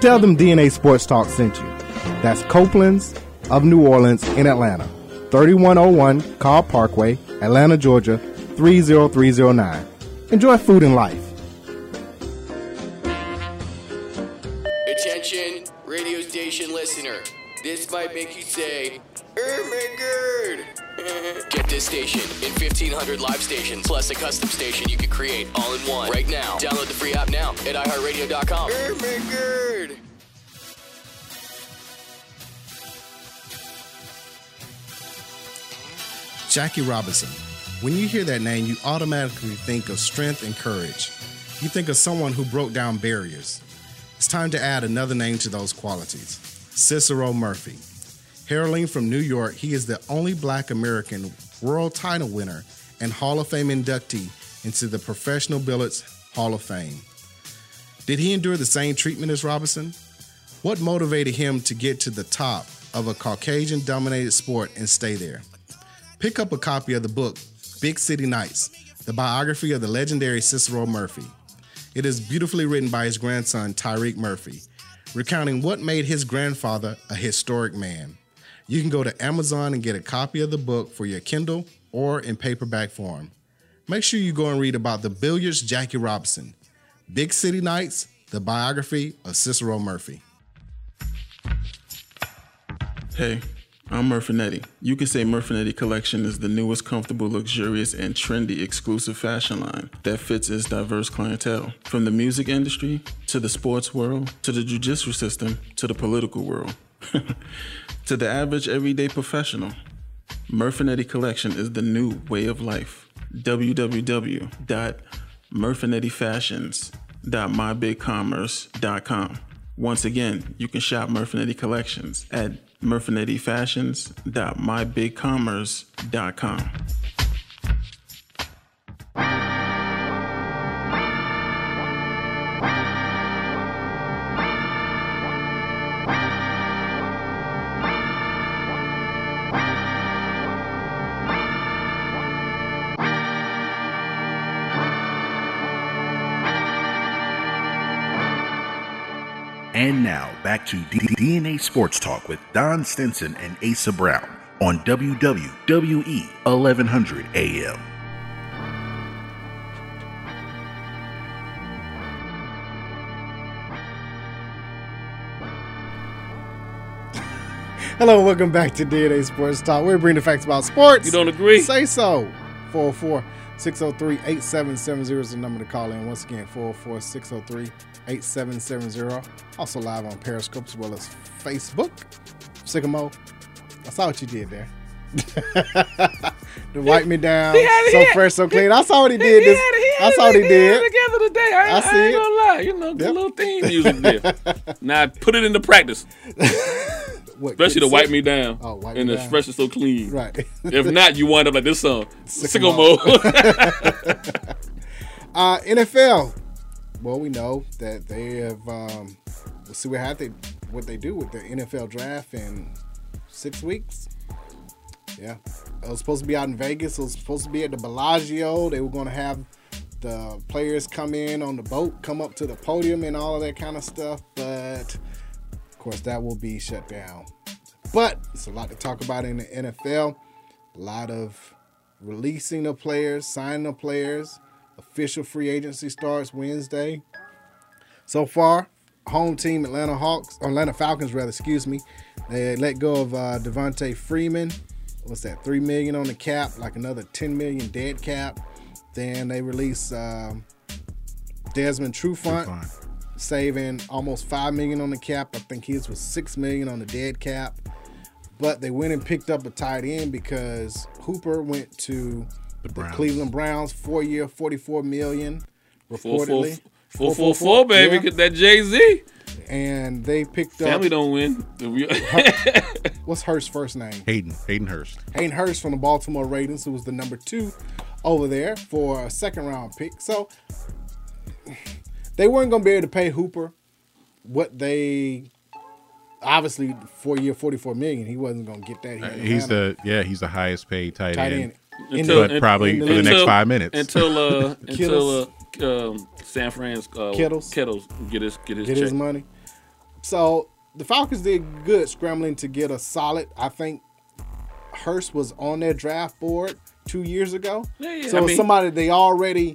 S2: Tell them DNA Sports Talk sent you. That's Copeland's of New Orleans in Atlanta. 3101 Carl Parkway, Atlanta, Georgia, 30309. Enjoy food and life.
S13: Attention, radio station listener. This might make you say, Oh my god! <laughs> Get this station in 1500 live stations, plus a custom station you can create all in one right now. Download the free app now at iHeartRadio.com. Oh my god!
S8: Jackie Robinson. When you hear that name, you automatically think of strength and courage. You think of someone who broke down barriers. It's time to add another name to those qualities Cicero Murphy. Heralding from New York, he is the only black American world title winner and Hall of Fame inductee into the Professional Billiards Hall of Fame. Did he endure the same treatment as Robinson? What motivated him to get to the top of a Caucasian dominated sport and stay there? Pick up a copy of the book, Big City Nights, the biography of the legendary Cicero Murphy. It is beautifully written by his grandson, Tyreek Murphy, recounting what made his grandfather a historic man. You can go to Amazon and get a copy of the book for your Kindle or in paperback form. Make sure you go and read about the billiards Jackie Robinson, Big City Nights, the biography of Cicero Murphy.
S11: Hey, I'm Murfinetti. You could say Murfinetti Collection is the newest, comfortable, luxurious, and trendy exclusive fashion line that fits its diverse clientele. From the music industry, to the sports world, to the judicial system, to the political world, <laughs> to the average everyday professional, Murfinetti Collection is the new way of life. www.murfinettifashions.mybigcommerce.com. Once again, you can shop Murfinetti Collections at murfinettifashions.mybigcommerce.com.
S12: And now back to D- D- DNA Sports Talk with Don Stinson and Asa Brown on E WWE 1100 AM.
S5: Hello, welcome back to DNA Sports Talk. We're bringing the facts about sports.
S6: You don't agree?
S5: Say so. 404 603 8770 is the number to call in. Once again, 404 603 8770. Also live on Periscope as well as Facebook. Sycamore, I saw what you did there. <laughs> to wipe me down,
S6: He had it,
S5: so
S6: he had-
S5: fresh, so clean. I saw what he did.
S6: he
S5: This,
S6: had it, he
S5: I
S6: had
S5: saw
S6: it,
S5: what he
S6: he had
S5: did.
S6: it together today. I ain't- I ain't gonna lie. You know, good
S5: <laughs>
S6: little theme music there. Now put it into practice. Especially to wipe me down.
S5: Oh, wipe
S6: and
S5: me
S6: the
S5: down.
S6: fresh is so clean.
S5: Right. <laughs>
S6: if not, you wind up like this song. Sicko
S5: Sycamore.
S6: mode.
S5: Uh, NFL. Well, we know that they have. Um, we'll see what how they what they do with the NFL draft in six weeks. Yeah, it was supposed to be out in Vegas. It was supposed to be at the Bellagio. They were going to have the players come in on the boat, come up to the podium, and all of that kind of stuff. But of course, that will be shut down. But it's a lot to talk about in the NFL. A lot of releasing the players, signing the players. Official free agency starts Wednesday. So far, home team Atlanta Hawks, Atlanta Falcons rather, excuse me, they let go of uh, Devontae Freeman. What's that? Three million on the cap, like another ten million dead cap. Then they release um, Desmond Trufant, saving almost five million on the cap. I think his was six million on the dead cap. But they went and picked up a tight end because Hooper went to the,
S7: Browns.
S5: Cleveland Browns, four year, forty four million,
S6: Four, four,
S5: reportedly.
S6: four, four, four, baby.
S5: Yeah.
S6: Get that Jay Z.
S5: And they picked up
S6: Family
S5: <laughs>
S6: don't win. The <laughs> real-
S5: What's Hurst's first name?
S7: Hayden, Hayden Hurst.
S5: Hayden Hurst from the Baltimore Ravens, who was the number two over there for a second round pick. So they weren't going to be able to pay Hooper what they obviously four year, forty four million. He wasn't going to get that. here in
S7: Uh, He's
S5: Atlanta.
S7: the yeah, he's the highest paid tight,
S5: Tight
S7: end.
S5: end. In
S7: but
S5: the-
S7: probably
S5: in the
S7: for the
S5: league.
S7: next
S5: Until-
S7: five minutes.
S6: until
S5: <laughs>
S6: uh,
S5: Kittles.
S6: until uh, um, San Fran's uh,
S5: Kittles.
S6: Kittles get his get his
S5: get
S6: check.
S5: his money. So the Falcons did good scrambling to get a solid. I think Hurst was on their draft board two years ago.
S6: Yeah, yeah,
S5: so
S6: I
S5: it's
S6: mean-
S5: somebody they already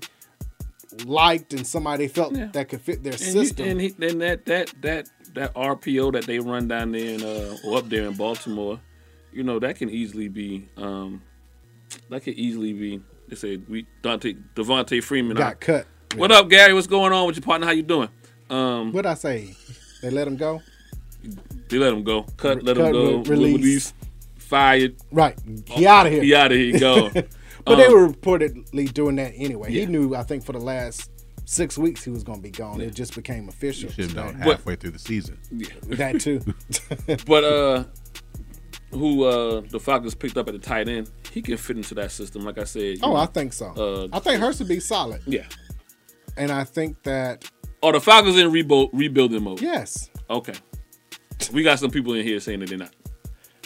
S5: liked and somebody they felt
S6: Yeah.
S5: that could fit their
S6: and you-
S5: system.
S6: and he, then that that that that RPO that they run down there in uh, or up there in Baltimore, you know that can easily be um, that could easily be. They say we Dante Devontae Freeman
S5: Got cut.
S6: What up, Gary? What's going on with your partner? How you doing? Um,
S5: What'd I say? They let him go?
S6: They let him go. Cut, let
S5: Cut,
S6: him go.
S5: re- release.
S6: Release. Fired.
S5: Right.
S6: Oh,
S5: He outta here. <laughs>
S6: He out of here. Go. um,
S5: but they were reportedly doing that anyway. He knew, I think, for the last six weeks he was going to be gone. It just became official.
S7: Should have known
S5: today.
S7: halfway through the season.
S5: That
S6: <laughs>
S5: too.
S6: but uh, who uh the Falcons picked up at the tight end, he can fit into that system. Like I said. you
S5: Oh,
S6: know.
S5: I think so.
S6: Uh,
S5: I think Hurst would be solid.
S6: Yeah.
S5: And I think that
S6: Oh, the Falcons in rebuild rebuilding mode.
S5: Yes.
S6: Okay. We got some people in here saying that they're not.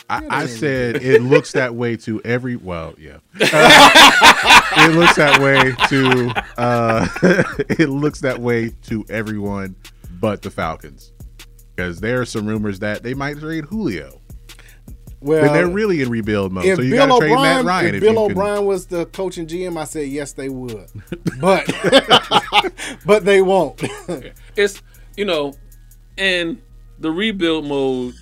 S7: I, I <laughs> said it looks that way to every. Well, yeah, <laughs> it looks that way to. Uh, <laughs> it looks that way to everyone, but the Falcons, because there are some rumors that they might trade Julio.
S5: Well,
S7: then they're really in rebuild mode.
S5: if
S7: So you got
S5: Bill
S7: to trade
S5: O'Brien,
S7: Matt Ryan
S5: if
S7: if,
S5: Bill
S7: you
S5: O'Brien was the coach and GM, I said yes
S7: <laughs>
S5: they would, but <laughs> but they won't. <laughs>
S6: It's you know, and the rebuild mode.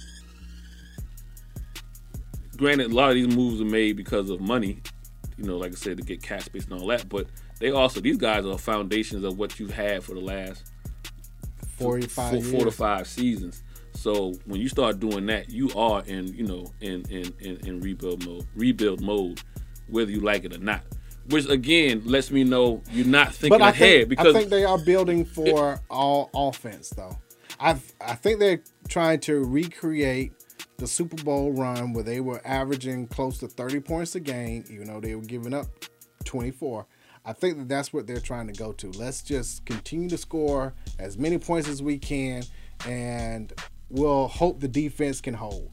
S6: Granted, a lot of these moves are made because of money. You know, like I said, to get cap space and all that. But they also these guys are foundations of what you've had for the last
S5: Four to five
S6: four, four to
S5: years.
S6: five seasons. So when you start doing that, you are in you know in in, in in rebuild mode, rebuild mode, whether you like it or not. Which again lets me know you're not thinking
S5: but I
S6: ahead
S5: think,
S6: because
S5: I think they are building for all offense though. I I think they're trying to recreate the Super Bowl run where they were averaging close to 30 points a game, even though they were giving up 24. I think that that's what they're trying to go to. Let's just continue to score as many points as we can, and we'll hope the defense can hold.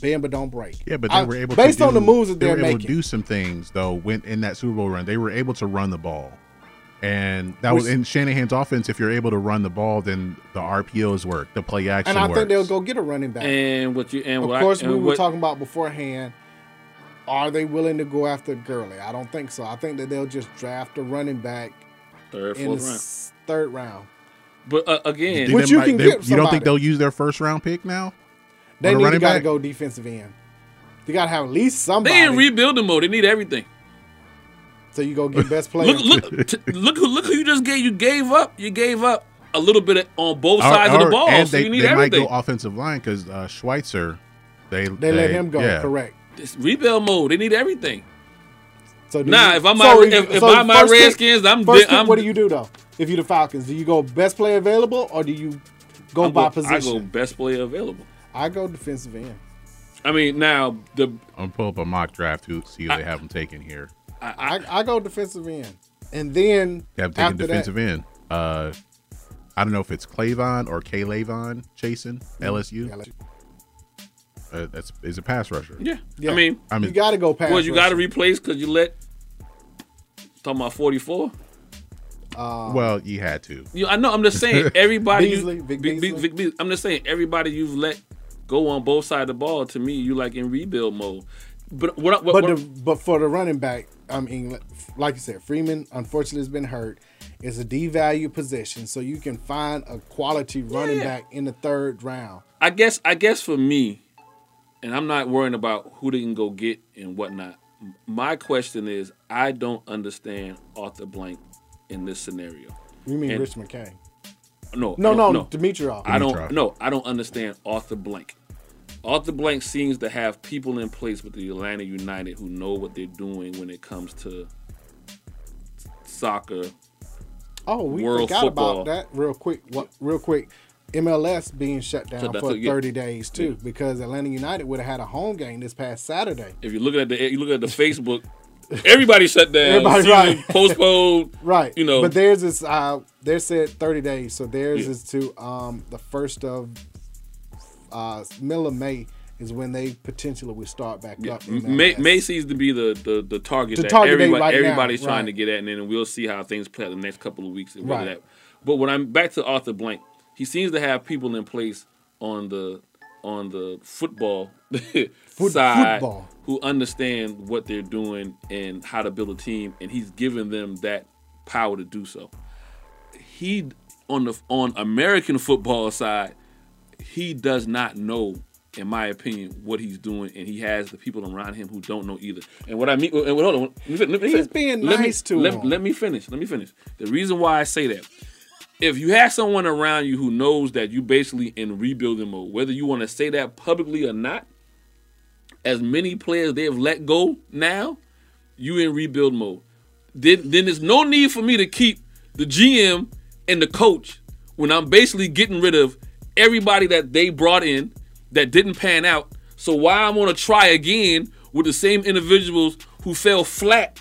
S5: Bend but don't break.
S7: Yeah, but they
S5: I-
S7: were able
S5: based
S7: to do,
S5: on the moves that
S7: they
S5: they're
S7: were able
S5: making.
S7: to do some things though. When in that Super Bowl run, they were able to run the ball, and that was
S5: Which-
S7: in Shanahan's offense. If you're able to run the ball, then the RPOs work, the play action
S5: and I
S7: works.
S5: think they'll go get a running back.
S6: and what you and
S5: of
S6: what I-
S5: course,
S6: and
S5: we were
S6: what-
S5: talking about beforehand. Are they willing to go after Gurley? I don't think so. I think that they'll just draft a running back
S6: third
S5: in the
S6: fourth round.
S5: s- third round.
S6: But uh,
S7: You
S6: again,
S7: think they might- they- You don't think they'll use their first round pick now? On
S5: They
S7: a
S5: need to
S7: running
S5: gotta
S7: back?
S5: go defensive end. They gotta have at least somebody.
S6: they in rebuilding mode. They need everything.
S5: so you go
S6: <laughs>
S5: get best player.
S6: Look, look, t- look who look who you just gave. You gave up. You gave up a little bit of, on both
S7: Or-
S6: sides of
S7: or-
S6: the ball.
S7: and
S6: so
S7: they,
S6: you need
S7: they
S6: everything.
S7: might go offensive line because uh, Schweitzer, they
S5: they let him go.
S7: yeah.
S5: Correct.
S6: It's rebuild mode. They need everything.
S5: So do
S6: Nah,
S5: you-
S6: if I'm
S5: so
S6: my- if- if I'm my
S5: first pick-
S6: Redskins, I'm
S5: first
S6: di-
S5: pick,
S6: I'm-
S5: What do you do though? If you're the Falcons, do you go best player available or do you go
S6: I
S5: by
S6: go- I go
S5: position?
S6: best player available.
S5: I go, defensive end.
S6: I mean, now the
S7: I'm gonna pull up a mock draft to see who they have them taken here.
S5: I, I, go defensive end, and then
S7: They have taken
S5: after
S7: defensive
S5: that,
S7: end. Uh, I don't know if it's Clavon or Kalavon Chasen
S5: Mm-hmm.
S7: LSU. Uh, that's is a pass rusher.
S6: yeah. I mean,
S7: I mean,
S5: you gotta go pass.
S6: well, you got to
S5: rusher.
S6: replace because you let. Talking about forty four.
S7: well, you had to.
S6: You, I know. I'm just saying everybody.
S5: Beasley,
S6: you,
S5: Vic
S6: Be- Be-
S5: Beasley.
S6: Vic Beasley. I'm just saying everybody you've let go on both sides of the ball. To me, you like in rebuild mode. But what? I- what,
S5: But
S6: what-
S5: the, but for the running back, I mean, like you said, Freeman unfortunately has been hurt. It's a devalued position, so you can find a quality running
S6: Yeah.
S5: back in the third round.
S6: I guess I guess for me, and I'm not worrying about who they can go get and whatnot. M- My question is, I don't understand Arthur Blank in this scenario.
S5: You mean
S6: And-
S5: Rich McKay?
S6: No,
S5: No,
S6: I
S5: no,
S6: don't-
S5: Dimitrov.
S7: Dimitrov.
S6: I don't. No, I don't understand Arthur Blank. Arthur Blank seems to have people in place with the Atlanta United who know what they're doing when it comes to soccer.
S5: Oh, we
S6: World
S5: forgot
S6: football.
S5: about that real quick. What real quick? MLS being shut down
S6: Shut down,
S5: for
S6: so, yeah.
S5: 30 days too because Atlanta United would have had a home game this past Saturday.
S6: If you look at the, you look at
S5: <laughs>
S6: the Facebook. Everybody shut down.
S5: Everybody,
S6: season
S5: right.
S6: Postponed.
S5: <laughs> Right.
S6: You know.
S5: but theirs is uh they said 30 days, so theirs
S6: Yeah.
S5: is to um the first of uh middle of May is when they potentially will start back up. in that
S6: May,
S5: last-
S6: May seems to be the the, the target
S5: The
S6: that
S5: target they
S6: everybody,
S5: right now,
S6: everybody's
S5: right.
S6: trying to get at, and then we'll see how things play out the next couple of weeks. And whether
S5: Right.
S6: that, but when I'm back to Arthur Blank, he seems to have people in place on the on the football <laughs> side
S5: football.
S6: who understand what they're doing and how to build a team, and he's given them that power to do so. He on the on American football side, he does not know, in my opinion, what he's doing, and he has the people around him who don't know either. And what I mean, and what- hold on, let me fin- let me
S5: He's
S6: finish.
S5: being
S6: Let me-
S5: nice to
S6: let,
S5: him.
S6: Let me finish. Let me finish. The reason why I say that, if you have someone around you who knows that you basically in rebuilding mode, whether you want to say that publicly or not, as many players they have let go now, you in rebuild mode. Then then there's no need for me to keep the GM and the coach when I'm basically getting rid of everybody that they brought in that didn't pan out. So why I'm gonna try again with the same individuals who fell flat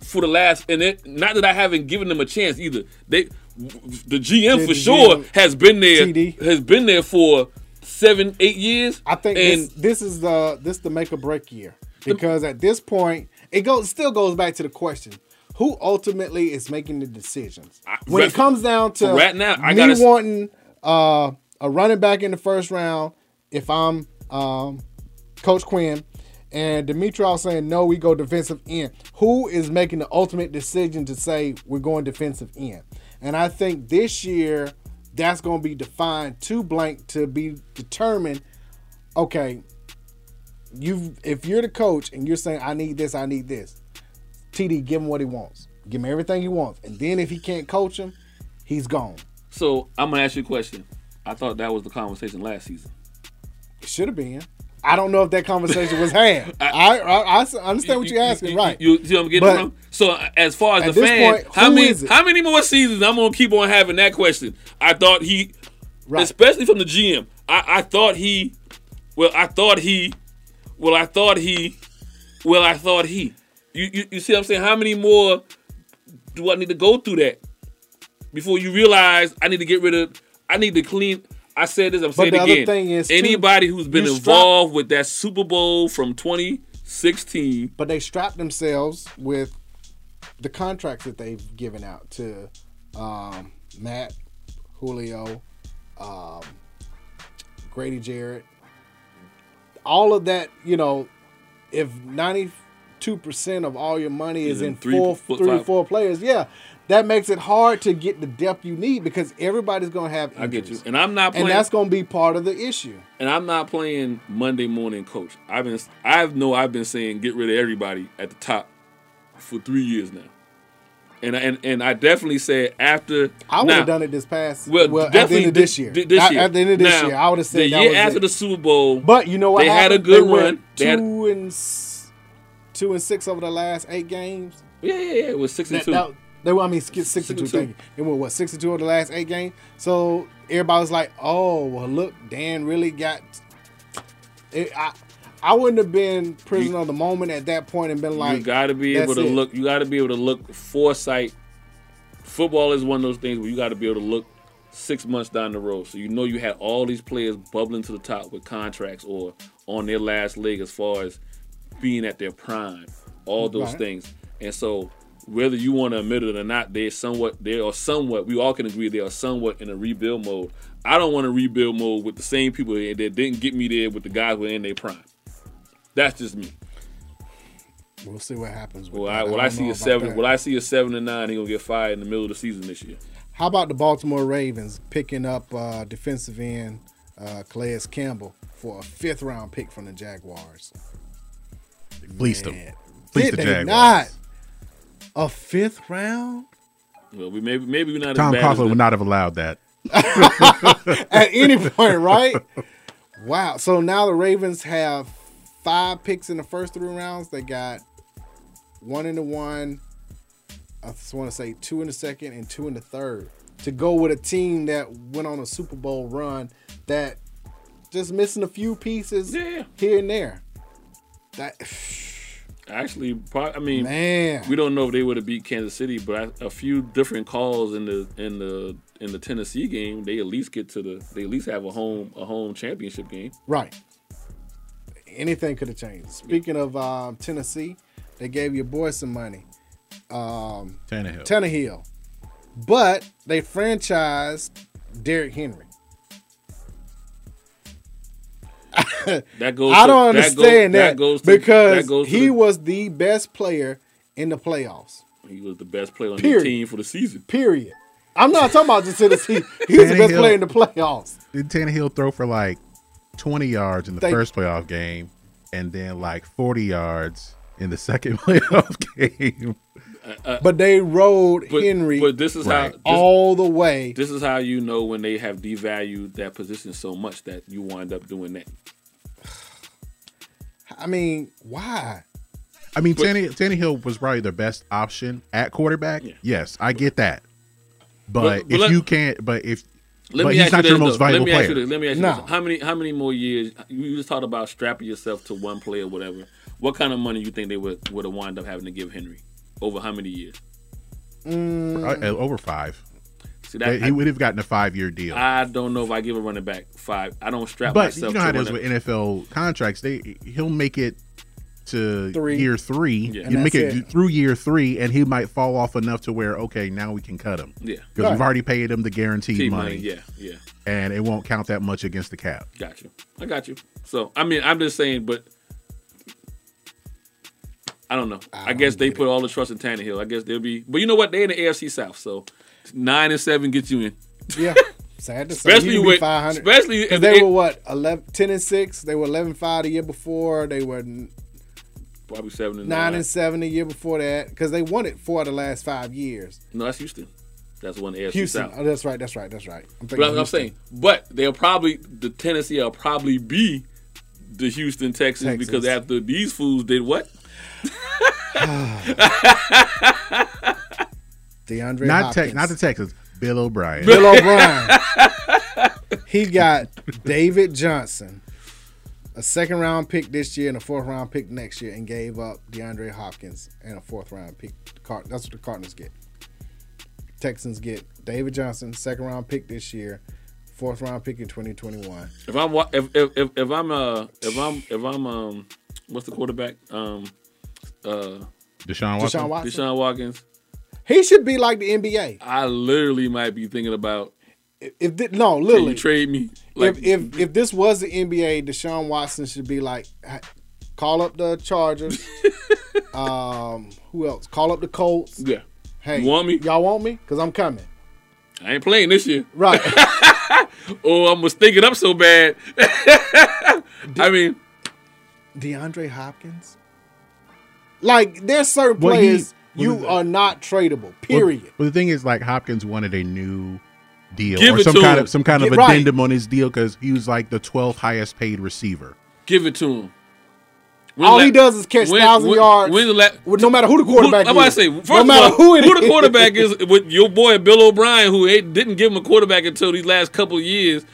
S6: for the last and it, not that I haven't given them a chance either. They the GM
S5: Yeah,
S6: for
S5: the
S6: sure
S5: GM.
S6: has been there has been there for seven, eight years.
S5: I think
S6: and
S5: this, this is the this the make or break year because at this point it goes still goes back to the question: Who ultimately is making the decisions? when
S6: right-
S5: it comes down to
S6: for right now, I
S5: me
S6: gotta s-
S5: wanting uh, a running back in the first round, if I'm um, Coach Quinn, and Dimitrov saying no, we go defensive end. Who is making the ultimate decision to say we're going defensive end? And I think this year that's going to be defined too blank to be determined. Okay, you if you're the coach and you're saying I need this, I need this. TD, give him what he wants. Give him everything he wants, and then if he can't coach him, he's gone.
S6: so I'm gonna ask you a question. I thought that was the conversation last season.
S5: It should have been. I don't know if that conversation was
S6: <laughs>
S5: had. I, I, I understand what you're asking, right?
S6: You see what I'm getting
S5: But-
S6: from? So as far as
S5: At
S6: the
S5: this
S6: fan,
S5: point,
S6: how
S5: who
S6: many
S5: is it?
S6: how many more seasons I'm gonna keep on having that question? I thought he, especially from the GM, I, I thought he, well, I thought he, well, I thought he, well, I thought he. You you, you see what I'm saying? How many more do I need to go through that before you realize I need to get rid of? I need to clean. I said this. I'm
S5: But
S6: saying
S5: the
S6: it
S5: other
S6: again.
S5: thing is, too,
S6: anybody who's been
S5: you strap-
S6: involved with that Super Bowl from 2016
S5: But they strapped themselves with the contracts that they've given out to um, Matt, Julio, um, Grady Jarrett. All of that, you know, if 92% of all your money is
S6: Is in
S5: in
S6: three-
S5: four,
S6: four-
S5: three
S6: five-
S5: four players, yeah, that makes it hard to get the depth you need because everybody's going to have
S6: I get you.
S5: injuries.
S6: And I'm not playing.
S5: And that's going to be part of the issue.
S6: and I'm not playing Monday morning coach. I've been I know I've been saying get rid of everybody at the top for three years now, and and and I definitely said after
S5: I would
S6: now,
S5: have done it this past.
S6: Well,
S5: Well, at the
S6: definitely
S5: end of
S6: thi-
S5: this year.
S6: thi- this
S5: At-
S6: year.
S5: At the end of this
S6: Now,
S5: year, I would have said
S6: the
S5: that
S6: year
S5: was
S6: after
S5: it.
S6: the Super Bowl,
S5: But you know what?
S6: they had a
S5: happened?
S6: good
S5: They went
S6: run. They had-
S5: Two and s- two and six over the last eight games.
S6: Yeah, yeah, yeah. It was six and
S5: That-
S6: two.
S5: that- they were, I mean, six, six and two.
S6: and
S5: Thank
S6: two.
S5: you. It was what six and two over the last eight games. So everybody was like, "Oh, well, look, Dan really got." It, I, I wouldn't have been prisoner of the moment at that point and been like,
S6: you got to be
S5: "That's
S6: able to
S5: it."
S6: look. You got to be able to look foresight. Football is one of those things where you got to be able to look six months down the road, so you know you had all these players bubbling to the top with contracts or on their last leg as far as being at their prime, all those
S14: Right.
S6: things. And so, whether you want to admit it or not, they're somewhat they are somewhat. We all can agree they are somewhat in a rebuild mode. I don't want to rebuild mode with the same people that that didn't get me there with the guys who are in their prime. That's just me.
S5: We'll see what happens. with
S6: Well,
S5: that.
S6: I,
S5: I
S6: well, I,
S5: don't know
S6: see a
S5: about
S6: seven.
S5: that.
S6: Well, I see a seven and nine. He gonna get fired in the middle of the season this year.
S5: How about the Baltimore Ravens picking up uh, defensive end uh, Calais Campbell for a fifth round pick from the Jaguars?
S7: Fleeced them. Fleeced
S5: Did
S7: the
S5: they
S7: Jaguars.
S5: not? A fifth round
S6: Well, we maybe maybe we're not.
S7: Tom
S6: as bad as
S7: Coughlin
S6: them.
S7: would not have allowed that.
S5: at any point, right? Wow. So now the Ravens have five picks in the first three rounds. They got one in the one. I just want to say two in the second and two in the third to go with a team that went on a Super Bowl run that just missing a few pieces here and there. That <sighs>
S6: Actually, pro- I mean,
S5: Man.
S6: we don't know if they would have beat Kansas City, but I, a few different calls in the in the in the Tennessee game, they at least get to the. They at least have a home a home championship game.
S5: Right. Anything could have changed. Speaking of um, Tennessee, they gave your boy some money. Um,
S7: Tannehill.
S5: Tannehill. But they franchised Derrick Henry.
S6: That goes.
S5: I don't
S6: to- that goes-
S5: understand that,
S6: goes to-
S5: because
S6: that goes to
S5: he
S6: the-
S5: was the best player in the playoffs.
S6: he was the best player on
S5: Period.
S6: the team for the season.
S5: Period. I'm not talking about just Tennessee. <laughs> He was the best
S7: Tannehill.
S5: player in the playoffs.
S7: Did Tannehill throw for like 20 yards in the
S5: Thank-
S7: first playoff game and then like 40 yards in the <laughs> second playoff game?
S5: but they rode
S6: Uh, But-
S5: Henry
S6: But this is how
S7: Right.
S6: this-
S5: all the way.
S6: This is how you know when they have devalued that position so much that you wind up doing that.
S5: I mean, why?
S7: I mean, Tanny, Tannehill was probably their best option at quarterback. Yes, I get that. But,
S6: But- but
S7: if
S6: let-
S7: you can't, but if
S6: Let
S7: but
S6: me
S7: he's
S6: ask you
S7: not
S6: this,
S7: your most
S6: though.
S7: valuable
S6: let me
S7: player.
S6: Ask you this. Let me ask you this. How many how many more years you you just talked about strapping yourself to one player, whatever. What kind of money you think they would would have wound up having to give Henry over how many years?
S7: Uh, over five.
S6: See, that-
S7: he would have gotten a five-year deal.
S6: I don't know if I give a running back five. I don't strap
S7: but
S6: myself.
S7: you know how it
S6: to
S7: is
S6: running-
S7: with NFL contracts. They he'll make it to
S6: Three.
S7: year three.
S6: Yeah.
S7: You
S6: And
S7: make
S6: that's
S7: it,
S6: it.
S7: through year three, and he might fall off enough to where okay, now we can cut him.
S6: Yeah.
S7: because
S6: Right.
S7: we've already paid him the guaranteed
S6: Team
S7: money.
S6: money, yeah, yeah.
S7: and it won't count that much against the cap.
S6: Got you. I got you. So I mean, I'm just saying, but I don't know. I, guess they put all the trust in Tannehill. I guess they'll be. But you know what? They in the AFC South, so nine and seven gets you in.
S5: Yeah. <laughs> Sad to say.
S6: Especially
S5: Especially
S6: with-
S5: with 500.
S6: especially
S5: 'Cause
S6: if
S5: they
S6: it-
S5: were what 11, 10 and six. They were 11 5 the year before. They were n-
S6: Probably seven and
S5: nine and seven the year before that because they won it four of the last five years.
S6: No, that's Houston. That's one AFC
S5: Houston.
S6: South.
S5: Oh, that's right. That's right. That's right. I'm
S6: But I'm, I'm
S5: Houston.
S6: saying, but they'll probably the Tennessee will probably be the Houston Texans
S5: Texans.
S6: because after these fools did what?
S5: DeAndre
S7: not
S5: Hopkins.
S7: Tex, not the Texans. Bill O'Brien.
S5: Bill O'Brien.
S6: <laughs>
S5: he got David Johnson, a second round pick this year and a fourth round pick next year, and gave up DeAndre Hopkins and a fourth round pick. Card- That's what the Cardinals get. Texans get David Johnson, second round pick this year, fourth round pick in 2021.
S6: If I'm wa- if if if, if I'm uh if I'm if I'm um what's the quarterback um uh
S7: Deshaun
S5: Watson? Deshaun Watson?
S6: Deshaun Watkins.
S5: He should be like the NBA.
S6: I literally might be thinking about
S5: If thi- no,
S6: can
S5: literally,
S6: you trade me like
S5: if, if if this was the NBA, Deshaun Watson should be like, ha- call up the
S6: <laughs>
S5: Chargers. um, who else? Call up the Colts.
S6: Yeah.
S5: Hey,
S6: You want me?
S5: Y'all want me? Cause I'm coming.
S6: I ain't playing this year. <laughs>
S5: Right.
S6: oh, I'm stinking up so bad. <laughs> I mean,
S5: DeAndre Hopkins. Like there's certain
S7: Well, he-
S5: players
S7: well,
S5: you are not tradable. Period.
S7: Well, well, the thing is, like Hopkins wanted a new deal
S6: Give
S7: or
S6: it
S7: some
S6: to
S7: kind
S6: him.
S7: of some kind of
S6: Get- right.
S7: addendum on his deal because he was like the 12th highest paid receiver.
S6: give it to him.
S5: All
S6: la-
S5: he does is catch 1,000 yards
S6: When the la-
S5: With- no matter who the quarterback
S6: Who, I'm
S5: is.
S6: about to say, first
S5: no matter
S6: of all,
S5: who it is.
S6: the quarterback is with your boy Bill O'Brien, who ain't, didn't give him a quarterback until these last couple of years.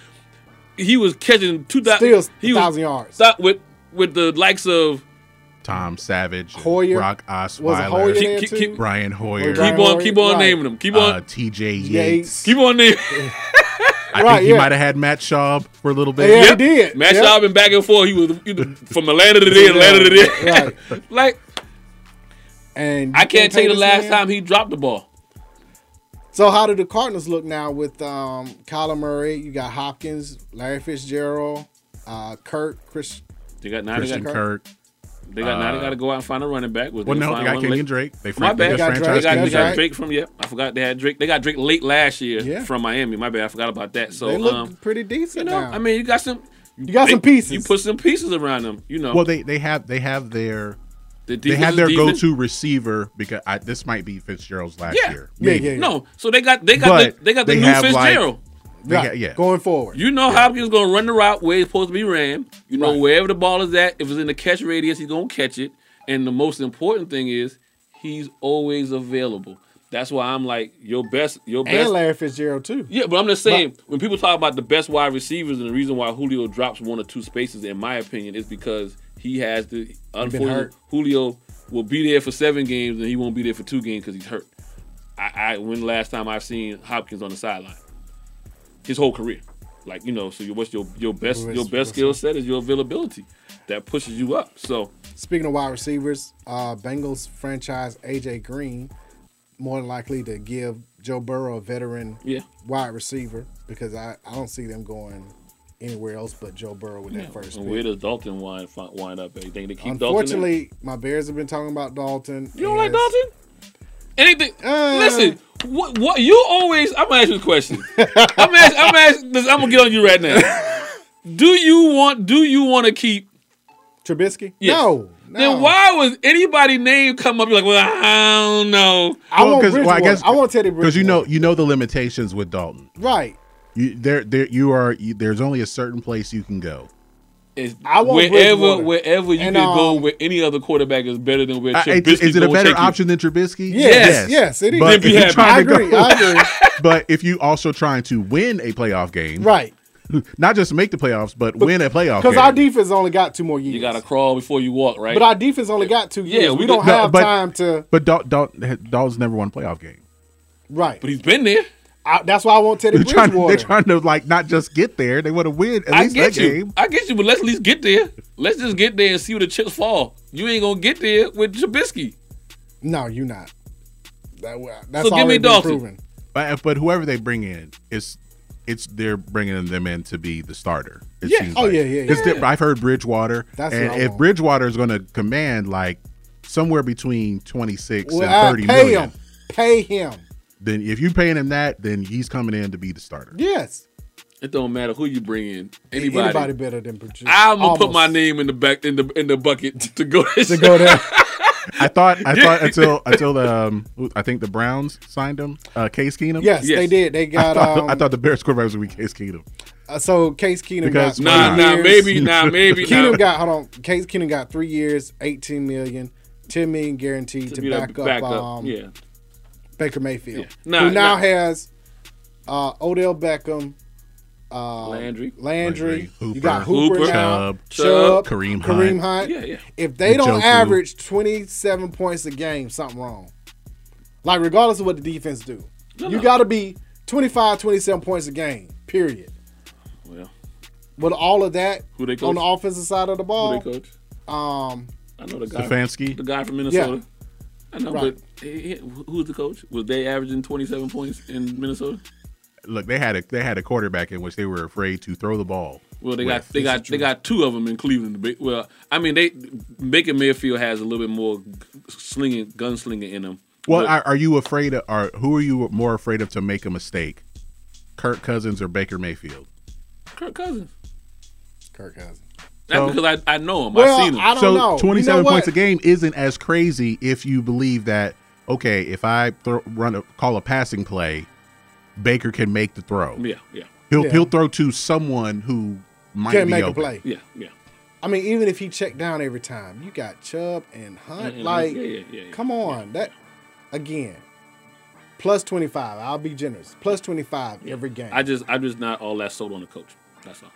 S6: He was catching two
S5: Still
S6: he was
S5: 1,000 yards.
S6: stop with with the likes of
S7: Tom Savage,
S5: Hoyer.
S7: Brock
S5: Was it Hoyer
S7: Osweiler,
S5: there Keep- keep- too?
S7: Brian Hoyer.
S6: Keep on- Hoyer, keep on right. naming them. Keep on-
S7: uh, T.J. Yates.
S6: keep on there.
S5: <laughs>
S7: I
S6: Right,
S7: think he
S6: yeah.
S7: might have had Matt Schaub for a little bit.
S6: Yep. Matt Schaub and back and forth. He was he was from Atlanta to there, Atlanta to there. <laughs> like,
S5: and
S6: I can't tell
S5: take
S6: you the last time he dropped the ball.
S5: So how do the Cardinals look now with um, Kyler Murray? You got Hopkins, Larry Fitzgerald, uh, Kirk, Chris.
S6: They got now.
S7: Christian
S6: they got,
S7: Kirk.
S6: They got now. They
S7: Uh,
S6: got to go out and find a running back. Was
S7: well,
S6: they
S7: no,
S6: find
S7: they got
S6: one
S7: Kenyon
S6: late?
S7: Drake. They
S6: My
S7: fran- they got
S6: bad. They got,
S7: franchise
S6: they got,
S7: Kenyon Drake.
S6: Drake from yep. I forgot they had Drake. They got Drake late last year from Miami. My bad. I forgot about that. So
S5: they look
S6: um,
S5: pretty decent
S6: you know,
S5: now.
S6: I mean, you got some.
S5: You got
S6: they-
S5: some pieces.
S6: You put some pieces around them. You know.
S7: Well, they they have they have their they
S6: The defense
S7: had
S6: is
S7: their
S6: decent.
S7: go-to receiver because I, this might be Fitzgerald's last
S6: Yeah.
S7: year.
S6: Yeah,
S7: Maybe.
S6: yeah, yeah. No, so they got they got
S7: But
S6: the, they got the
S7: they
S6: new
S7: have, like-
S6: Fitzgerald.
S7: They got- yeah.
S5: Going forward.
S6: You know Hopkins gonna run the route where he's supposed to be ran. You know wherever the ball is at, if it's in the catch radius, he's gonna catch it. And the most important thing is he's always available. That's why I'm like your best, your best.
S5: and Larry Fitzgerald too.
S6: yeah, but I'm just saying when people talk about the best wide receivers and the reason why Julio drops one or two spaces, in my opinion, is because he has the
S5: hurt.
S6: unfortunate Julio will be there for seven games and he won't be there for two games because he's hurt. I, I when last time I've seen Hopkins on the sideline, his whole career, like you know. So your, what's your your best
S5: What's-
S6: your
S5: what's
S6: best skill set is your availability that pushes you up. So
S5: Speaking of wide receivers, uh, Bengals franchise AJ Green more than likely to give Joe Burrow a veteran
S6: Yeah.
S5: wide receiver because I, I don't see them going anywhere else but Joe Burrow with
S6: yeah,
S5: that first
S6: and
S5: pick.
S6: where does Dalton wind fi- wind up? at? You think they keep Dalton? in?
S5: Unfortunately, my Bears have been talking about Dalton. Mm.
S6: You don't like
S5: as-
S6: Dalton? Anything? listen, what, what you always? I'm gonna ask you a question. I'm ask, I'm ask, listen, I'm gonna get on you right now. Do you want? Do you want to keep?
S5: Trubisky?
S6: Yes.
S5: No, no.
S6: Then why was anybody name come up? You're like, well, I don't know.
S5: I
S7: Well,
S5: want
S7: 'cause- well, I
S5: Bridgewater. I,
S7: guess-
S5: want Teddy Bridgewater.
S7: because you know you know the limitations with Dalton.
S5: right.
S7: You there there you are. You, there's only a certain place you can go.
S6: It's
S5: I want
S6: wherever
S5: Bridgewater.
S6: wherever you
S5: And,
S6: can go,
S5: um,
S6: where any other quarterback is better than where
S7: I-
S6: Trubisky
S7: is, is it a
S6: gonna
S7: better
S6: take you.
S7: option than Trubisky?
S6: Yes, yes, it is.
S7: But
S6: Then be
S7: if you're
S6: happy.
S7: trying
S6: I
S7: to
S6: agree,
S7: go-
S6: I agree.
S7: but if you also trying to win a playoff game,
S5: right?
S7: Not just make the playoffs, but win a playoff
S5: Because
S7: game.
S5: our defense only got two more years.
S6: You gotta crawl before you walk, right?
S5: But our defense only got two
S6: Yeah,
S5: years. we,
S6: we
S5: don't
S6: did- no,
S5: have
S7: but-
S5: time to
S7: but Dal- Dal- Dalton's never won a playoff game. <laughs>
S5: right.
S6: But he's been there.
S5: I, that's why I want Teddy
S7: They're trying,
S5: Bridgewater.
S7: they're trying to like not just get there; they want to win at
S6: I
S7: least
S6: get
S7: that
S6: you.
S7: game.
S6: I get you, but let's at least get there. Let's just get there and see where the chips fall. You ain't gonna get there with Trubisky.
S5: No, you're not. That, wa-
S6: So
S5: that's
S6: give me
S5: already been
S6: Dalton.
S5: proven.
S7: But, uh, but whoever they bring in, it's it's they're bringing them in to be the starter. It
S5: Yeah.
S7: seems
S5: Oh,
S7: like.
S5: yeah, yeah,
S7: 'Cause
S5: yeah.
S7: they- I've heard Bridgewater,
S5: That's
S7: and
S5: what I
S7: if
S5: want.
S7: Bridgewater is going to command like somewhere between twenty six
S5: Well, I
S7: and thirty
S5: pay
S7: million,
S5: him. Pay him.
S7: then if you paying him that, then he's coming in to be the starter.
S5: Yes.
S6: It don't matter who you bring in. Anybody.
S5: Anybody, better than Bridgewater?
S6: I'm gonna put my name in the back in the in the bucket <laughs> to go to
S5: go there.
S7: I thought I thought until until the um, I think the Browns signed him, uh, Case Keenum.
S5: <laughs> Yes, they Yes. did. They got,
S7: I thought,
S5: um,
S7: I thought the Bears quarterback was going to be Case Keenum.
S5: Uh, so Case Keenum
S7: Because-
S5: got
S7: Nah,
S5: three
S7: nah,
S5: years.
S7: maybe,
S5: <laughs>
S7: nah, maybe,
S5: Keenum
S7: nah.
S5: got hold on. Case Keenum got three years, eighteen million, ten million guaranteed to,
S6: be the
S5: back,
S6: back
S5: up,
S6: up,
S5: Um,
S6: yeah.
S5: Baker Mayfield,
S6: Yeah. Nah,
S5: who now
S6: nah.
S5: has uh, Odell Beckham, uh,
S6: Landry.
S5: Landry,
S7: Landry,
S5: you got
S7: Hooper,
S5: Hooper,
S7: Hooper,
S5: now,
S7: Chubb,
S5: Chubb,
S7: Kareem Hunt.
S5: Kareem Hunt.
S7: Yeah, yeah.
S5: If they don't
S7: Njoku.
S5: average twenty-seven points a game, something wrong. Like regardless of what the defense do, you got to be 25, 27 points a game. Period.
S6: Well,
S5: With all of that
S6: Who they coach?
S5: on the offensive side of the ball,
S6: who they coach?
S5: um,
S6: I know the guy.
S7: Stefanski?
S6: The guy from Minnesota. I know,
S5: Right.
S6: but eh, eh, who's the coach? Was they averaging 27 points in Minnesota?
S7: Look, they had a they had a quarterback in which they were afraid to throw the ball.
S6: Well, they
S7: with.
S6: got they got they got two of them in Cleveland. Ba- Well, I mean, they Baker Mayfield has a little bit more g- slinging, gunslinger in him.
S7: Well,
S6: But
S7: are, are you afraid of? Are who are you more afraid of to make a mistake? Kirk Cousins or Baker Mayfield?
S6: Kirk Cousins.
S5: Kirk Cousins.
S6: That's
S7: So-
S6: because I, I know him.
S7: Well,
S6: I've seen him.
S5: I don't
S7: so
S5: know. You know
S7: twenty-seven
S5: what?
S7: points a game isn't as crazy if you believe that. Okay, if I throw, run a call a passing play, Baker can make the throw.
S6: Yeah, yeah.
S7: He'll
S5: Yeah.
S7: he'll throw to someone who might
S5: Can't
S7: be
S5: make a
S7: open.
S5: play.
S6: Yeah, yeah.
S5: I mean, even if he checked down every time, you got Chubb and Hunt.
S6: And- and-
S5: like,
S6: yeah, yeah, yeah, yeah.
S5: come on, that again. Plus twenty five. I'll be generous. Plus twenty five every game.
S6: I just I'm just not all that sold on the coach. That's all.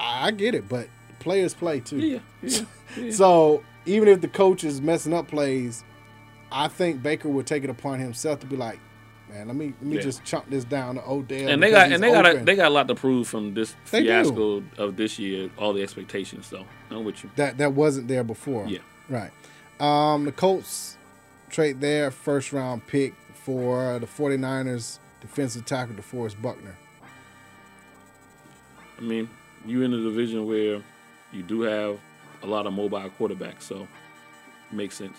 S5: I, I get it, but players play too.
S6: Yeah, yeah, yeah.
S5: So even if the coach is messing up plays, I think Baker would take it upon himself to be like, man, let me let me
S6: Yeah.
S5: just chunk this down to Odell.
S6: <laughs> and they
S5: because
S6: got
S5: he's
S6: and they got a,
S5: open.
S6: they got a lot to prove from this
S5: They do.
S6: fiasco of this year. All the expectations. So I'm with you.
S5: that that wasn't there before.
S6: Yeah.
S5: Right. Um, the Colts trade their first round pick for the 49ers defensive tackle DeForest Buckner.
S6: I mean, you in a division where you do have a lot of mobile quarterbacks, so makes sense.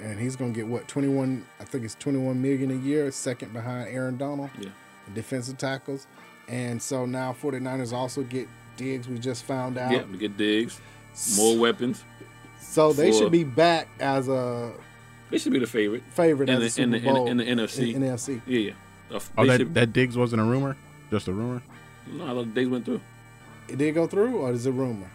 S5: And he's gonna get what, twenty one I think it's twenty one million a year, second behind Aaron Donald.
S6: Yeah.
S5: in Defensive tackles. And so now 49ers also get Diggs, we just found out.
S6: Yeah, we get digs, more weapons.
S5: So they
S6: For-
S5: should be back as a
S6: They should be the favorite.
S5: favorite
S6: in
S5: as a
S6: the, in, the,
S5: Super
S6: in, the,
S5: Bowl
S6: in the NFC.
S5: in- NFC.
S6: Yeah, yeah. Uh, f-
S7: Oh,
S6: they
S7: that
S6: should-
S7: that Diggs wasn't a rumor, just a rumor.
S6: no, I thought they went through.
S5: It did go through or is it rumor?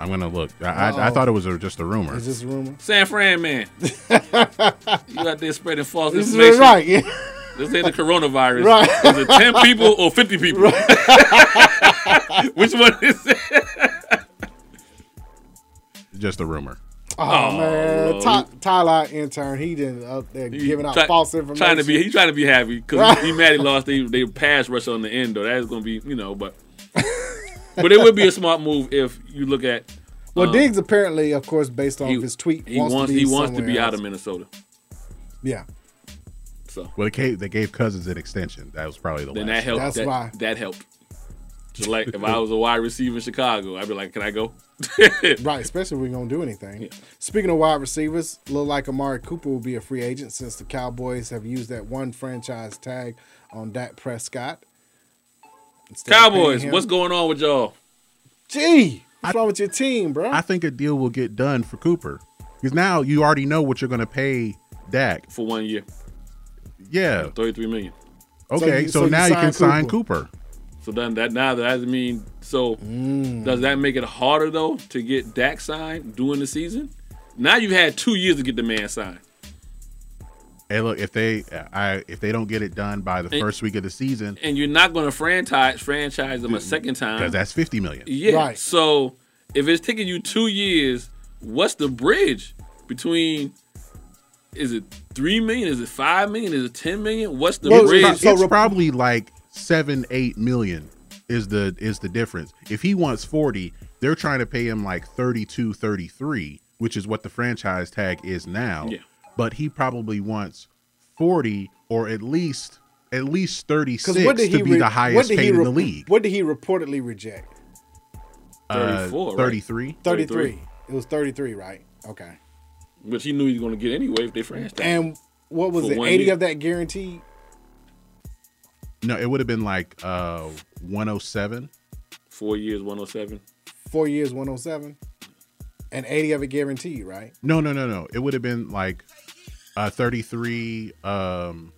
S7: I'm gonna look. I, I, I
S5: Uh-oh.
S7: thought it was a, just a rumor.
S5: Is this a rumor?
S6: San
S5: <laughs>
S6: Fran man, you out there spreading false
S5: This is
S6: information.
S5: right, <laughs> yeah.
S6: This ain't the coronavirus.
S5: Right.
S6: Is it ten people or fifty people? <laughs> Which one is it?
S7: Just a rumor.
S5: Oh,
S6: Oh,
S5: man,
S6: Lord.
S5: Ty, Tyler, our intern, he didn't up there giving out
S6: Try-
S5: false information.
S6: Trying to be, he's trying to be happy because he, he mad he lost. They they pass rush on the end though. That is gonna be you know, but but it would be a smart move if you look at.
S5: well,
S6: um,
S5: Diggs apparently, of course, based off his tweet,
S6: He
S5: wants, to be
S6: he wants to
S5: somewhere
S6: be out
S5: else.
S6: of Minnesota.
S5: Yeah,
S6: So
S7: Well, they gave, they gave Cousins an extension. That was probably the
S6: then
S7: last.
S6: that helped.
S5: That's
S6: that,
S5: why.
S6: that helped. Just like if I was a wide receiver in Chicago, I'd be like, "Can I go?"
S5: right. Especially if we're gonna do anything. Speaking of wide receivers, look like Amari Cooper will be a free agent since the Cowboys have used that one franchise tag on Dak Prescott. Instead of
S6: Cowboys,
S5: paying him-
S6: what's going on with y'all?
S5: Gee, what's wrong with your team, bro?
S7: I think a deal will get done for Cooper because now you already know what you're going to pay Dak.
S6: For one year,
S7: Yeah.
S6: thirty-three million.
S7: Okay. So,
S5: you- so you
S7: now you
S5: sign
S7: can sign
S5: Cooper.
S7: Cooper.
S6: So then that now that doesn't mean so
S7: Mm.
S6: does that make it harder though to get Dak signed during the season? Now you've had two years to get the man signed.
S7: Hey, look, if they, I, if they don't get it done by the
S6: And-
S7: first week of the season,
S6: And you're not gonna franchise franchise them a second time.
S7: because that's fifty million.
S6: Yeah. So if it's taking you two years, what's the bridge between? Is it three million? Is it five million? Is it ten million? What's the
S7: Well,
S6: bridge?
S7: it's, it's probably like seven, eight million is the is the difference. If he wants forty, they're trying to pay him like 32, 33, which is what the franchise tag is now.
S6: Yeah.
S7: But he probably wants forty or at least at least thirty six
S5: Because what did he
S7: to be
S5: re-
S7: the
S5: what
S7: highest
S5: did he
S7: paid in
S5: re-
S7: the league.
S5: What did he reportedly reject?
S7: Uh,
S6: 34, right?
S7: 33?
S5: 33. It was 33, right? Okay.
S6: Which he knew he was going to get anyway if they franchised.
S5: And what was
S6: For
S5: it?
S6: one
S5: 80
S6: year.
S5: of that guaranteed?
S7: No, it would have been like uh one oh seven.
S6: Four years, one hundred seven.
S5: Four years, 107. And 80 of it guaranteed, right?
S7: No, no, no, no. It would have been like uh 33 um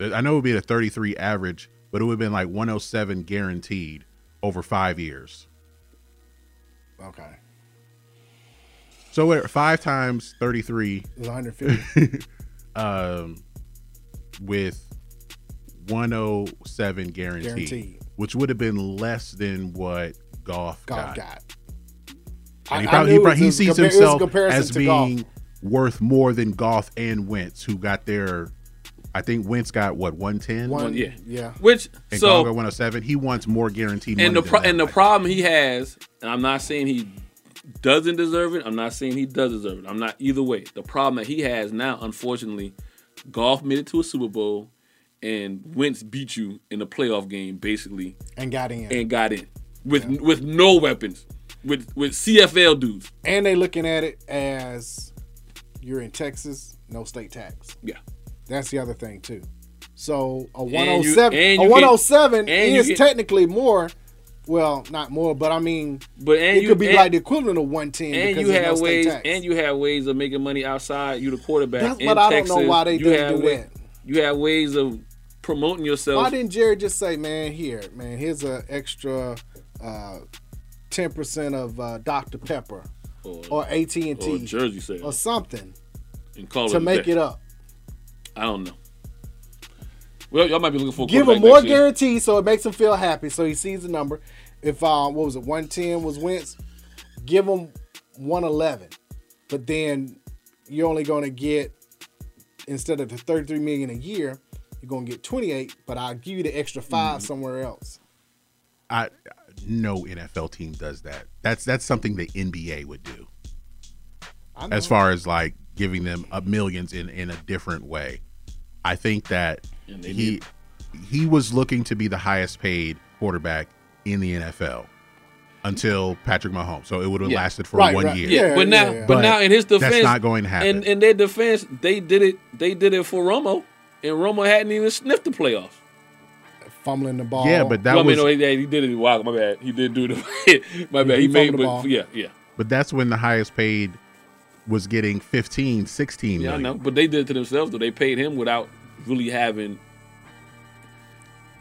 S7: I know it would be a 33 average, but it would have been like 107 guaranteed over 5 years.
S5: Okay.
S7: So what 5 times 33
S5: It
S7: <laughs>
S5: was 150.
S7: um with 107 guaranteed,
S5: Guaranteed.
S7: which would have been less than what Goff,
S5: Golf
S7: got.
S5: got.
S7: And he,
S5: I- I
S7: probably, he,
S5: knew
S7: prob-
S5: it
S7: he
S5: was a
S7: sees
S5: compar- it was a
S7: himself
S5: comparison
S7: as
S5: to Goff.
S7: being worth more than Goff and Wentz, who got their. I think Wentz got what 110?
S5: One- yeah. yeah.
S6: Which
S7: And
S6: so
S7: Goff got 107. He wants more guaranteed money.
S6: and the
S7: than
S6: pro-
S7: that.
S6: and the problem he has, and I'm not saying he doesn't deserve it. I'm not saying he does deserve it. I'm not either way. The problem that he has now, unfortunately, golf made it to a Super Bowl, and Wentz beat you in the playoff game basically,
S5: and got in.
S6: and got in with with no weapons, with with CFL dudes.
S5: And they looking at it as you're in Texas, no state tax.
S6: Yeah.
S5: That's the other thing too. So a
S6: And you-
S5: 107
S6: and you
S5: a
S6: get-
S5: 107
S6: and you
S5: is
S6: get-
S5: technically more well, not more, but I mean
S6: But and
S5: it
S6: you-
S5: could be
S6: and-
S5: like the equivalent of 110
S6: And
S5: because
S6: you
S5: there's no
S6: have
S5: state
S6: ways,
S5: tax.
S6: and you have ways of making money outside. You the quarterback.
S5: That's
S6: in
S5: what I don't know
S6: Texas.
S5: why they
S6: You
S5: didn't
S6: have
S5: do
S6: wa-
S5: that.
S6: You have ways of promoting yourself.
S5: Why didn't Jerry just say, man, here, man, here's an extra uh, 10% of uh, Dr. Pepper
S6: or,
S5: AT&T
S6: or Jersey Sale.
S5: or something
S6: and call
S5: to
S6: a
S5: make
S6: day.
S5: it up?
S6: I don't know. Well, y'all might be looking for a
S5: Give him
S6: quarterback
S5: more
S6: next year.
S5: guarantee so it makes him feel happy so he sees the number. If, um, what was it, 110 was Wentz, give him 111. But then you're only going to get, instead of the 33 million a year, you're going to get 28, but I'll give you the extra
S7: Mm-hmm.
S5: 5 somewhere else.
S7: I no NFL team does that. That's that's something the NBA would do.
S5: I
S7: As
S5: know.
S7: far as like giving them uh, millions in in a different way, I think that
S6: And they
S7: he he was looking to be the highest paid quarterback in the NFL until Patrick Mahomes. So it would have
S6: Yeah.
S7: lasted for
S6: Right,
S7: one
S6: right.
S7: year.
S6: Yeah, but now, but, now in his defense,
S7: that's not going to happen.
S6: In, in their defense, they did it. They did it for Romo, and Romo hadn't even sniffed the playoffs.
S5: Fumbling the ball.
S7: Yeah, but that
S6: well,
S7: was-
S6: I mean, no, he, he did it. Wow, my bad. He did do the. <laughs> my bad. He,
S5: He
S6: made,
S5: fumbled the
S6: but
S5: ball.
S6: yeah, yeah,
S7: But that's when the highest paid was getting 15, 16
S6: yeah. I
S7: million.
S6: know, but they did it to themselves. Though they paid him without really having,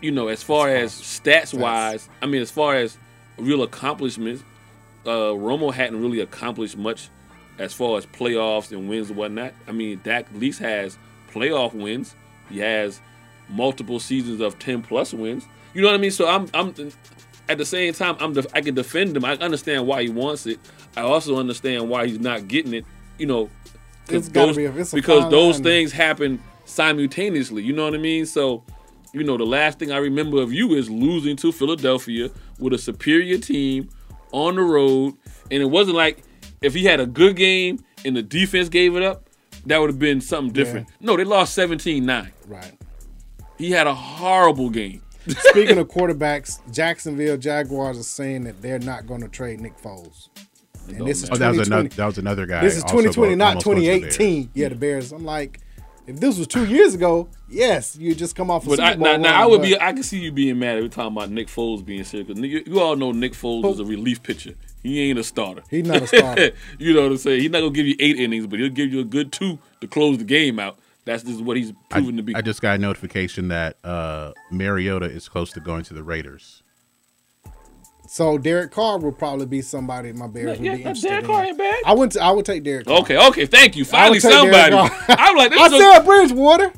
S6: you know, as far as stats wise, I mean, as far as real accomplishments, uh, Romo hadn't really accomplished much as far as playoffs and wins and whatnot. I mean, Dak at least has playoff wins. He has multiple seasons of ten plus wins. You know what I mean? So I'm, I'm, at the same time, I'm, def- I can defend him. I understand why he wants it. I also understand why he's not getting it. You know, 'cause
S5: It's gotta be a- it's a
S6: because
S5: fine
S6: those
S5: line.
S6: things happen simultaneously. You know what I mean? So. You know, the last thing I remember of you is losing to Philadelphia with a superior team on the road. And it wasn't like if he had a good game and the defense gave it up, that would have been something different. No, they lost 17 9.
S5: <laughs> Right.
S6: He had a horrible game.
S5: Speaking of quarterbacks, Jacksonville Jaguars are saying that they're not going to trade Nick Foles. And this is
S7: Oh, that was
S5: 2020.
S7: another. That was another guy.
S5: This is
S7: also go-
S5: 2020, not
S7: almost going to the Bears.
S5: 2018. yeah, the Bears. I'm like, if this was two years ago, yes, you just come off. A
S6: But
S5: Super
S6: I,
S5: Bowl
S6: now, now
S5: run,
S6: I would
S5: but
S6: be. I can see you being mad every time about Nick Foles being sick. Cause you, you all know Nick Foles is a relief pitcher. He ain't a starter.
S5: He's
S6: <laughs>
S5: not a starter.
S6: you know what I'm saying? He's not gonna give you eight innings, but he'll give you a good two to close the game out. That's this is what he's proven to be.
S7: I just got a notification that uh, Mariota is close to going to the Raiders.
S5: So Derek Carr will probably be somebody my Bears
S6: Yeah,
S5: would be
S6: yeah,
S5: interested
S6: Derek
S5: in.
S6: Carr ain't bad.
S5: I would. I would take Derek. Carr.
S6: Okay, okay, thank you.
S5: I
S6: Finally,
S5: would take Derek
S6: somebody.
S5: Carr.
S6: <laughs> I'm like,
S5: <laughs>
S6: this
S5: I
S6: is a-
S5: said Bridgewater.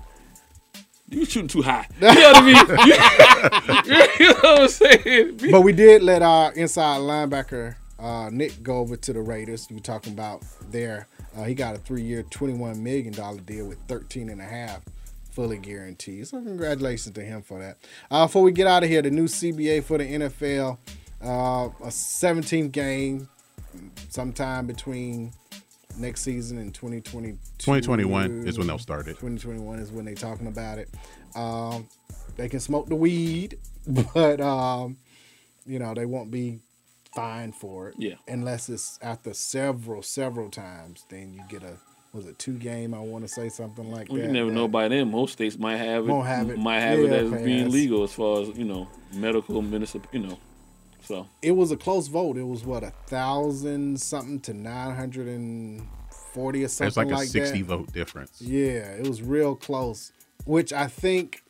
S6: you shooting too high. You know what I mean? <laughs> You, know what I'm saying?
S5: but we did let our inside linebacker uh, Nick go over to the Raiders. You were talking about there. Uh, he got a three-year, twenty-one million dollar deal with thirteen and a half fully guaranteed. So congratulations to him for that. Uh, before we get out of here, the new CBA for the NFL, uh, a 17th game, sometime between next season and 2022.
S7: 2021 is when they'll start it.
S5: 2021 is when they're talking about it. Um, they can smoke the weed, <laughs> but um, you know they won't be fined for it.
S6: Yeah.
S5: Unless it's after several, several times, then you get a was it two game? I want to say something like
S6: Well,
S5: that.
S6: you never know by then. Most states might have it.
S5: Won't have it.
S6: Might have it
S5: Yeah,
S6: as
S5: okay,
S6: being
S5: that's-
S6: legal as far as you know, medical, municipal. You know, so
S5: It was a close vote. It was what a thousand something to nine hundred and forty or something.
S7: There's like a
S5: that.
S7: 60 vote difference.
S5: Yeah, it was real close, which I think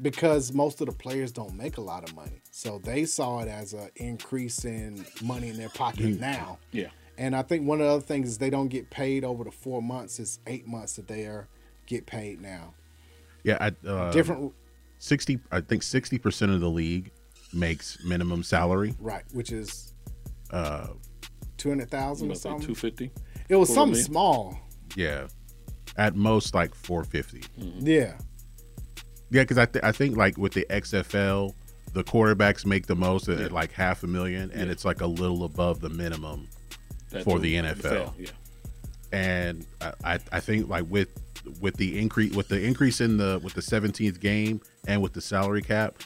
S5: because most of the players don't make a lot of money. So they saw it as an increase in money in their pocket now.
S6: yeah.
S5: And I think one of the other things is they don't get paid over the four months. It's eight months that they are get paid now.
S7: Yeah, I, uh,
S5: Different-
S7: 60. I think 60 percent of the league makes minimum salary.
S5: Right, which is
S7: Uh,
S5: two hundred thousand or
S6: About like
S5: something.
S6: 250?
S5: It was
S6: Quarter
S5: something
S6: million?
S5: small.
S7: yeah, at most like 450.
S6: Mm-hmm.
S5: Yeah.
S7: Yeah, because I, th- I think like with the XFL, the quarterbacks make the most at at, like half a million, and it's like a little above the minimum
S6: That
S7: for
S6: too.
S7: the NFL.
S6: Yeah.
S7: And I, I, I think like with with the increase with the increase in the with the seventeenth game and with the salary cap,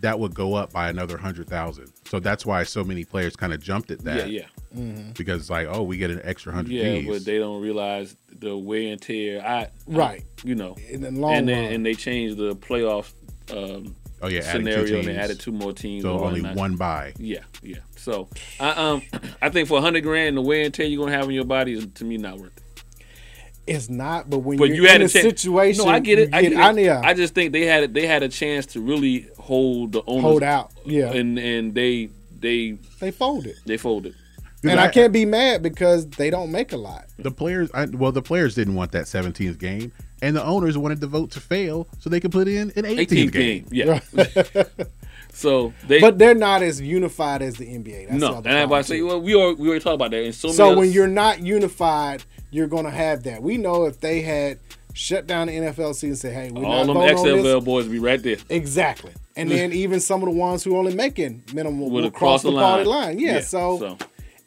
S7: that would go up by another hundred thousand. So that's why so many players kind of jumped at that.
S6: Yeah, yeah. Mhm.
S7: Because like, oh, we get an extra hundred.
S6: Yeah,
S7: Gs.
S6: but they don't realize the wear and tear. I
S5: Right.
S6: I- you know,
S5: In the long
S6: and then,
S5: run.
S6: and they changed the playoff. Um,
S7: Oh, yeah, adding two
S6: scenario and they
S7: teams.
S6: added two more teams.
S7: So
S6: and
S7: only
S6: whatnot.
S7: one bye.
S6: Yeah, yeah. So I um <clears throat> I think for hundred grand, the wear and tear you're gonna have on your body is to me not worth it.
S5: It's not, but when
S6: But
S5: you're
S6: you had
S5: in
S6: a
S5: a
S6: chance.
S5: situation,
S6: No, I get
S5: you
S6: it. I get
S5: I,
S6: it.
S5: yeah,
S6: I just think they had it. They had a chance to really hold the owners
S5: Hold out, yeah.
S6: and and they they
S5: they folded.
S6: they folded.
S5: And I can't be mad because they don't make a lot.
S7: The players, I, well, the players didn't want that 17th game, and the owners wanted the vote to fail so they could put in an 18th,
S6: 18th
S7: game.
S6: game,
S5: <laughs>
S6: yeah. <laughs> so they
S5: but they're not as unified as the NBA. That's the
S6: no,
S5: other
S6: and everybody
S5: problem,
S6: say,
S5: too.
S6: well, we already, we already talked about that. And so,
S5: So
S6: many
S5: when
S6: other-
S5: you're not unified, you're gonna have that. We know if they had shut down the NFL season, and say, hey, we're
S6: all
S5: not
S6: them
S5: voting on this.
S6: XFL boys be right there.
S5: Exactly. And then even some of the ones who only making minimum
S6: Would
S5: will
S6: have
S5: cross
S6: crossed
S5: the
S6: the
S5: party
S6: line.
S5: line. Yeah,
S6: Yeah,
S5: so,
S6: so.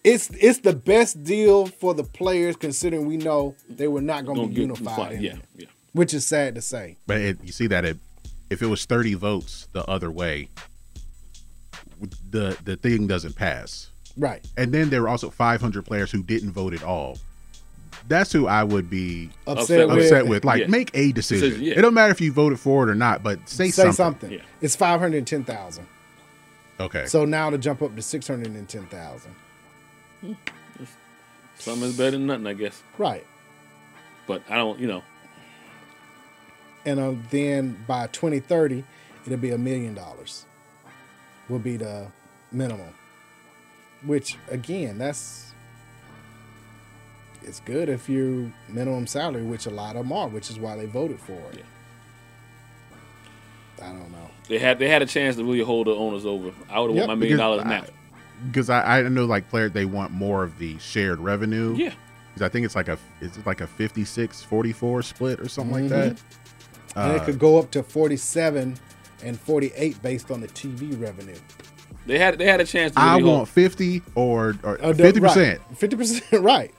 S5: it's it's the best deal for the players considering we know they were not gonna,
S6: Gonna
S5: be
S6: get
S5: unified.
S6: unified,
S5: in
S6: yeah,
S5: it,
S6: yeah.
S5: Which is sad to say.
S7: But it, you see that it, if it was 30 votes the other way, the the thing doesn't pass.
S5: Right.
S7: And then there were also 500 players who didn't vote at all. That's who I would be
S5: Upset with.
S7: upset with. Like,
S5: Oh, Yeah.
S7: make a decision.
S5: Decision, yeah.
S7: It don't matter if you voted for it or not, but say, something.
S5: Say something. It's five hundred and ten thousand.
S7: Okay.
S5: So now to jump up to six hundred and ten thousand.
S6: Something's better than nothing, I guess.
S5: Right.
S6: But I don't, you know,
S5: and uh, then by 2030 it'll be a million dollars will be the minimum which again that's it's good if you minimum salary which a lot of them are which is why they voted for it i don't know
S6: they had they had a chance to really hold the owners over. I would have
S7: Yep,
S6: want my million
S7: because
S6: dollars now.
S7: because I, I know like players they want more of the shared revenue.
S6: Yeah.
S7: Because I think it's like a it's like a 56 44 split or something
S5: Mhm.
S7: like that.
S5: and it
S7: Uh,
S5: could go up to 47 and 48 based on the tv revenue
S6: They had they had a chance to. Really
S7: I
S6: hold.
S7: want 50 or or
S5: Uh, the-
S7: 50%.
S5: right. 50% <laughs> right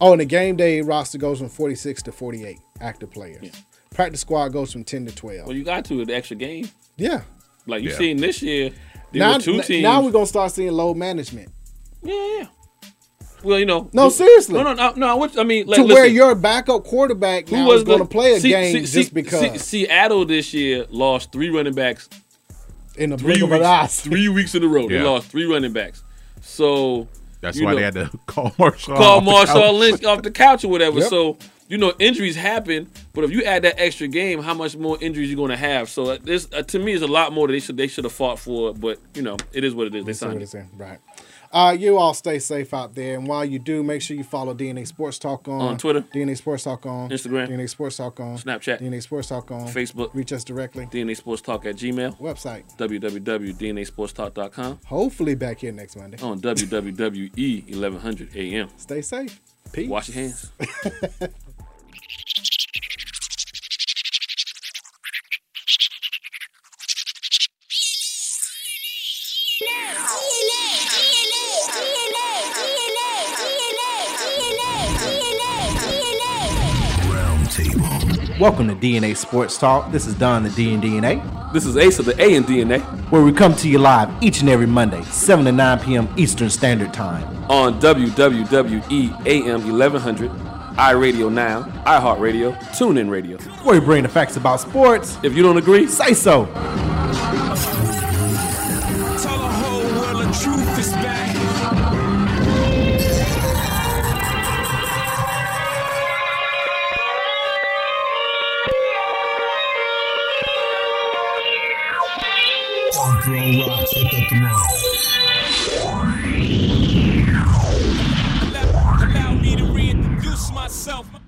S5: oh and the game day roster goes from 46 to 48 active players practice squad goes from 10 to 12
S6: Well, you got to the extra game.
S5: Yeah.
S6: Like you
S5: Yeah.
S6: seen this year, there
S5: now,
S6: were two
S5: n-
S6: teams.
S5: now we're gonna start seeing low management
S6: yeah, yeah. Well, you know,
S5: No,
S6: who-
S5: seriously.
S6: no, no, no. no I want- I mean, like,
S5: to where
S6: listen,
S5: your backup quarterback now is gonna
S6: the-
S5: play a
S6: Se-
S5: game
S6: Se-
S5: just
S6: Se-
S5: because
S6: Se- Seattle this year lost three running backs
S5: in the
S6: three
S5: blink of an eye. <laughs>
S6: weeks, three weeks in a row. They
S7: Yeah.
S6: lost three running backs. So
S7: That's
S6: you
S7: why
S6: know,
S7: they had to <laughs> call Marshall.
S6: call
S7: off the
S6: Marshall
S7: couch.
S6: Lynch off the couch or whatever.
S7: Yep.
S6: So you know injuries happen, but if you add that extra game, how much more injuries you're going to have? So uh, this uh, to me is a lot more that they should they should have fought for. But you know, it is what it is. They
S5: Let's see
S6: signed
S5: what
S6: it.
S5: it's in. Right. Uh, you all stay safe out there, and while you do, make sure you follow DNA Sports Talk on,
S6: On Twitter.
S5: DNA Sports Talk on
S6: Instagram.
S5: DNA Sports Talk on
S6: Snapchat.
S5: DNA Sports Talk on
S6: Facebook.
S5: Reach us directly.
S6: DNA Sports Talk at Gmail.
S5: Website.
S6: www.dnasportstalk.com
S5: Hopefully, back here next Monday.
S6: on WWE 1100 AM.
S5: Stay safe. Peace.
S6: Wash your hands.
S2: Welcome to DNA Sports Talk. This is Don the D and DNA.
S3: This is Ace of the A and DNA.
S2: Where we come to you live each and every Monday, 7 to 9 p.m. Eastern Standard Time.
S3: on WWE AM 1100, iRadio Now, iHeartRadio, TuneIn Radio.
S2: Where we bring the facts about sports.
S3: If you don't agree,
S2: say so.
S4: Tell the whole world the truth is back.
S1: Grow up, pick up the
S4: Allow me to reintroduce myself.